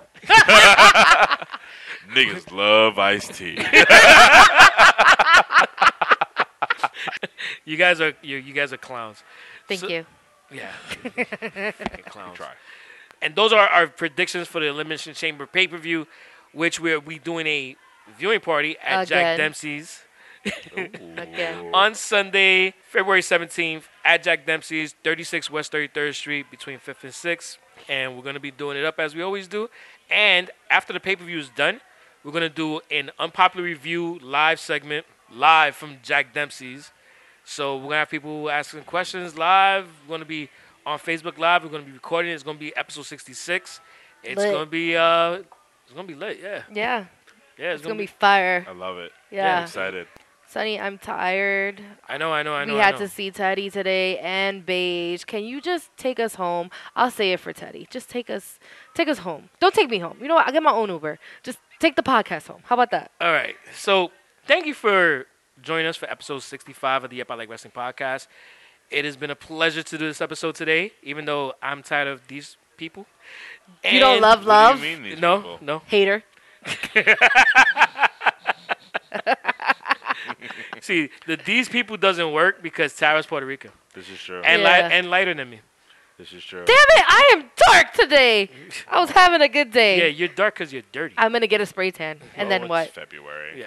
Speaker 8: Niggas love iced tea.
Speaker 2: You guys are you, you guys are clowns.
Speaker 6: Thank
Speaker 2: So-
Speaker 6: you.
Speaker 2: Yeah. Fucking clowns. And those are our predictions for the Elimination Chamber pay per view, which we're we doing a viewing party at Jack
Speaker 6: Again.
Speaker 2: Dempsey's.
Speaker 6: Again.
Speaker 2: on Sunday, February 17th at Jack Dempsey's, 36 West 33rd Street between 5th and 6th. And we're going to be doing it up as we always do. And after the pay per view is done, we're going to do an unpopular review live segment live from Jack Dempsey's. So we're going to have people asking questions live. We're going to be on Facebook Live. We're going to be recording. it. It's going to be episode 66. It's
Speaker 6: Lit.
Speaker 2: going to be. uh it's gonna be lit, yeah.
Speaker 6: Yeah.
Speaker 2: Yeah,
Speaker 6: It's gonna be fire.
Speaker 8: I love it.
Speaker 6: Yeah.
Speaker 8: I'm excited.
Speaker 6: Sonny, I'm tired.
Speaker 2: I know, I know, I know.
Speaker 6: we
Speaker 2: I
Speaker 6: had
Speaker 2: know.
Speaker 6: to see Teddy today and Beige. Can you just take us home? I'll say it for Teddy. Just take us take us home. Don't take me home. You know what? I get my own Uber. Just take the podcast home. How about that?
Speaker 2: All right. So thank you for joining us for episode 65 of the Yep I Like Wrestling podcast. It has been a pleasure to do this episode today, even though I'm tired of these people.
Speaker 6: You don't
Speaker 2: And-
Speaker 6: love love?
Speaker 8: What do you mean these
Speaker 2: No,
Speaker 8: people?
Speaker 2: no.
Speaker 6: Hater.
Speaker 2: See, the these people doesn't work because Tara's Puerto Rican
Speaker 8: This is true.
Speaker 2: and
Speaker 6: Yeah.
Speaker 2: li- and lighter than me.
Speaker 8: This is true.
Speaker 6: Eh. Damn it, I am dark today. I was having a good
Speaker 2: Yeah,
Speaker 6: day.
Speaker 2: you're dark because you're dirty.
Speaker 6: I'm gonna get a spray tan. And
Speaker 8: Oh,
Speaker 6: then
Speaker 8: it's
Speaker 6: what?
Speaker 8: February.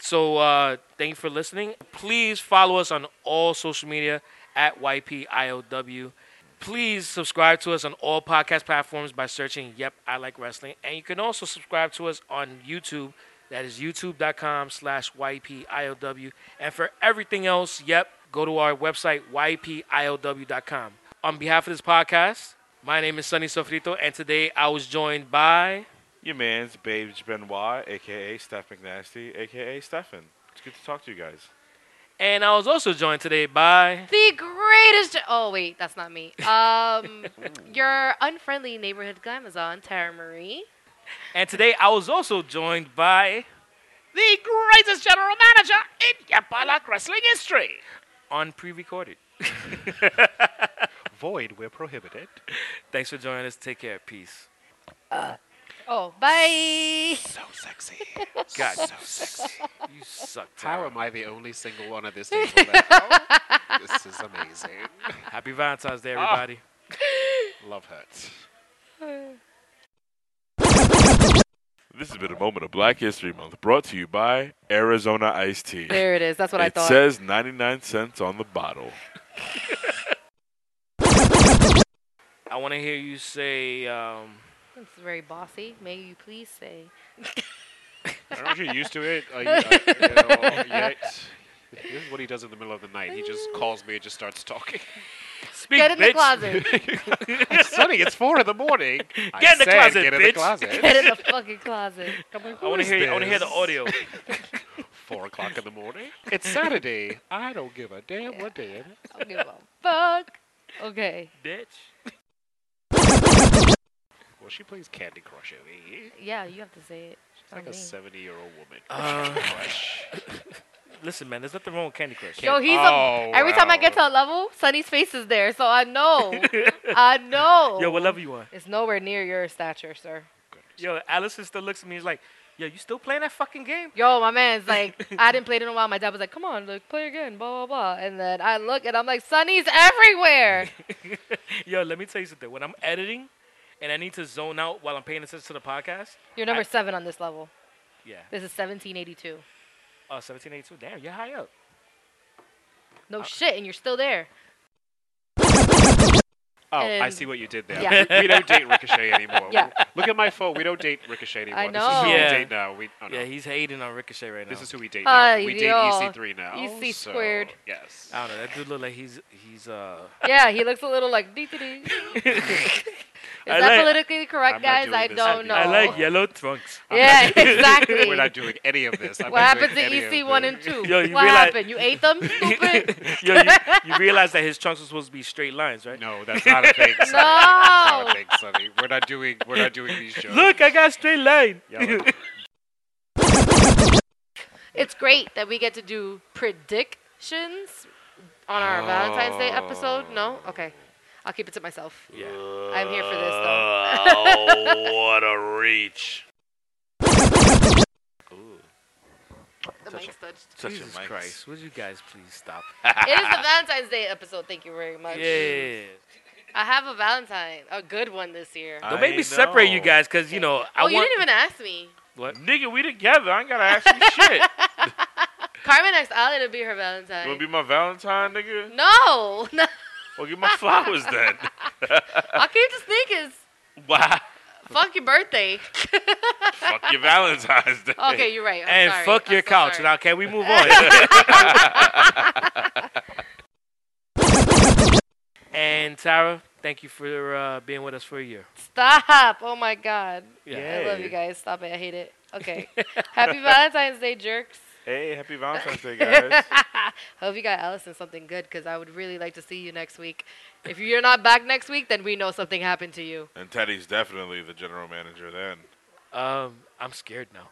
Speaker 2: So uh, thank you for listening. Please follow us on all social media at YPIOW. Please subscribe to us on all podcast platforms by searching Yep, I Like Wrestling. And you can also subscribe to us on YouTube. That is youtube.com slash YPIOW. And for everything else, yep, go to our website, YPIOW.com. On behalf of this podcast, my name is Sunny Sofrito, and today I was joined by.
Speaker 8: Your man's Babes Benoit, aka Steph McNasty, aka Stefan. It's good to talk to you guys.
Speaker 2: And I was also joined today by.
Speaker 6: The greatest. jo- oh wait, that's not me. Um, your unfriendly neighborhood glamazon, Tara Marie.
Speaker 2: And today I was also joined by.
Speaker 7: The greatest general manager in Yapalak wrestling history.
Speaker 2: on pre-recorded.
Speaker 7: Void where prohibited.
Speaker 2: Thanks for joining us. Take care. Peace.
Speaker 6: Oh, bye.
Speaker 7: So sexy.
Speaker 2: God,
Speaker 7: so sexy.
Speaker 2: you suck.
Speaker 9: How
Speaker 2: Tara.
Speaker 9: am I the only single one at this table now? this is amazing.
Speaker 2: Happy Valentine's Day, everybody.
Speaker 9: Love hurts.
Speaker 8: This has been a moment of Black History Month brought to you by Arizona Iced Tea.
Speaker 6: There it is. That's what I
Speaker 8: it
Speaker 6: thought.
Speaker 8: says 99 cents on the bottle.
Speaker 2: I want to hear you say, um,
Speaker 6: it's very bossy. May you please say.
Speaker 7: I don't know if you're used to it. I, I, you know, yet. This is what he does in the middle of the night. He just calls me and just starts talking.
Speaker 2: "Speak,
Speaker 6: Get in
Speaker 2: bitch."
Speaker 6: the closet.
Speaker 7: Sonny, it's four in the morning. Get
Speaker 2: Get in the closet,
Speaker 7: Get in
Speaker 2: bitch.
Speaker 7: the closet.
Speaker 6: Get in the fucking closet.
Speaker 2: I want to
Speaker 7: is
Speaker 2: hear. I want to hear the
Speaker 7: this?
Speaker 2: audio.
Speaker 7: Four o'clock in the morning. It's Saturday. I don't give a damn what day it is.
Speaker 6: I don't give a fuck. Okay.
Speaker 2: bitch.
Speaker 7: Well, she plays Candy Crush over here.
Speaker 6: Yeah, you have to say it.
Speaker 7: She's like
Speaker 6: Not
Speaker 7: a
Speaker 6: me.
Speaker 7: 70 year old woman.
Speaker 2: Uh,
Speaker 7: Crush.
Speaker 2: listen, man, there's nothing wrong with Candy Crush.
Speaker 6: Yo, he's
Speaker 7: Oh,
Speaker 6: a, every time I get
Speaker 7: wow.
Speaker 6: to a level, Sunny's face is there, so I know. I know.
Speaker 2: Yo, what level you on?
Speaker 6: It's nowhere near your stature, sir.
Speaker 2: Yo, Allison still looks at me. He's like, "Yo, you still playing that fucking game?"
Speaker 6: Yo, my man's like, I didn't play it in a while. My dad was like, come on, like, play again, blah, blah, blah. And then I look and I'm like, Sunny's everywhere.
Speaker 2: Yo, let me tell you something. When I'm editing, and I need to zone out while I'm paying attention to the podcast.
Speaker 6: You're number
Speaker 2: I-
Speaker 6: seven on this level.
Speaker 2: Yeah.
Speaker 6: This is 1782.
Speaker 2: Oh, 1782. Damn, you're high up.
Speaker 6: No shit, and you're still there.
Speaker 7: Oh, I
Speaker 6: And-
Speaker 7: see what you did there.
Speaker 6: Yeah.
Speaker 7: We, we don't date Ricochet anymore.
Speaker 6: Yeah.
Speaker 7: Look at my phone. We don't date Ricochet anymore.
Speaker 6: I
Speaker 7: This is who
Speaker 2: know.
Speaker 7: we
Speaker 2: Yeah.
Speaker 7: date now. We, oh, no.
Speaker 2: Yeah, he's hating on Ricochet right now.
Speaker 7: This is who we date now.
Speaker 6: Hi,
Speaker 7: we date
Speaker 6: Uh, y'all.
Speaker 7: EC3 now.
Speaker 6: EC
Speaker 7: so,
Speaker 6: squared.
Speaker 7: Yes.
Speaker 2: I don't know. That dude look like he's he's uh.
Speaker 6: Yeah, he looks a little like dee dee dee. Is
Speaker 2: I
Speaker 6: that
Speaker 2: like-
Speaker 6: politically correct,
Speaker 7: I'm not
Speaker 6: guys?
Speaker 7: doing
Speaker 6: I
Speaker 7: this
Speaker 6: don't know.
Speaker 7: anymore.
Speaker 2: I like yellow trunks.
Speaker 6: Yeah, exactly.
Speaker 7: We're not doing any of this. I'm
Speaker 6: What
Speaker 7: not doing
Speaker 6: happened to
Speaker 7: any of
Speaker 6: EC one
Speaker 7: this.
Speaker 6: and two?
Speaker 2: Yo, you
Speaker 6: what
Speaker 2: realize-
Speaker 6: happened? You ate them, stupid.
Speaker 2: Yo, you, you realize that his trunks were supposed to be straight lines, right?
Speaker 7: No, that's not a thing. Sonny. That's not
Speaker 6: no.
Speaker 7: a thing, Sonny. We're not doing. We're not doing these shows.
Speaker 2: Look, I got a straight line.
Speaker 7: Yellow.
Speaker 6: It's great that we get to do predictions on our
Speaker 2: Oh.
Speaker 6: Valentine's Day episode. No, okay. I'll keep it to myself.
Speaker 2: Yeah.
Speaker 6: I'm here for this though.
Speaker 8: oh, what a reach.
Speaker 6: The mic's touched.
Speaker 8: Such
Speaker 2: Jesus
Speaker 8: a mic.
Speaker 2: Christ, would you guys please stop?
Speaker 6: It is the Valentine's Day episode. Thank you very much.
Speaker 2: yeah.
Speaker 6: I have a Valentine, a good one this year.
Speaker 8: I
Speaker 2: Don't make me
Speaker 8: know.
Speaker 2: separate you guys, cause you know I
Speaker 6: oh,
Speaker 2: want.
Speaker 6: you didn't even ask me.
Speaker 8: Nigga, we together. I ain't gotta ask you shit.
Speaker 6: Carmen asked Ali to be her
Speaker 8: You
Speaker 6: Valentine.
Speaker 8: wanna be my Valentine, nigga?
Speaker 6: no, no.
Speaker 8: Well, give my flowers then.
Speaker 6: I'll keep the sneakers.
Speaker 8: wow.
Speaker 6: Fuck your birthday.
Speaker 8: Fuck your Valentine's Day.
Speaker 6: Okay, you're right. I'm
Speaker 2: and
Speaker 6: sorry.
Speaker 2: fuck
Speaker 6: I'm
Speaker 2: your
Speaker 6: so
Speaker 2: couch.
Speaker 6: sorry.
Speaker 2: Now, can we move on? and Tara, thank you for uh, being with us for a year.
Speaker 6: Stop. Oh my God.
Speaker 2: Yeah.
Speaker 6: I love you guys. Stop it. I hate it. Okay. Happy Valentine's Day, jerks.
Speaker 8: Hey, happy Valentine's Day, guys.
Speaker 6: Hope you got Allison something good because I would really like to see you next week. If you're not back next week, then we know something happened to you.
Speaker 8: and Teddy's definitely the general manager then.
Speaker 2: Um, I'm scared now.